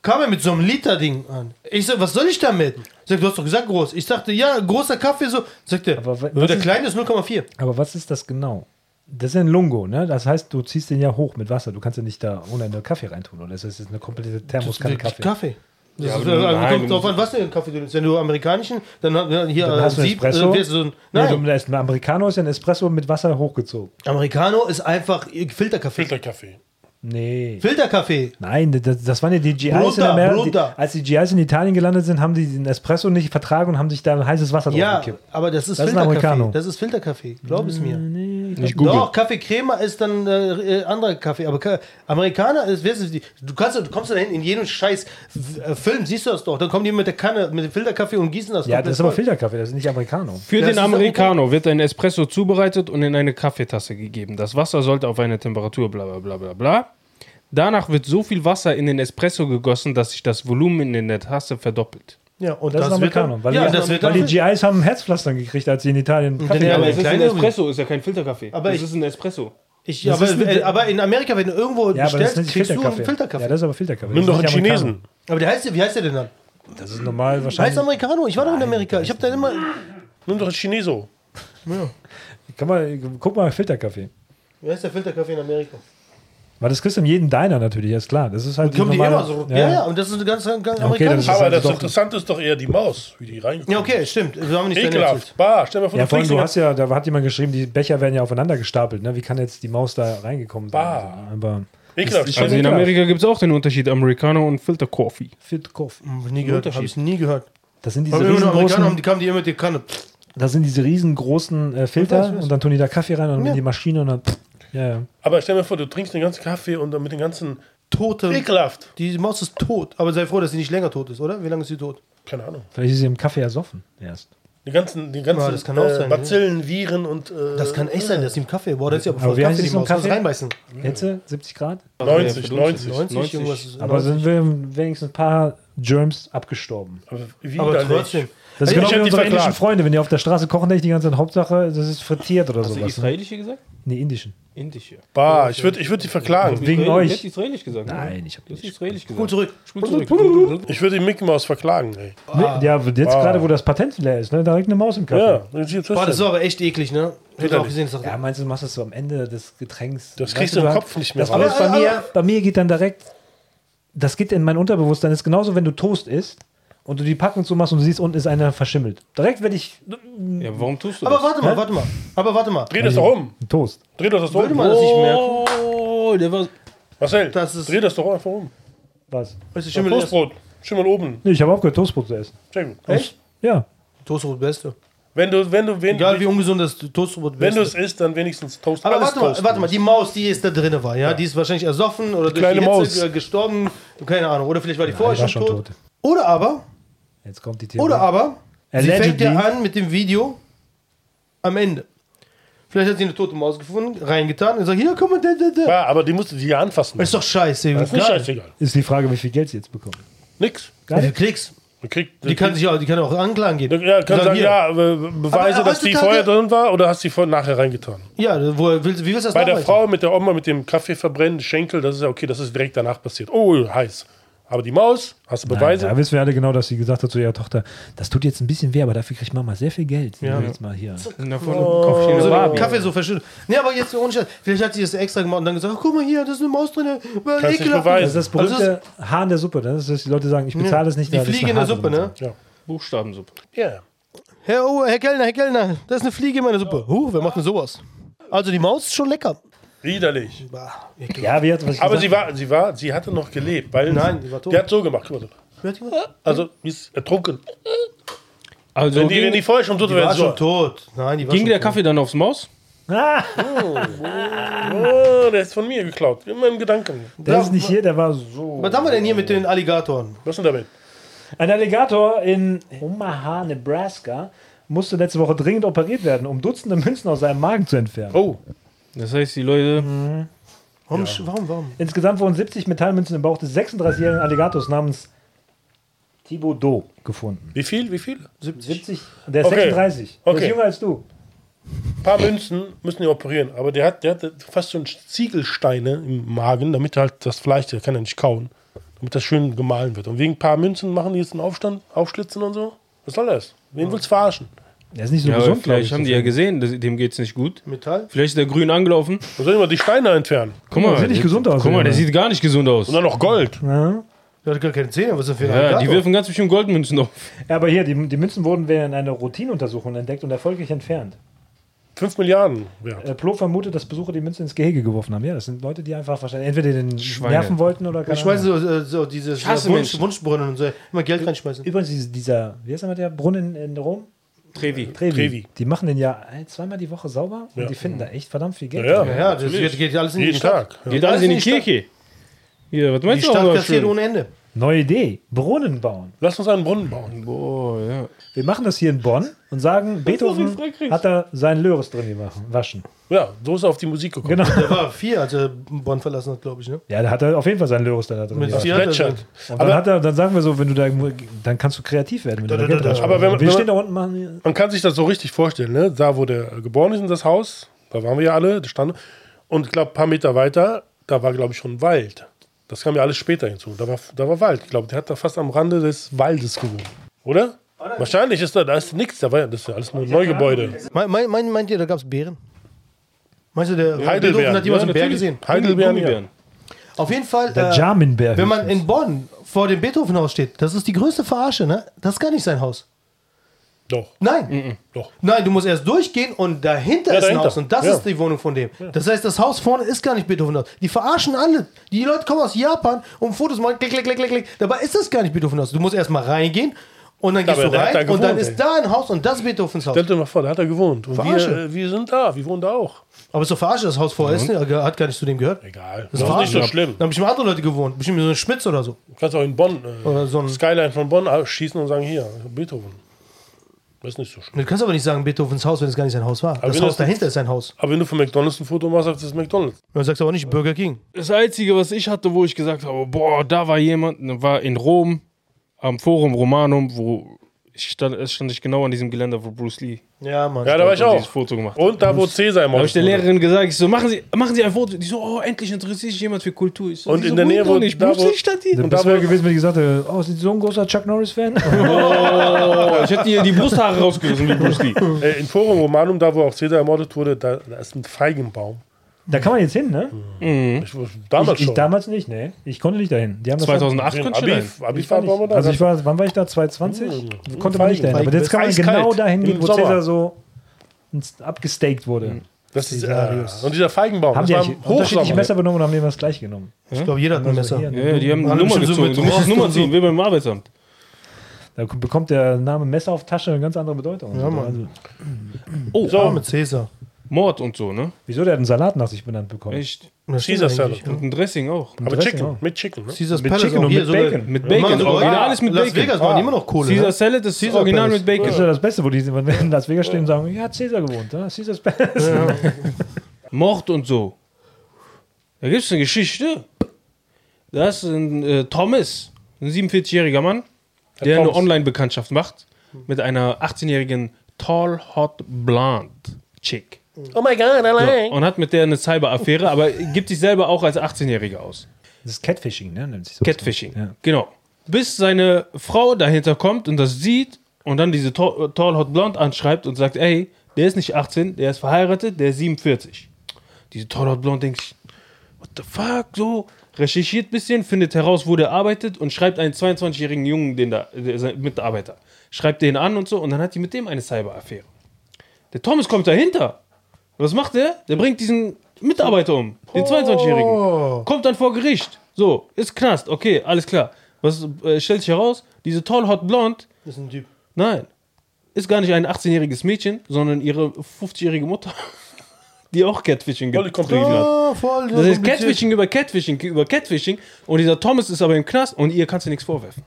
kam er mit so einem Liter-Ding an. Ich so, was soll ich damit? Sagt, du hast doch gesagt groß. Ich dachte, ja, großer Kaffee so. Sagt er, Aber wa- "Nur was der ist- kleine ist 0,4. Aber was ist das genau? Das ist ja ein Lungo, ne? Das heißt, du ziehst den ja hoch mit Wasser. Du kannst ja nicht da ohne eine Kaffee reintun, oder? Das ist jetzt eine komplette Thermoskanne Kaffee. Kaffee. Das ist, Ja, aber du- äh, nein, du kommt drauf musst- an, was für einen Kaffee du nimmst. Wenn du amerikanischen, dann hat- ja, hier Dann äh, hast du einen Sieb, äh, Espresso. wird so ein, Nee, nein, du, das- ein Americano ist ja ein Espresso mit Wasser hochgezogen. Americano ist einfach äh, Filterkaffee. Filterkaffee. Nee. Filterkaffee. Nein, das, das waren ja die GIs in Bruder, Amerika. Die, Bruder. als die GIs in Italien gelandet sind, haben die den Espresso nicht vertragen und haben sich da heißes Wasser Ja, draufgekippt. aber das ist Das ist ein Filterkaffee. Americano. Das ist Filterkaffee. Glaub es mir. Nicht Doch, Kaffee Crema ist dann äh, äh, anderer Kaffee. Aber Ka Amerikaner, ist, weißt du, die- du, kannst, du kommst da hin in jedem scheiß äh, Film, siehst du das doch. Dann kommen die mit der Kanne, mit dem Filterkaffee und gießen das. Ja, komplett das ist aber voll. Filterkaffee, das ist nicht Americano. Für Das ist den auch Americano wird ein Espresso zubereitet und in eine Kaffeetasse gegeben. Das Wasser sollte auf eine Temperatur bla bla bla bla bla. Danach wird so viel Wasser in den Espresso gegossen, dass sich das Volumen in der Tasse verdoppelt. Ja, und Das, ist wird dann- Americano. Weil, ja, die, das wird weil die dann, GIs haben Herzpflastern gekriegt, als sie in Italien Kaffee Ja, aber hatten. es ist ein Espresso, ist ja kein Filterkaffee. Aber Aber Es es ich- ist ist ein Espresso. ich, das aber, ist ein- äh, aber in Amerika, wenn du irgendwo Ja, aber das bestellst, ist nicht kriegst du Filterkaffee. einen Filterkaffee. Ja, das ist aber Filterkaffee. Nimm Das doch ist einen nicht Americano. Chinesen. aber der heißt, wie heißt der denn dann? Das ist normal Heißt wahrscheinlich. Americano? Ich war doch in Amerika. Ich habe da immer. Nimm doch einen Chineso. Kann man, guck mal, Filterkaffee. Wie heißt der Filterkaffee in Amerika? Weil das kriegst du in jedem Diner natürlich, ist klar. Das ist halt Kommen die normale- immer so. Ja, ja, und das ist eine ganz, ganz amerikanische. Das ist Aber also das doch- Interessante ist doch eher die Maus, wie die reinkommt. ja, okay, stimmt. Wir haben nicht Ekelhaft. Bah, stell dir mal vor, Ja, vor allem, kriegst du ihn- hast ja, da hat jemand geschrieben, die Becher werden ja aufeinander gestapelt. Ne? Wie kann jetzt die Maus da reingekommen sein? Bah. Aber Ekelhaft. Ist- Stell Also dir- in klar. Amerika gibt es auch den Unterschied Americano und Filterkaffee. Fit Coffee. Nie gehört. Habe ich nie gehört. Das sind diese Aber immer nur Amerikaner haben, riesengroßen, die kamen die immer mit der Kanne. das sind diese riesengroßen äh, Filter Ich weiß, ich weiß. und dann tun die da Kaffee rein und dann Ja. in die Maschine und dann. Ja, ja. Aber stell dir vor, du trinkst den ganzen Kaffee und dann mit den ganzen. Tote. Ekelhaft. Die Maus ist tot, aber sei froh, dass sie nicht länger tot ist, oder? Wie lange ist sie tot? Keine Ahnung. Vielleicht ist sie im Kaffee ersoffen erst. Die ganzen, die ganzen Ja, das kann auch äh, sein, Bazillen, Viren und. Äh, Das kann echt sein, dass sie im Kaffee. Boah, das ist ja Aber wie heißt es, so ein Kannst Kaffee? reinbeißen. Jetzt äh, 70 Grad? 90, 90. 90, 90. irgendwas. Aber 90. sind wir wenigstens ein paar Germs abgestorben. Aber, wie aber dann nicht? trotzdem. Das Also ist Ich genau hätte wie die unsere verklagt. indischen Freunde. Wenn die auf der Straße kochen, denke ich die ganze Zeit, Hauptsache, das ist frittiert oder Also Hast du sowas. ne? israelische gesagt? Nee, indischen. Indische. Bah, ich würde ich würd die verklagen. Wegen Israel- euch. Ich hätte israelisch gesagt. Nein, ich hab Du hast nicht. israelisch gesagt. Spul zurück. Spul zurück. Ich würde die Mickey Maus verklagen, ey. Nee, ja, jetzt gerade, wo das Patent leer ist, ne? direkt eine Maus im Kaffee. Ah. Ja, das ist Boah, das ist so. aber echt eklig, ne? Ich hab auch gesehen, das ist Ja, meinst du, du machst das so am Ende des Getränks? Das Weißt kriegst du im hast- Kopf nicht mehr das raus. Alles bei, Aber- mir, bei mir geht dann direkt, das geht in mein Unterbewusstsein. Das ist genauso, wenn du Toast isst und du die Packung so machst und du siehst, unten ist einer verschimmelt. Direkt werde ich Ja, warum tust du aber das? warte mal, warte mal. Aber warte mal. Dreh das doch um. Ein Toast. Dreh doch das doch Würde um. man das nicht merken? Oh, der war. Marcel, Das ist- dreh das doch einfach um. Was? Weißt du, Ja, Schimmel ist. Toastbrot. Schimmel oben. Nee, ich habe aufgehört, Toastbrot zu essen. Sehr gut. Echt? Ja. Oh, Toastrot Beste. Wenn du, wenn du, wenn, Egal wie ungesund das Toastrot wenn du es Beste. isst, dann wenigstens Toast. Aber alles warte mal, Toast. warte mal, die Maus, die jetzt da drinne war, ja, die ist wahrscheinlich ersoffen oder durch kleine die Maus. Hitze äh, gestorben, keine Ahnung, oder vielleicht war die vorher die war schon schon tot. tot. Oder aber, Jetzt kommt die Theorie. Oder aber, sie fängt Allegedly. ja an mit dem Video am Ende. Vielleicht hat sie eine tote Maus gefunden, reingetan und sagt, hier, guck mal, da, da, da. Ja, aber die musst du die ja anfassen. Ist doch scheiße. das ist nicht egal. scheißegal. Ist die Frage, wie viel Geld sie jetzt bekommen. Nix. Gar Ja, nicht. du kriegst. Man kriegt, Die kann sich auch, die kann auch Anklagen geben. ja, kann Sagen, sagen, hier. ja, be- be- beweise, Aber dass die heutzutage- vorher drin war oder hast die vor nachher reingetan. Ja, wo, willst, wie willst du das Bei der nachweisen? Frau mit der Oma mit dem Kaffee verbrennen, Schenkel, das ist ja okay, das ist direkt danach passiert. Oh, heiß. Aber die Maus, hast du Beweise? Da wissen wir alle genau, dass sie gesagt hat zu ihrer Tochter, das tut jetzt ein bisschen weh, aber dafür kriegt Mama sehr viel Geld. Ja. Jetzt mal hier. Also, Na, von oh, So Barbie. den Kaffee so verschüttet. Nee, aber jetzt ohne Scheiß. Vielleicht hat sie das extra gemacht und dann gesagt, guck mal hier, da ist eine Maus drin. äh, Kannst nicht Das beweisen. ist das berühmte Haar in der Suppe. ne? Das ist, dass die Leute sagen, ich bezahle es nicht. also Hm. Die da ist eine Fliege in der Hase Suppe, drin. ne? Buchstabensuppe. Ja. Herr, oh, Herr Kellner, Herr Kellner, da ist eine Fliege in meiner Suppe. Huh, wer macht denn sowas? Also die Maus ist schon lecker. Widerlich. Bah, Ja, wie hat was ich Aber gesagt? sie war, sie war, sie hatte noch gelebt, weil Nein, die war tot. Die hat so gemacht. guck mal so. Hört ihr was? Also, die ist ertrunken. Also Wenn die, ging, wenn die vorher schon tot Die wäre, war schon so. tot. Nein, die war ging schon der tot. Kaffee dann aufs Maus? Ah, Oh, der ist von mir geklaut. Immer im Gedanken. der ist nicht hier, der war so. Was haben wir denn hier mit den Alligatoren? Was ist denn damit? Ein Alligator in Omaha, Nebraska, musste letzte Woche dringend operiert werden, um Dutzende Münzen aus seinem Magen zu entfernen. Oh, Das heißt, die Leute. Warum, sch- warum, warum? Insgesamt wurden 70 Metallmünzen im Bauch des 36-jährigen Alligators namens Thibodeau gefunden. wie viel, wie viel? 70. Der ist Okay. 36. Der Okay. ist jünger als du. Ein paar Münzen müssen die operieren. Aber der hat, der hat fast so einen Ziegelsteine im Magen, damit er halt das Fleisch, der kann ja nicht kauen. damit das schön gemahlen wird. Und wegen ein paar Münzen machen die jetzt einen Aufstand, aufschlitzen und so. Was soll das? Wen willst du verarschen? Der ist nicht so Ja, aber gesund, glaube ich. vielleicht haben die ja gesehen, dass- dem geht's nicht gut. Metall? Vielleicht ist der grün angelaufen. Man soll immer die Steine entfernen. Guck mal, sieht nicht der- gesund aus, Guck mal, der Junge. sieht gar nicht gesund aus. Oh Und dann noch Gold. ja. Der hat gar keine Zähne, was ist das für ein Ja, die Alligator? werfen ganz bestimmt Goldmünzen auf. Ja, aber hier, die, die Münzen wurden während einer Routineuntersuchung entdeckt und erfolgreich entfernt. 5 Milliarden wert. Äh, Plo vermutet, dass Besucher die Münzen ins Gehege geworfen haben. Ja, das sind Leute, die einfach wahrscheinlich entweder den Schweine. nerven wollten oder keine Ich schmeiße Ahnung. so, äh, so diese Ich hasse so Wunsch, Menschen. Wunschbrunnen und so. Immer Geld reinschmeißen. Übrigens, dieses- dieser, wie heißt der mit der Brunnen in Rom? Trevi. Trevi. Trevi. Die machen den ja ein- zweimal die Woche sauber Ja. und die finden da echt verdammt viel Geld. Ja, Ja, ja. ja das natürlich. geht, geht alles in die Jeden Stadt. Tag. Geht alles in die Die Stadt- Kirche. Hier, was Die meinst du Stadt aber kassiert schön? ohne Ende. Neue Idee, Brunnen bauen. Lass uns einen Brunnen bauen. Boah, ja. Wir machen das hier in Bonn und sagen, Beethoven in Frankreich. hat da seinen Löres drin gemacht, waschen. Ja, so ist er auf die Musik gekommen. Genau. Der war vier, als er Bonn verlassen hat, glaube ich. Ne? Ja, da hat er auf jeden Fall seinen Löres da drin Mit gemacht. vier hat er so- Plätschert. Und dann, Aber hat er, dann sagen wir so, wenn du da, dann kannst du kreativ werden. Wenn du Da, da, da, Geld da, da. reinschmeißt. Aber wenn- wir wenn- stehen da unten, machen hier- Man kann sich das so richtig vorstellen, ne? Da, wo der geboren ist, in das Haus, da waren wir ja alle, da stand. Und ich glaube, ein paar Meter weiter, da war, glaube ich, schon Wald. Das kam ja alles später hinzu. Da war, da war Wald. Ich glaube, der hat da fast am Rande des Waldes gewohnt. Oder? Wahrscheinlich ist da, da ist nichts, da war, das ist ja alles nur Neugebäude. Mein, mein, mein, meint ihr, da gab es Bären? Meinst du, der Beethoven Heidelbeeren. hat jemals Ja, einen Bär natürlich. gesehen? Heidelbeeren, ja. Gummibären. Auf jeden Fall, der äh, Jarminbär. wenn man in Bonn vor dem Beethovenhaus steht, das ist die größte Verarsche, ne? Das ist gar nicht sein Haus. Doch, Nein. doch. Nein, du musst erst durchgehen und dahinter Mhm. Ja, ist ein dahinter. Haus und das Ja. ist die Wohnung von dem. Das heißt, das Haus vorne ist gar nicht Beethoven Haus. Die verarschen alle. Die Leute kommen aus Japan und Fotos machen, klick, klick, klick, klick, klick. Dabei ist das gar nicht Beethoven Haus. Du musst erst mal reingehen und dann gehst Aber du der hat rein da und dann gewohnt, ist ey. da ein Haus und das ist Beethovens Haus. Stell dir mal vor, da hat er gewohnt. Und wir, Verarsche. äh, wir sind da, wir wohnen da auch. Aber so verarsche das Haus vorher ist, ne? hat gar nicht zu dem gehört. Egal. Das Das, ist war nicht so ja. schlimm. Da haben bestimmt andere Leute gewohnt. Bestimmt so ein Schmitz oder so. Du kannst auch in Bonn, äh, Oder so ein- Skyline von Bonn äh, schießen und sagen, hier, Beethoven. Das ist nicht so schlimm. Du kannst aber nicht sagen Beethovens Haus, wenn es gar nicht sein Haus war. das wenn Haus das- dahinter ist sein Haus. Aber wenn du von McDonalds ein Foto machst, sagst du, das ist McDonalds. Dann sagst du aber nicht Burger King. Das Einzige, was ich hatte, wo ich gesagt habe, boah, da war jemand, war in Rom, am Forum Romanum, wo ich stand, es stand ich genau an diesem Geländer, wo Bruce Lee Ja, Mann. Ja, da war ich dieses auch. Foto gemacht hat. Und da, wo Cäsar im Da habe ich Haus der wurde. Lehrerin gesagt, ich so, machen Sie, machen Sie ein Foto. Die so, oh, endlich interessiert sich jemand für Kultur. Ich so, Und die in so, der gut, Nähe, wo- doch nicht. da, Bruce wo- Lee stand hier. das da, Beste wo- wäre gewesen, wenn ich gesagt hätte, oh, sind Sie so ein großer Chuck Norris-Fan? Oh, ich hätte ihr die Brusthaare rausgerissen wie Bruce Lee. Äh, in Forum Romanum, da, wo auch Cäsar ermordet wurde, da, da ist ein Feigenbaum. da kann man jetzt hin, ne? Ich, damals ich, ich schon. damals nicht, ne? Ich konnte nicht dahin. Die haben das 2008 Im konnte ich Abi, rein. Abi Ich war waren wir nicht, da. also ich war, wann war ich da? 220? Konnte man nicht dahin. Aber jetzt kann man Eiskalt. genau dahin gehen, Im wo Sommer. Mhm. Cäsar so ins- abgestakt wurde. das ist, äh, Cäsarius. und dieser Feigenbaum, das Haben die war eigentlich im unterschiedliche Hochsommer. Messer benommen und haben jeweils gleich genommen? Ich glaube, jeder hat ein Also Messer. hier, Ja, die haben eine Alle Nummer bestimmt so gezogen. mit du musst Rost Nummer und so. ziehen, wie beim Arbeitsamt. Da bekommt der Name Messer auf Tasche eine ganz andere Bedeutung. Ja, Mann. Also, Oh, So, Ah, Mit Cäsar. Mord und so, ne? wieso der hat einen Salat nach sich benannt bekommen? Echt. Das Caesar stimmt eigentlich, Salad. Und ein Dressing auch. aber Dressing Chicken, auch. mit Chicken. Ne? Caesar's Mit Palace Chicken auch und hier mit so eine- Bacon. Mit Ja, Bacon. Mann, so Original Original- ist mit Las Bacon. Vegas machen die immer noch Kohle. ne? Caesar Salad ist Caesar original Palace. mit Das Bacon. ist ja das Beste, wo die wenn wir in Las Vegas stehen und sagen, ja, hat Cäsar gewohnt, ne? Cäsars Best. Mord und so. Da gibt es eine Geschichte. Da ist ein äh, Thomas, ein 47-jähriger Mann, der eine Thomas. Online-Bekanntschaft macht mit einer 18-jährigen Tall Hot Blonde Chick. Oh my God, I So, und hat mit der eine Cyber-Affäre, aber gibt sich selber auch als 18-Jähriger aus. Das ist Catfishing, ne? Nennt sich so. Catfishing. Ja. Genau. Bis seine Frau dahinter kommt und das sieht und dann diese to- Tall Hot Blonde anschreibt und sagt, ey, der ist nicht 18, der ist verheiratet, der ist 47. Diese Tall Hot Blonde denkt, sich, what the fuck, so. Recherchiert ein bisschen, findet heraus, wo der arbeitet und schreibt einen 22-jährigen Jungen, den da, der ist ein Mitarbeiter. Schreibt den an und so und dann hat die mit dem eine Cyber-Affäre. Der Thomas kommt dahinter. Was macht der? Der bringt diesen Mitarbeiter um, den 22-Jährigen. Kommt dann vor Gericht. So, ist Knast. Okay, alles klar. Was äh, stellt sich heraus? Diese Tall Hot Blonde, Das ist ein Typ. nein, ist gar nicht ein 18-jähriges Mädchen, sondern ihre 50-jährige Mutter, die auch Catfishing Voll getrieben kompliziert. hat. Oh, voll. Das heißt Catfishing über Catfishing über Catfishing und dieser Thomas ist aber im Knast und ihr kannst ihr nichts vorwerfen.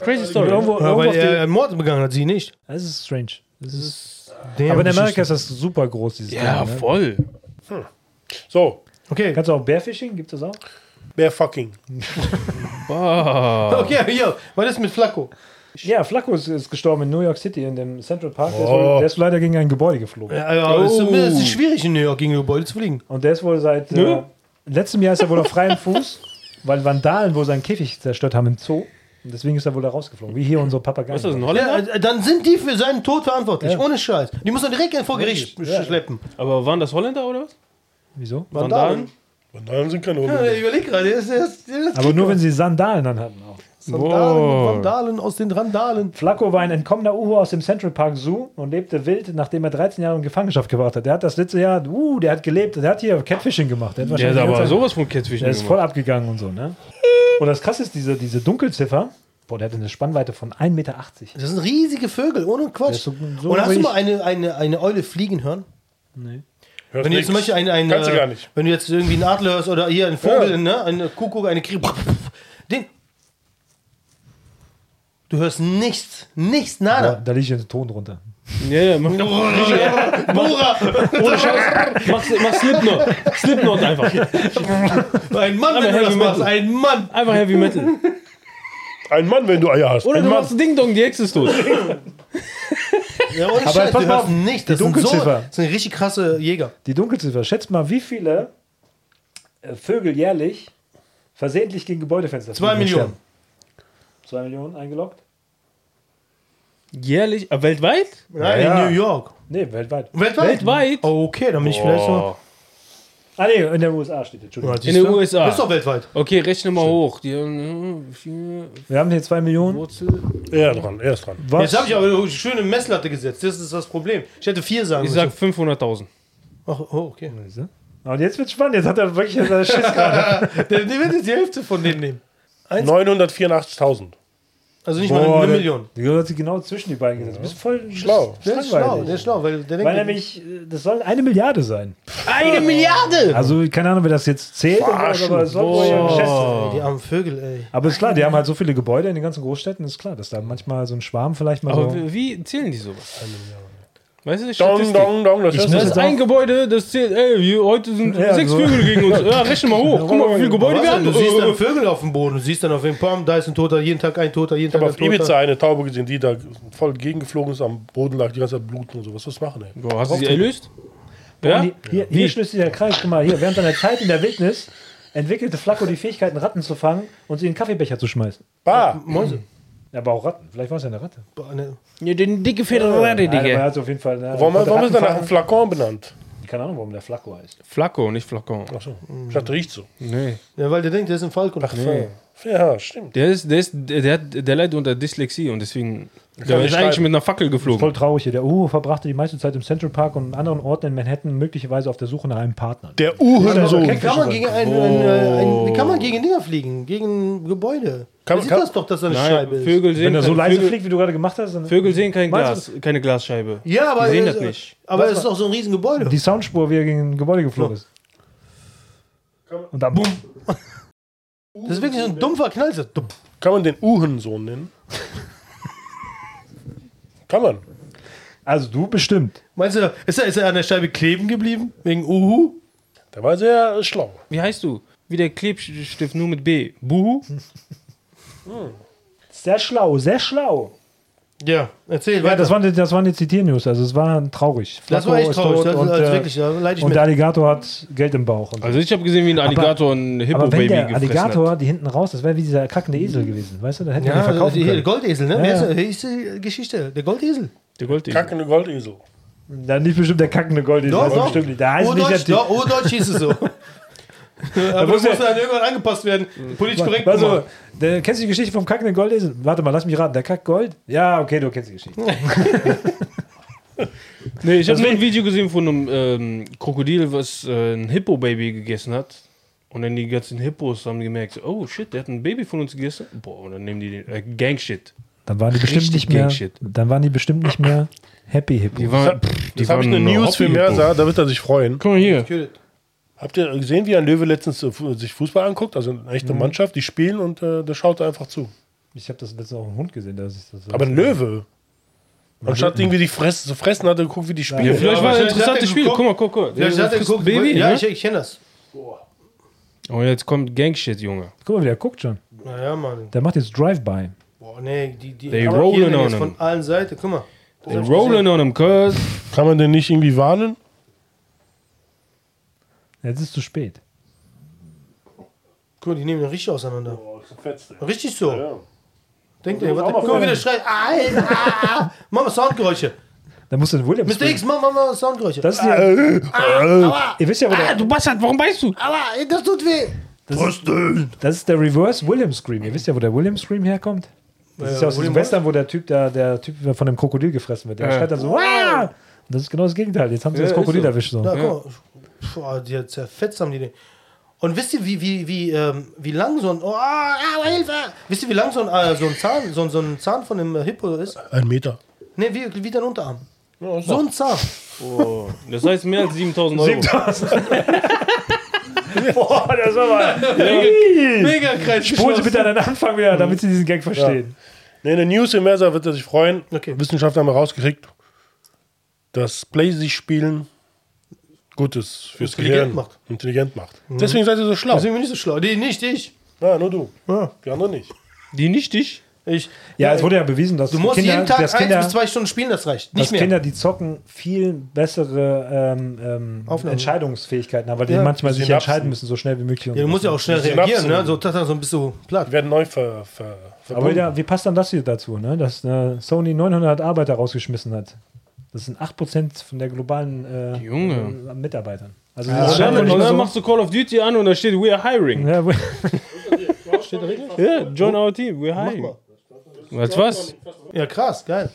Crazy Story. Irgendwo, Ja, irgendwo weil auf er die, einen Mord begangen hat, sie nicht. das ist strange. Das ist, aber in Amerika ist das super groß, dieses Ja, Ding, ne? voll. So, Okay. Kannst du auch Bearfishing? Gibt es das auch? mehr fucking. Bah. Okay, hier. Was ist mit Flacco? Ja, Flacco ist, ist gestorben in New York City in dem Central Park. Der, ist Oh. wohl, der ist leider gegen ein Gebäude geflogen. Ja, ja, es ist, Oh. es ist schwierig, in New York gegen Gebäude zu fliegen. Und der ist wohl seit Nö. äh, letztem Jahr ist er wohl auf freiem Fuß. weil Vandalen wohl seinen Käfig zerstört haben im Zoo. Und deswegen ist er wohl da rausgeflogen. Wie hier unsere Papageien. Was ist das, ein Ja, Holländer? äh, dann sind die für seinen Tod verantwortlich. Ja. Ohne Scheiß. Die muss man direkt vor Gericht Ja. schleppen. Aber waren das Holländer oder was? Wieso? Vandalen? Vandalen sind keine Ja, Hunde. ich überleg gerade. Der ist- der ist- der ist- Aber nur wenn sie Sandalen dann hatten auch. Vandalen, Wow. Vandalen aus den Randalen. Flacco war ein entkommener Uhu aus dem Central Park Zoo und lebte wild, nachdem er 13 Jahre in Gefangenschaft gewartet hat. Der hat das letzte Jahr, uh, der hat gelebt, der hat hier Catfishing gemacht. Der, hat Der wahrscheinlich ist die ganze aber Zeit- sowas von Catfishing der ist voll gemacht. abgegangen und so, ne? Und das krasse ist, diese, diese Dunkelziffer, boah, der hatte eine Spannweite von 1,80 Meter. Das sind riesige Vögel, ohne Quatsch. ist so- so Und hast du riesig. mal eine, eine, eine Eule fliegen hören? Hört Wenn du jetzt nix. zum Beispiel einen, einen, Kannst du äh, gar nicht. wenn du jetzt irgendwie einen Adler hörst oder hier einen Vogel, Ja. ne, eine Kuckuck, eine Krieg, den, du hörst nichts, nichts, Da, nada. da liege ich den Ton runter. Ja, ja, mach, Bora, ohne Scheiß. Mach, mach Slipknot. Slipknot einfach. ein Mann, wenn du das Heavy machst, Metal. ein Mann. Einfach Heavy Metal. Ein Mann, wenn du Eier hast. Oder ein du Mann. machst Ding Dong, die Hexe ist tot. Ja, ohne Aber Scheiß, jetzt du pass mal hörst auf, nichts. die Das sind so, Dunkelziffer. das sind richtig krasse Jäger. Die Dunkelziffer, schätzt mal, wie viele äh, Vögel jährlich versehentlich gegen Gebäudefenster Zwei fliegen und Millionen. sterben? Zwei Millionen eingeloggt? Jährlich, aber weltweit? Nein, Ja, ja. in New York. Nee, weltweit. Weltweit? Weltweit? Okay, dann bin ich vielleicht so. Boah. Ah, nee, in den USA steht, Entschuldigung. In den USA. Das ist doch weltweit. Okay, rechne mal hoch. Die haben, äh, vier Wir haben hier zwei Millionen. Wurzel. Er dran, er ist dran. Was? Jetzt habe ich aber eine schöne Messlatte gesetzt. Das ist das Problem. Ich hätte vier sagen Ich müssen. sag 500.000. Ach, oh, okay. Und jetzt wird spannend. Jetzt hat er wirklich seinen Schiss gerade. Der, der wird jetzt die Hälfte von dem nehmen. 984.000. Also nicht mal eine Million. Die hat sich genau zwischen die beiden gesetzt. Du bist voll Schlau. Der ist schlau, der langweilig. ist schlau, weil der Weil denkt, nämlich, äh, das soll eine Milliarde sein. Eine Genau. Milliarde! Also, keine Ahnung, wer das jetzt zählt, aber es Verarschen. soll wohl Boah. geschätzt die armen Vögel, ey. Aber ist klar, die haben halt so viele Gebäude in den ganzen Großstädten, ist klar, dass da manchmal so ein Schwarm vielleicht mal Aber so. wie, wie zählen die sowas? Weißt du, die Dong, Statistik? dong, dong. Das ist muss Das das. jetzt- ist ein Gebäude, Äh, das zählt, ey, wir, heute sind Ja, sechs so. Vögel gegen uns. Ja, rechne mal hoch. Guck mal, wie viele Was Gebäude wir denn? haben. Du siehst dann Äh, Vögel auf dem Boden, du siehst dann auf dem Palm, da ist ein Toter, jeden Tag ein Toter, jeden Ich Tag habe ein auf Toter. Ibiza eine Taube gesehen, die da voll gegengeflogen ist, am Boden lag, die ganze Zeit bluten und so. Was soll das machen, ey? Boah, hast du sie erlöst? Und Ja? Hier, hier, hier schließt sich der Kreis. Guck mal, hier, während seiner Zeit in der Wildnis entwickelte Flacco die Fähigkeiten, Ratten zu fangen und sie in den Kaffeebecher zu schmeißen. Bah! Mäuse. Ja, Aber auch Ratten. Vielleicht war es ja eine Ratte. Boah, ne. Ja, den dicke Federer, Nein, aber er hat auf jeden Fall. Ne, Warum, konnte warum Ratten ist er nach fangen. einem Flakon benannt? Keine Ahnung, warum der Flacco heißt. Flacco, nicht Flacon. Achso, ich dachte, riecht so. Nee. Ja, weil der denkt, der ist ein Falken. Ach, Nee. Ja, stimmt. Der ist, der ist, der, der, hat, der leidet unter Dyslexie und deswegen. Der nicht ist eigentlich schreiben. mit einer Fackel Voll geflogen. traurig hier. Der Uhu verbrachte die meiste Zeit im Central Park und anderen Orten in Manhattan, möglicherweise auf der Suche nach einem Partner. Der Wie Uhrensohn. kann man gegen einen, einen, äh, einen, wie kann man gegen Dinger fliegen? Gegen ein Gebäude? Kann- Kann, sieht kann- das doch, dass da eine Nein, Scheibe ist. Vögel sehen, Wenn er so kein- leise Vögel, fliegt, wie du gerade gemacht hast, dann Vögel sehen kein Meinst Glas, keine Glasscheibe. Ja, aber, Die sehen äh, das nicht. aber Lass es ist mal. auch so ein riesen Gebäude. die Soundspur, wie er gegen ein Gebäude geflogen ist. Und dann bumm. Das ist wirklich so ein dumpfer Knall. so dumm. Kann man den Uhrensohn nennen? kann man. Also du bestimmt. Meinst du, ist er, ist er an der Scheibe kleben geblieben? Wegen Uhu? Der war sehr schlau. Wie heißt du? Wie der Klebstift nur mit B. Buhu? Sehr schlau, sehr schlau. Ja, erzähl Ja, weiter. das waren, die- das waren die Zitier-News. Also es war traurig. Das Flacco war echt ist traurig. tot Das, und, das äh, wirklich, da leide ich und mit. der Alligator hat Geld im Bauch. Und so. Also ich habe gesehen, wie ein Alligator ein Aber wenn Hippo-Baby der gefressen Alligator hat. die hinten raus, das wäre wie dieser kackende Esel gewesen. Weißt du, dann hätten wir ja, also den verkaufen die, können. der Goldesel, ne? Ja, Wer ja. ist, der- ist die Geschichte? Der Goldesel. Der Goldesel. Kackende Goldesel. Dann nicht bestimmt der kackende Goldesel. Doch, das doch. Bestimmt nicht. Da heißt nicht der Urdeutsch, Typ. doch, Urdeutsch hieß es so. Aber da muss muss dann ja- irgendwann angepasst werden. Politisch korrekt. Also, gemacht. der, kennst du die Geschichte vom kackenden Goldesel? Warte mal, lass mich raten. Der kackt Gold? Ja, okay, du kennst die Geschichte. Nee, ich habe nur ein Video gesehen von einem ähm, Krokodil, was äh, ein Hippo-Baby gegessen hat. Und dann die ganzen Hippos haben gemerkt, so, oh shit, der hat ein Baby von uns gegessen. Boah, und dann nehmen die den äh, Gangshit. Dann waren die bestimmt Richtig nicht mehr. Gangshit. Dann waren die bestimmt nicht mehr Happy Hippo. waren, Das habe ich eine News für Mersa, da wird er sich freuen. Guck mal hier. Habt ihr gesehen, wie ein Löwe letztens äh, fu- sich Fußball anguckt? Also eine echte Mhm. Mannschaft, die spielen und äh, der schaut einfach zu. Ich habe das letzte auch einen Hund gesehen. Das ist das Aber ein Löwe. Anstatt irgendwie die Fresse zu fressen, hat er geguckt, wie die Ja, spielen. vielleicht aber war ein vielleicht hat er interessantes Spiel. geguckt. Guck mal, guck, guck. Vielleicht Der hat er frisst geguckt, Baby, ja, ne? ich, ich kenne das. Und jetzt kommt Gangshit, Junge. Guck mal, wie der guckt schon. Naja, Mann. Der macht jetzt Drive-By. Boah, nee, die, die They aber hier rolling denn on jetzt him. von allen Seiten. Guck mal. Das hab ich Rolling gesehen. on him, cuz. Kann man den nicht irgendwie warnen? Jetzt ist es zu spät. Guck mal, die nehmen den richtig auseinander. Boah, das ist fetzt, ey. Richtig so. Ja. Denkt ihr, Muss was auch mal Guck mal, wie der gucken. schreit. Alter! Mach mal Soundgeräusche. Da musst du den Williams. Mr. X, Äh. mach mach mal Soundgeräusche. Ah, Das ist ja, Aua! ihr wisst ja, wo der, du Bastard, warum weißt du? Aua! ey, Das tut weh! das ist der Reverse Williams Scream. Ihr wisst ja, wo der Williams Scream herkommt. Das ist ja aus William diesem Western, wo der Typ, der, der Typ von dem Krokodil gefressen wird. Der Ja. Äh. schreit dann so, "Aah!" Und das ist genau das Gegenteil. Jetzt haben sie Ja, das ist Krokodil so. erwischt. So. Na, guck mal. Puh, die zerfetzt haben die den. Und wisst ihr, wie, wie, wie, ähm, wie lang so ein. Oh, aua, Hilfe! Wisst ihr, wie lang so ein, äh, so ein Zahn, so ein, so ein Zahn von dem äh, Hippo ist? Ein Meter. Ne, wie, wie dein Unterarm. So ein Zahn. Oh, das heißt mehr als 7000 Euro. Boah, das war mal. Mega krass. Spul sie bitte an den Anfang wieder, damit sie diesen Gag verstehen. Nee, in der News im Messer wird er sich freuen. Okay. Wissenschaftler haben rausgekriegt, dass Playsee-Spielen Gutes fürs Intelligent Gehirn macht. Mhm. intelligent macht. Deswegen seid ihr so schlau. Deswegen bin Also ich so schlau. Nee, nicht ich. Ja, nur du. Ja. Die anderen nicht. Die nicht dich? Ich. Ja, es wurde ja bewiesen, dass Du musst Kinder, jeden Tag dass eins Kinder, bis zwei Stunden spielen, das reicht. Nicht dass mehr. Kinder, die zocken, viel bessere ähm, ähm, Aufnahme. Entscheidungsfähigkeiten haben, weil Ja. die manchmal sich Synapsen. entscheiden müssen, so schnell wie möglich. und ja, du so. musst ja auch schnell Die reagieren, Synapsen. ne? So, tata, so ein bisschen platt. Die werden neu ver, ver, Aber verbunden. wieder, wie passt dann das hier dazu, ne? dass äh, Sony 900 Arbeiter rausgeschmissen hat? Das sind 8% von der globalen äh, Junge. äh, Mitarbeitern. Also Ja, das das ist Und scheinbar dann, nicht so. machst du Call of Duty an und da steht We are hiring. Ja, wo- Steht da richtig? Ja, join our team, we are hiring. Was was? Ja, krass, geil.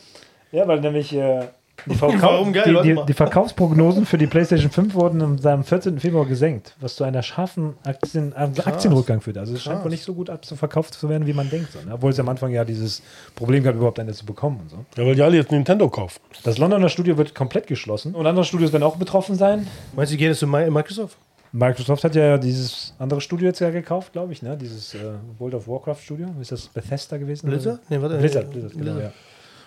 ja, weil nämlich äh, die, Verkauf Warum geil? Warte die, mal. die, die Verkaufsprognosen für die PlayStation 5 wurden am am 14. Februar gesenkt, was zu einer scharfen Aktien, äh, Aktienrückgang führte. Also es scheint wohl nicht so gut abzuverkauft zu werden, wie man denkt. So, ne? Obwohl es am Anfang ja dieses Problem gab, überhaupt eine zu bekommen und so. Ja, weil die alle jetzt Nintendo kaufen. Das Londoner Studio wird komplett geschlossen und andere Studios werden auch betroffen sein. Meinst du, die gehen jetzt zu Mi- Microsoft? Microsoft hat ja dieses andere Studio jetzt ja gekauft, glaube ich, ne? Dieses äh, World of Warcraft Studio. Ist das Bethesda gewesen? Blizzard? Nee, warte. äh, Blizzard, Blizzard, genau, ja.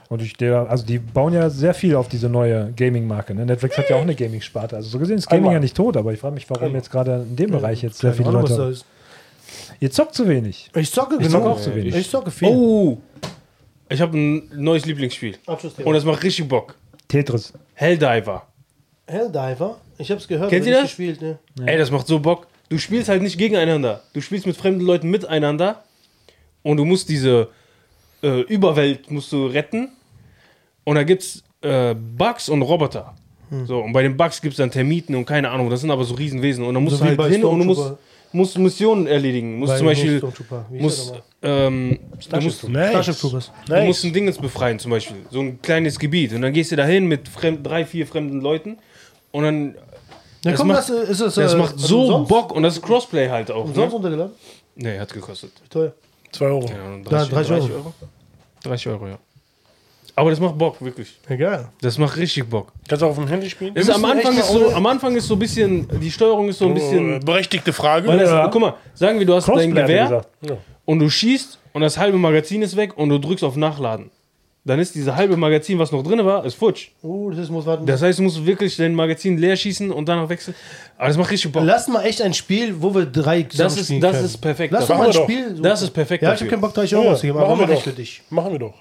Und ich, der, also die bauen ja sehr viel auf diese neue Gaming-Marke. Ne? Netflix hat ja auch eine Gaming-Sparte. Also so gesehen ist Gaming Einmal. ja nicht tot, aber ich frage mich, warum jetzt gerade in dem Bereich jetzt sehr Keine viele Ahnung, was da Leute. ist. Ihr zockt zu wenig. Ich zocke Ich genug. zocke auch zu wenig. Ich zocke viel. Oh, ich habe ein neues Lieblingsspiel. Und das macht richtig Bock. Tetris. Helldiver. Helldiver? Ich hab's gehört, Kennt aber ihr nicht das? gespielt, ne? Ey, das macht so Bock. Du spielst halt nicht gegeneinander. Du spielst mit fremden Leuten miteinander. Und du musst diese äh, Überwelt musst du retten. Und da gibt's äh, Bugs und Roboter. Hm. So, und bei den Bugs gibt's dann Termiten und keine Ahnung. Das sind aber so Riesenwesen. Und dann musst So wie du bei halt hin und du musst, Stormtrooper. musst Missionen erledigen. Musst Bei zum Beispiel. Stormtrooper. Wie ist Musst, der nochmal? ähm, du musst Starship Troopers. Nice. Du musst ein Dingens befreien, zum Beispiel. So ein kleines Gebiet. Und dann gehst du dahin mit fremd, drei, vier fremden Leuten. Und dann. Ja, das komm, macht, das äh, ist es. das äh, macht so umsonst- Bock. Und das ist Crossplay halt auch. Umsonst Ne? runtergeladen? Nee, hat gekostet. Teuer. 2 Euro. Keine Ahnung, Da, 30, 30 30 Euro. Euro. 30 Euro, ja. Aber das macht Bock, wirklich. Egal. Das macht richtig Bock. Kannst du auch auf dem Handy spielen? Ist müssen am, echt Anfang mal ist so, ohne- am Anfang ist so ein bisschen. Die Steuerung ist so ein bisschen. Berechtigte Frage. Weil das, Oh, äh, Ja. Guck mal, sagen wir, du hast dein Crossplay, hat er Gewehr. gesagt. Ja. und du schießt und das halbe Magazin ist weg und du drückst auf Nachladen. Dann ist dieses halbe Magazin, was noch drin war, ist futsch. Uh, das muss warten. Das heißt, du musst wirklich dein Magazin leer schießen und danach wechseln. Aber das macht richtig Bock. Lass mal echt ein Spiel, wo wir drei Das zusammen ist, spielen das können. ist perfekt. Lass doch dafür. mal ein machen wir Spiel. suchen. Das ist perfekt Ja, ich dafür. hab keinen Bock, 30 Euro Ja, auszugeben, aber machen wir mach ich doch. für dich. Machen wir doch.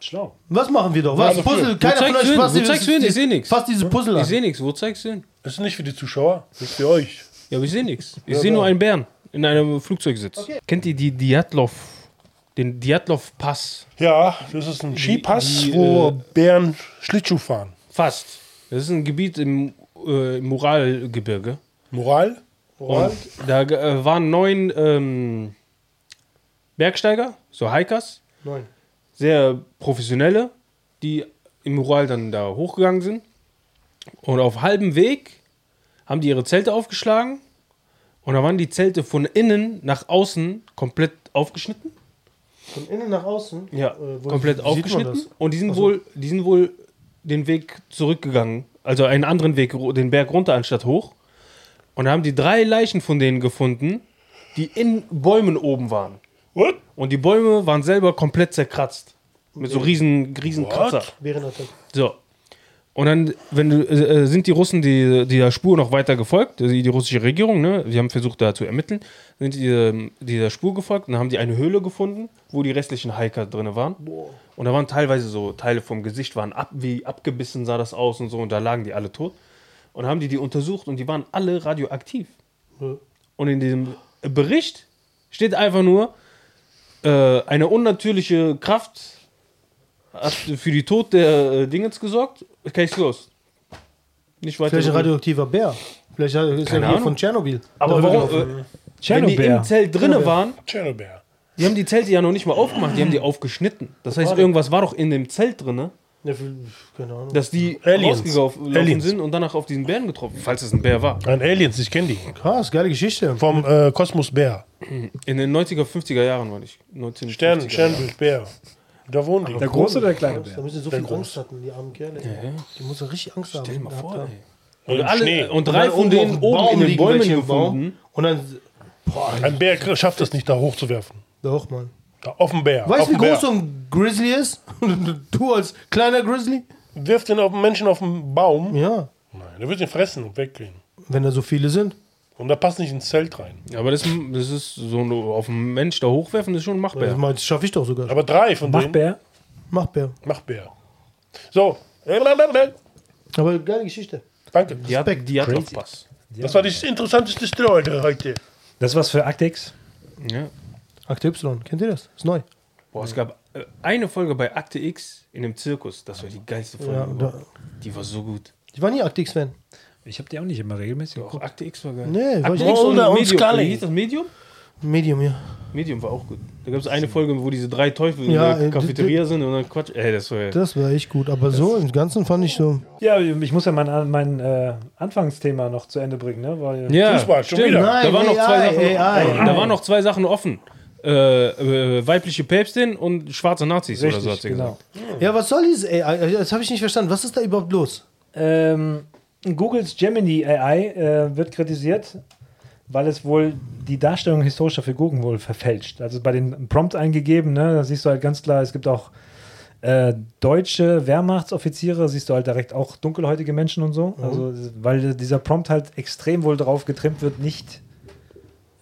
Schlau. Was machen wir doch? Was? Ja, dafür. Puzzle? Wo Keiner von zeigst du euch hin? passt Wo dieses- zeigst du hin? Ich seh nix. Passt dieses Puzzle Ich an. sehe nichts. Wo zeigst du hin? Das ist nicht für die Zuschauer, das ist für euch. Ja, aber ich sehe nichts. Ich sehe nur einen Bären in einem Flugzeug sitzt. Kennt ihr die Diatlov, den Diatlov-Pass? Ja, das ist ein Skipass, die, wo äh, Bären Schlittschuh fahren. Fast. Das ist ein Gebiet im, äh, im Uralgebirge. Moral? Und da äh, waren neun ähm, Bergsteiger, so Hikers, Nein. sehr professionelle, die im Ural dann da hochgegangen sind. Und auf halbem Weg haben die ihre Zelte aufgeschlagen und da waren die Zelte von innen nach außen komplett aufgeschnitten. Von innen nach außen? Ja, Äh, wo- komplett wie sieht man aufgeschnitten. das? Also Und die sind, wohl, die sind wohl den Weg zurückgegangen. Also einen anderen Weg, ru- den Berg runter anstatt hoch. Und da haben die drei Leichen von denen gefunden, die in Bäumen oben waren. What? Und die Bäume waren selber komplett zerkratzt. Mit Äh, so riesen, riesen Kratzer. What? Während der Zeit. So. Und dann wenn du, äh, sind die Russen die, die der Spur noch weiter gefolgt, also die, die russische Regierung, ne? wir haben versucht da zu ermitteln, sind die, ähm, dieser Spur gefolgt und dann haben die eine Höhle gefunden, wo die restlichen Hiker drin waren. Und da waren teilweise so Teile vom Gesicht, waren ab, wie abgebissen sah das aus und so und da lagen die alle tot. Und dann haben die die untersucht und die waren alle radioaktiv. Ja. Und in diesem Bericht steht einfach nur, äh, eine unnatürliche Kraft hat für die Tod der äh, Dingens gesorgt. Case closed. Nicht weiter. Vielleicht ein radioaktiver Bär. Vielleicht äh, ist er Keine hier Ahnung. von Tschernobyl. Aber warum, äh, wenn die im Tschernobyl. Zelt drinne waren, Tschernobyl. die haben die Zelte ja noch nicht mal aufgemacht, die haben die aufgeschnitten. Das heißt, irgendwas war doch in dem Zelt drinne, Ja, für- keine Ahnung. dass die Aliens. rausgelaufen Aliens. sind und danach auf diesen Bären getroffen, falls es ein Bär war. Ein Aliens, ich kenne die. Krass, geile Geschichte. Vom äh, Kosmos Bär. In den 90er, 50er Jahren war ich. 1950er Stern, Jahre. Sternbild Bär. Da wohnen die. Der große oder der kleine Da Bär? müssen so Sehr viel groß. Angst hatten, die armen Kerle. Ja, ja. Die muss richtig Angst haben. Stell dir mal Da hat vor, er- ey. Und im Schnee. und Und dann drei von oben auf denen dem oben in den liegen Bäumen welche im gefunden. Baum. Und dann, boah, Ein Bär kr- schafft es nicht, da hochzuwerfen. doch, Mann. Da, auf den Bär. auf Weißt du, den wie groß so Bär. ein Grizzly ist? Und du als kleiner Grizzly? Wirft den auf einen Menschen auf den Baum. Ja, Nein, der wird ihn fressen und weggehen. wenn da so viele sind. Und da passt nicht ins Zelt rein. Ja, aber das, das ist so ein- auf einen Mensch da hochwerfen, das ist schon machbar. Das, mach- das schaffe ich doch sogar. Aber drei von denen. Machbär? Mach Bär. Mach Bär. So. Aber geile Geschichte. Danke. Die hat, die hat Crazy. Aufpass. Das war das interessanteste Stroh heute. Das ist was für Actex. Ja. Akte Y, kennt ihr das? Ist neu. Boah, es gab äh, eine Folge bei Akte X in dem Zirkus. Das war die geilste Folge. Ja, überhaupt. die war so gut. Ich war nie Akte X-Fan. Ich habe die auch nicht immer regelmäßig Auch geguckt. Akte X war geil. Nee, war ich Akte nicht. X und, Mulder und Medium. Scully. Wie hieß das Medium? Medium, ja. Medium war auch gut. Da gab es eine Folge, wo diese drei Teufel Ja, in der äh, Cafeteria sind und dann Quatsch. Ey, das war ja. Das war echt gut. Aber so im Ganzen fand ich so. Ja, ich muss ja mein, mein äh, Anfangsthema noch zu Ende bringen, ne? Weil, Ja, Fußball, schon wieder. da, Nein, waren noch zwei AI, Sachen, AI. da waren noch zwei Sachen offen. Äh, äh, weibliche Päpstin und schwarze Nazis oder Richtig, so hat sie genau. gesagt. Ja, was soll dieses AI? Das habe ich nicht verstanden. Was ist da überhaupt los? Ähm, Googles Gemini AI äh, wird kritisiert, weil es wohl die Darstellung historischer Figuren wohl verfälscht. Also bei den Prompt eingegeben, ne, da siehst du halt ganz klar, es gibt auch äh, deutsche Wehrmachtsoffiziere, siehst du halt direkt auch dunkelhäutige Menschen und so. Mhm. Also, weil dieser Prompt halt extrem wohl darauf getrimmt wird, nicht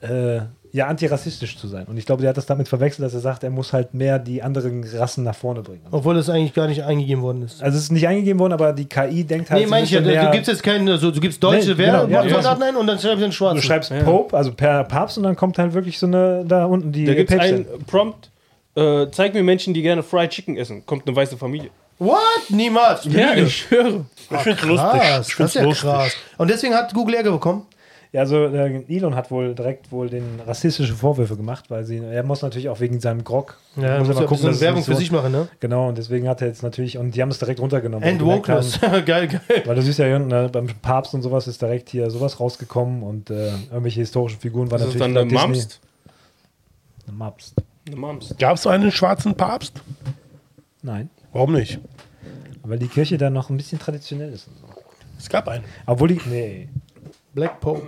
äh, ja, antirassistisch zu sein. Und ich glaube, der hat das damit verwechselt, dass er sagt, er muss halt mehr die anderen Rassen nach vorne bringen. Obwohl das eigentlich gar nicht eingegeben worden ist. Also es ist nicht eingegeben worden, aber die KI denkt halt. Nee, sie meine ich ja, müsste du mehr- gibst jetzt keinen, also, du gibst deutsche Nee, Wehr- genau, ja, Soldaten ein und dann schreibst du den Schwarzen. Du schreibst Ja. Pope, also per Papst, und dann kommt halt wirklich so eine da unten die Da gibt es Päpstin. einen Prompt, äh, zeig mir Menschen, die gerne Fried Chicken essen. Kommt eine weiße Familie. What? Niemals. Ja, ich schwöre. Ich finde es lustig. Krass, Ich Ah, das ist find's ja lustig. krass. Und deswegen hat Google Ärger bekommen. Ja, also äh, Elon hat wohl direkt wohl den rassistische Vorwürfe gemacht, weil sie, er muss natürlich auch wegen seinem Grog. Ja, muss er ja ein bisschen dass es Werbung nicht für sich machen, ne? Genau, und deswegen hat er jetzt natürlich, und die haben es direkt runtergenommen. And weil die gemerkt Wokeness. geil, geil. haben- Weil du siehst ja hier unten, ne, beim Papst und sowas ist direkt hier sowas rausgekommen und äh, irgendwelche historischen Figuren waren Das ist natürlich. dann eine laut Disney- Mamst. Eine Mamst. Eine Mamst. Gab es einen schwarzen Papst? Nein. Warum nicht? Weil die Kirche dann noch ein bisschen traditionell ist. und so. Es gab einen. Obwohl die. Nee. Black Pope.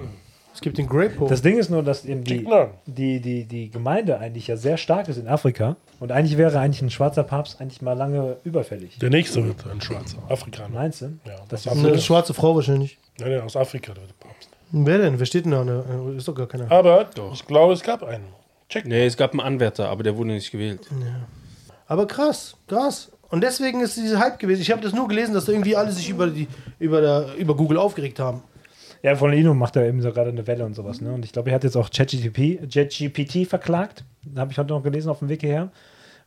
Es gibt den Grey Pope. Das Ding ist nur, dass eben die, Chicken Nugget. die, die, die Gemeinde eigentlich ja sehr stark ist in Afrika. Und eigentlich wäre eigentlich ein schwarzer Papst eigentlich mal lange überfällig. Der nächste wird ein schwarzer. Afrikaner. Meinst du? Ja, Dass das die- absolut. eine schwarze Frau wahrscheinlich. Nein, nein, aus Afrika wird der Papst. Wer denn? Wer steht denn da? Ne, Ist doch gar keiner. Aber ich glaube, es gab einen. Check. Nee, es gab einen Anwärter, aber der wurde nicht gewählt. Aber krass, krass. Und deswegen ist diese Hype gewesen. Ich habe das nur gelesen, dass da irgendwie alle sich über, die, über, der, über Google aufgeregt haben. Ja, von Elon macht er eben so gerade eine Welle und sowas. Ne? Und ich glaube, er hat jetzt auch ChatGPT ChatGPT verklagt. Habe ich heute noch gelesen auf dem Weg hierher.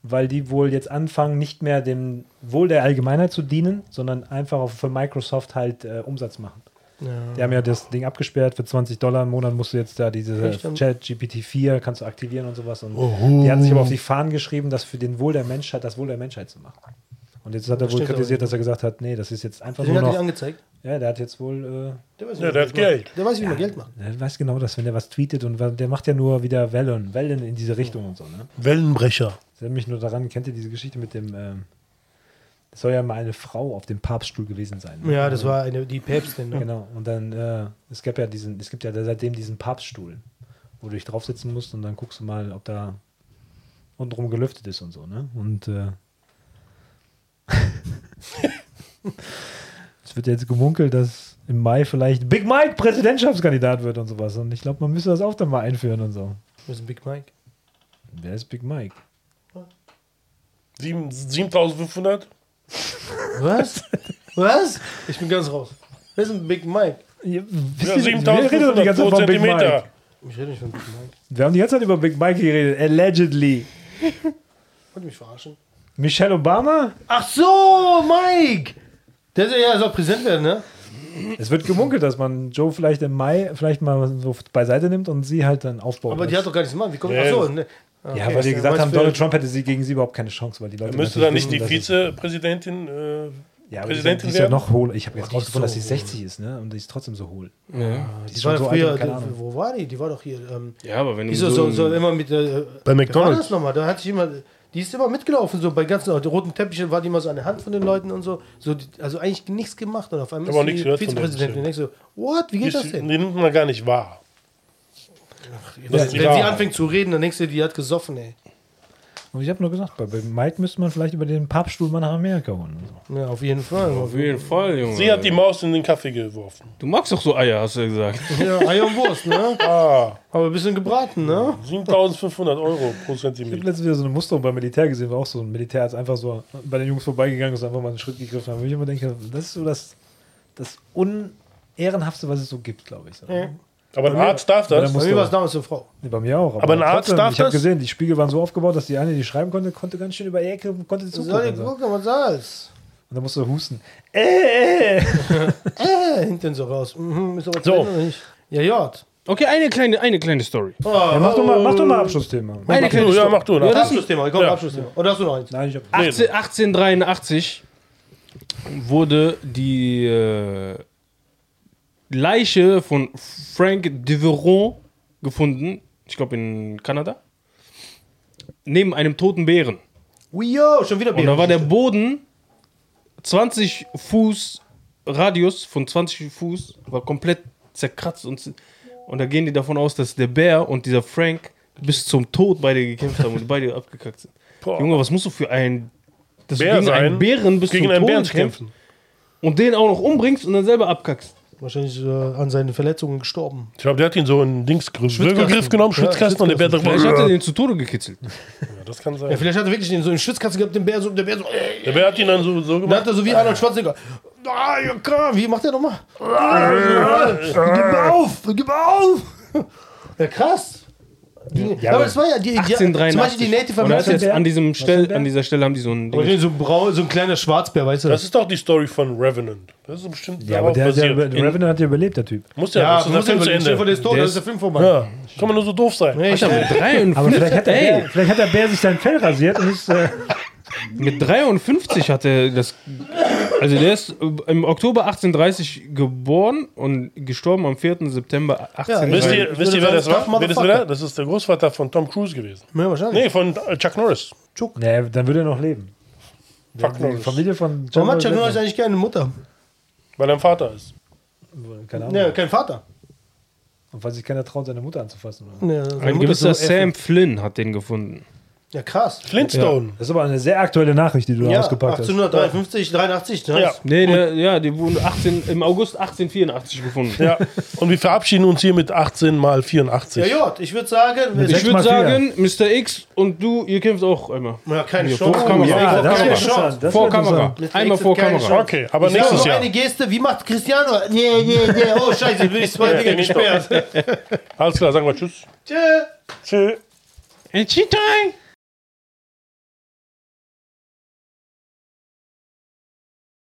Weil die wohl jetzt anfangen, nicht mehr dem Wohl der Allgemeinheit zu dienen, sondern einfach auf, für Microsoft halt äh, Umsatz machen. Ja. Die haben ja das Ding abgesperrt. Für 20 Dollar im Monat musst du jetzt da diese Echt? Chat-GPT 4 kannst du aktivieren und sowas. Und die hatten sich aber auf die Fahnen geschrieben, das für den Wohl der Menschheit, das Wohl der Menschheit zu machen. Und jetzt hat er Das wohl stimmt kritisiert, dass er gesagt hat, nee, das ist jetzt einfach Den nur hat nicht noch. angezeigt. Ja, der hat jetzt wohl. Der weiß, wie Ja, man der hat Geld. macht. Der weiß, wie man Geld macht. Äh, der weiß genau, dass wenn der was tweetet und wa- der macht ja nur wieder Wellen, Wellen in diese Richtung und so. Ne? Wellenbrecher. Das erinnert mich nur daran, kennt ihr diese Geschichte mit dem. ähm, Es soll ja mal eine Frau auf dem Papststuhl gewesen sein. ne? Ja, das war eine, die Päpstin. Ne? Genau, und dann, äh, es gab ja diesen, es gibt ja seitdem diesen Papststuhl, wo du dich draufsetzen musst und dann guckst du mal, ob da untenrum gelüftet ist und so, ne? Und äh, es wird jetzt gemunkelt, dass im Mai vielleicht Big Mike Präsidentschaftskandidat wird und sowas. Und ich glaube, man müsste das auch dann mal einführen und so. Das ist ein Big Mike. Wer ist Big Mike? Sieben- 7500? Was? Was? Ich bin ganz raus. Das ist ein Big Mike. Ja, wisst Ja, ihr- wir reden doch die ganze Zeit 7500 von pro Big Mike. Zentimeter. Ich rede nicht von Big Mike. Wir haben die ganze Zeit über Big Mike geredet. Allegedly. Wollt ihr mich verarschen? Michelle Obama? Ach so, Mike! Der soll ja soll präsent werden, ne? Es wird gemunkelt, dass man Joe vielleicht im Mai vielleicht mal so beiseite nimmt und sie halt dann aufbaut. Aber die hat doch gar nichts gemacht. Wie kommt Nee. Ach so, ne? ja, weil die gesagt meinst haben, du- Donald Trump hätte sie gegen sie überhaupt keine Chance, weil die Leute. Müsste natürlich dann nicht wissen, die dass es- Vizepräsidentin äh, Ja, aber die ist, die Präsidentin ist ja werden? noch hohl. Ich habe jetzt Oh, die ist rausgefunden, dass so sie hohl. 60 ist, ne? Und die ist trotzdem so hohl. Ah, Ja. Die Die ist war schon doch so alt, früher, und keine Ahnung. wo war die? Die war doch hier. Ähm, ja, aber wenn die so, so, so immer mit. Äh, Bei wer war McDonald's. das nochmal? Da hatte ich immer. Die ist immer mitgelaufen, so bei ganzen auf den roten Teppichen war die immer so an der Hand von den Leuten und so. so die, also eigentlich nichts gemacht und auf einmal Ich hab auch ist nichts die gehört von denen, Vizepräsidentin. Und denkst so, what? Wie Die geht das ist- die denn? nimmt man gar nicht wahr. Wenn, das wenn ist sie wahr. anfängt zu reden, dann denkst du, die hat gesoffen, ey. Und ich habe nur gesagt, bei, bei Mike müsste man vielleicht über den Papststuhl mal nach Amerika holen. und So. Ja, auf jeden Fall. Auf jeden Fall, Junge. Sie hat Äh. die Maus in den Kaffee geworfen. du magst doch so Eier, hast du ja gesagt. Ja, Eier und Wurst, ne? Ah, Aber ein bisschen gebraten, ne? 7500 Euro pro Ich habe Zentimeter. letztens wieder so eine Musterung beim Militär gesehen, war auch so ein Militär, ist einfach so bei den Jungs vorbeigegangen ist, einfach mal einen Schritt gegriffen hat. Wo ich immer denke, das ist so das, das Unehrenhaftste, was es so gibt, glaube ich. So. Aber ein Arzt darf Bei das. der Bei Musst mir du- war es damals eine Frau. Nee, bei mir auch. Aber ein Arzt darf Ich habe das? gesehen, die Spiegel waren so aufgebaut, dass die eine, die schreiben konnte, konnte ganz schön über die Ecke, konnte Soll zugucken. ich So. Und gucken, was soll's? dann musst du husten. Äh, äh. Äh, hinten so raus. Mhm, ist aber So. drin, oder nicht? Ja, ja. Okay, eine kleine, eine kleine Story. Oh, Ja, mach doch mal, mach doch mal Abschlussthema. Eine Mach du, ja, mach du. Ja, das ist Abschlussthema, komm, Ja. Abschlussthema. Oder hast du noch eins? Nein, ich hab, 18, 1883 wurde die äh, Leiche von Frank Deveron gefunden, ich glaube in Kanada, neben einem toten Bären. Ui, yo, schon wieder Und da war der Bärengeschichte. Boden 20 Fuß Radius von 20 Fuß war komplett zerkratzt und, z- und da gehen die davon aus, dass der Bär und dieser Frank bis zum Tod beide gekämpft haben und beide abgekackt sind. Boah. Junge, was musst du für ein dass Bär du gegen einen sein, Bären bis Gegen zum einen Tod Bären zu kämpfst kämpfen. und den auch noch umbringst und dann selber abkackst. Wahrscheinlich äh, an seinen Verletzungen gestorben. Ich glaube, der hat ihn so in Dingsgriff, Wirbelgriff genommen, Schwitzkasten und der Bär Vielleicht hat er drüber. den zu Tode gekitzelt. Ja, das kann Ja, sein. vielleicht hat er wirklich den so einen Schwitzkasten gehabt, den Bär so, der Bär so, äh, Der Bär hat ihn dann so, so dann gemacht. hat er so wie Arnold Schwarzenegger. Ah, ja, klar, wie macht der nochmal? Gib auf, gib auf! Ja, krass. Die, aber Ja, aber das war ja die, die zum 1883. Beispiel die Native und da ist Americans. jetzt an, diesem Stell, Bär? an dieser Stelle haben die so ein Ding. So ein, braun, so ein kleiner Schwarzbär, weißt du? Das ist doch die Story von Revenant. Das ist bestimmt ja, aber der, der, der basiert. Revenant hat ja überlebt, der Typ. Muss ja, das ist der Film zu Von Ende. der Story, Der das ist der ist- Film vorbei. Ja, kann man nur so doof sein. Nee, ich, Alter, mit 53, Aber vielleicht hat, der ey, Bär, vielleicht hat der Bär sich sein Fell rasiert und ist. Äh, mit 53 hat er das. Also der ist im Oktober 1830 geboren und gestorben am 4. September Wisst 1830. Ja, ihr, wisst ihr, wer das war? Wer das, war? das ist der Großvater von Tom Cruise gewesen. ja, wahrscheinlich. Nee, von äh, Chuck Norris. Chuck, nee, dann würde er noch leben. Chuck Die Norris. Familie von Warum hat John Chuck Norris Lennon. eigentlich keine Mutter? Weil er ein Vater ist. Keine Ahnung. Ja, kein Vater. Und weil sich keiner traut, seine Mutter anzufassen. Oder? Ja, seine Ein Mutter gewisser ist so Sam Flynn hat den gefunden. eff- Ja, krass. Flintstone. Das ist aber eine sehr aktuelle Nachricht, die du Ja, da ausgepackt hast. 1853, 83. ne? Ja. Nee, der, ja, die wurden 18, im August 1884 gefunden. Ja. Und wir verabschieden uns hier mit 18 mal Ja, 84. Jod, ich würde sagen, ich, Mit Ich sechs würde mal sagen, Mr. X und du, ihr kämpft auch einmal. ja, keine Hier, Chance. vor Kamera. Ja, Ja, das keine wäre Chance. interessant. Das vor wäre Kamera. interessant. Mr. Einmal X vor hat keine Kamera. Chance. Okay, aber Ich sag nächstes noch Jahr. eine Geste, wie macht Cristiano? Nee, nee, nee. Oh, scheiße, jetzt bin ich zwei Dinge gesperrt. Alles klar, sagen wir Tschüss. Tschö. Tschüss. Hey, Cheetah!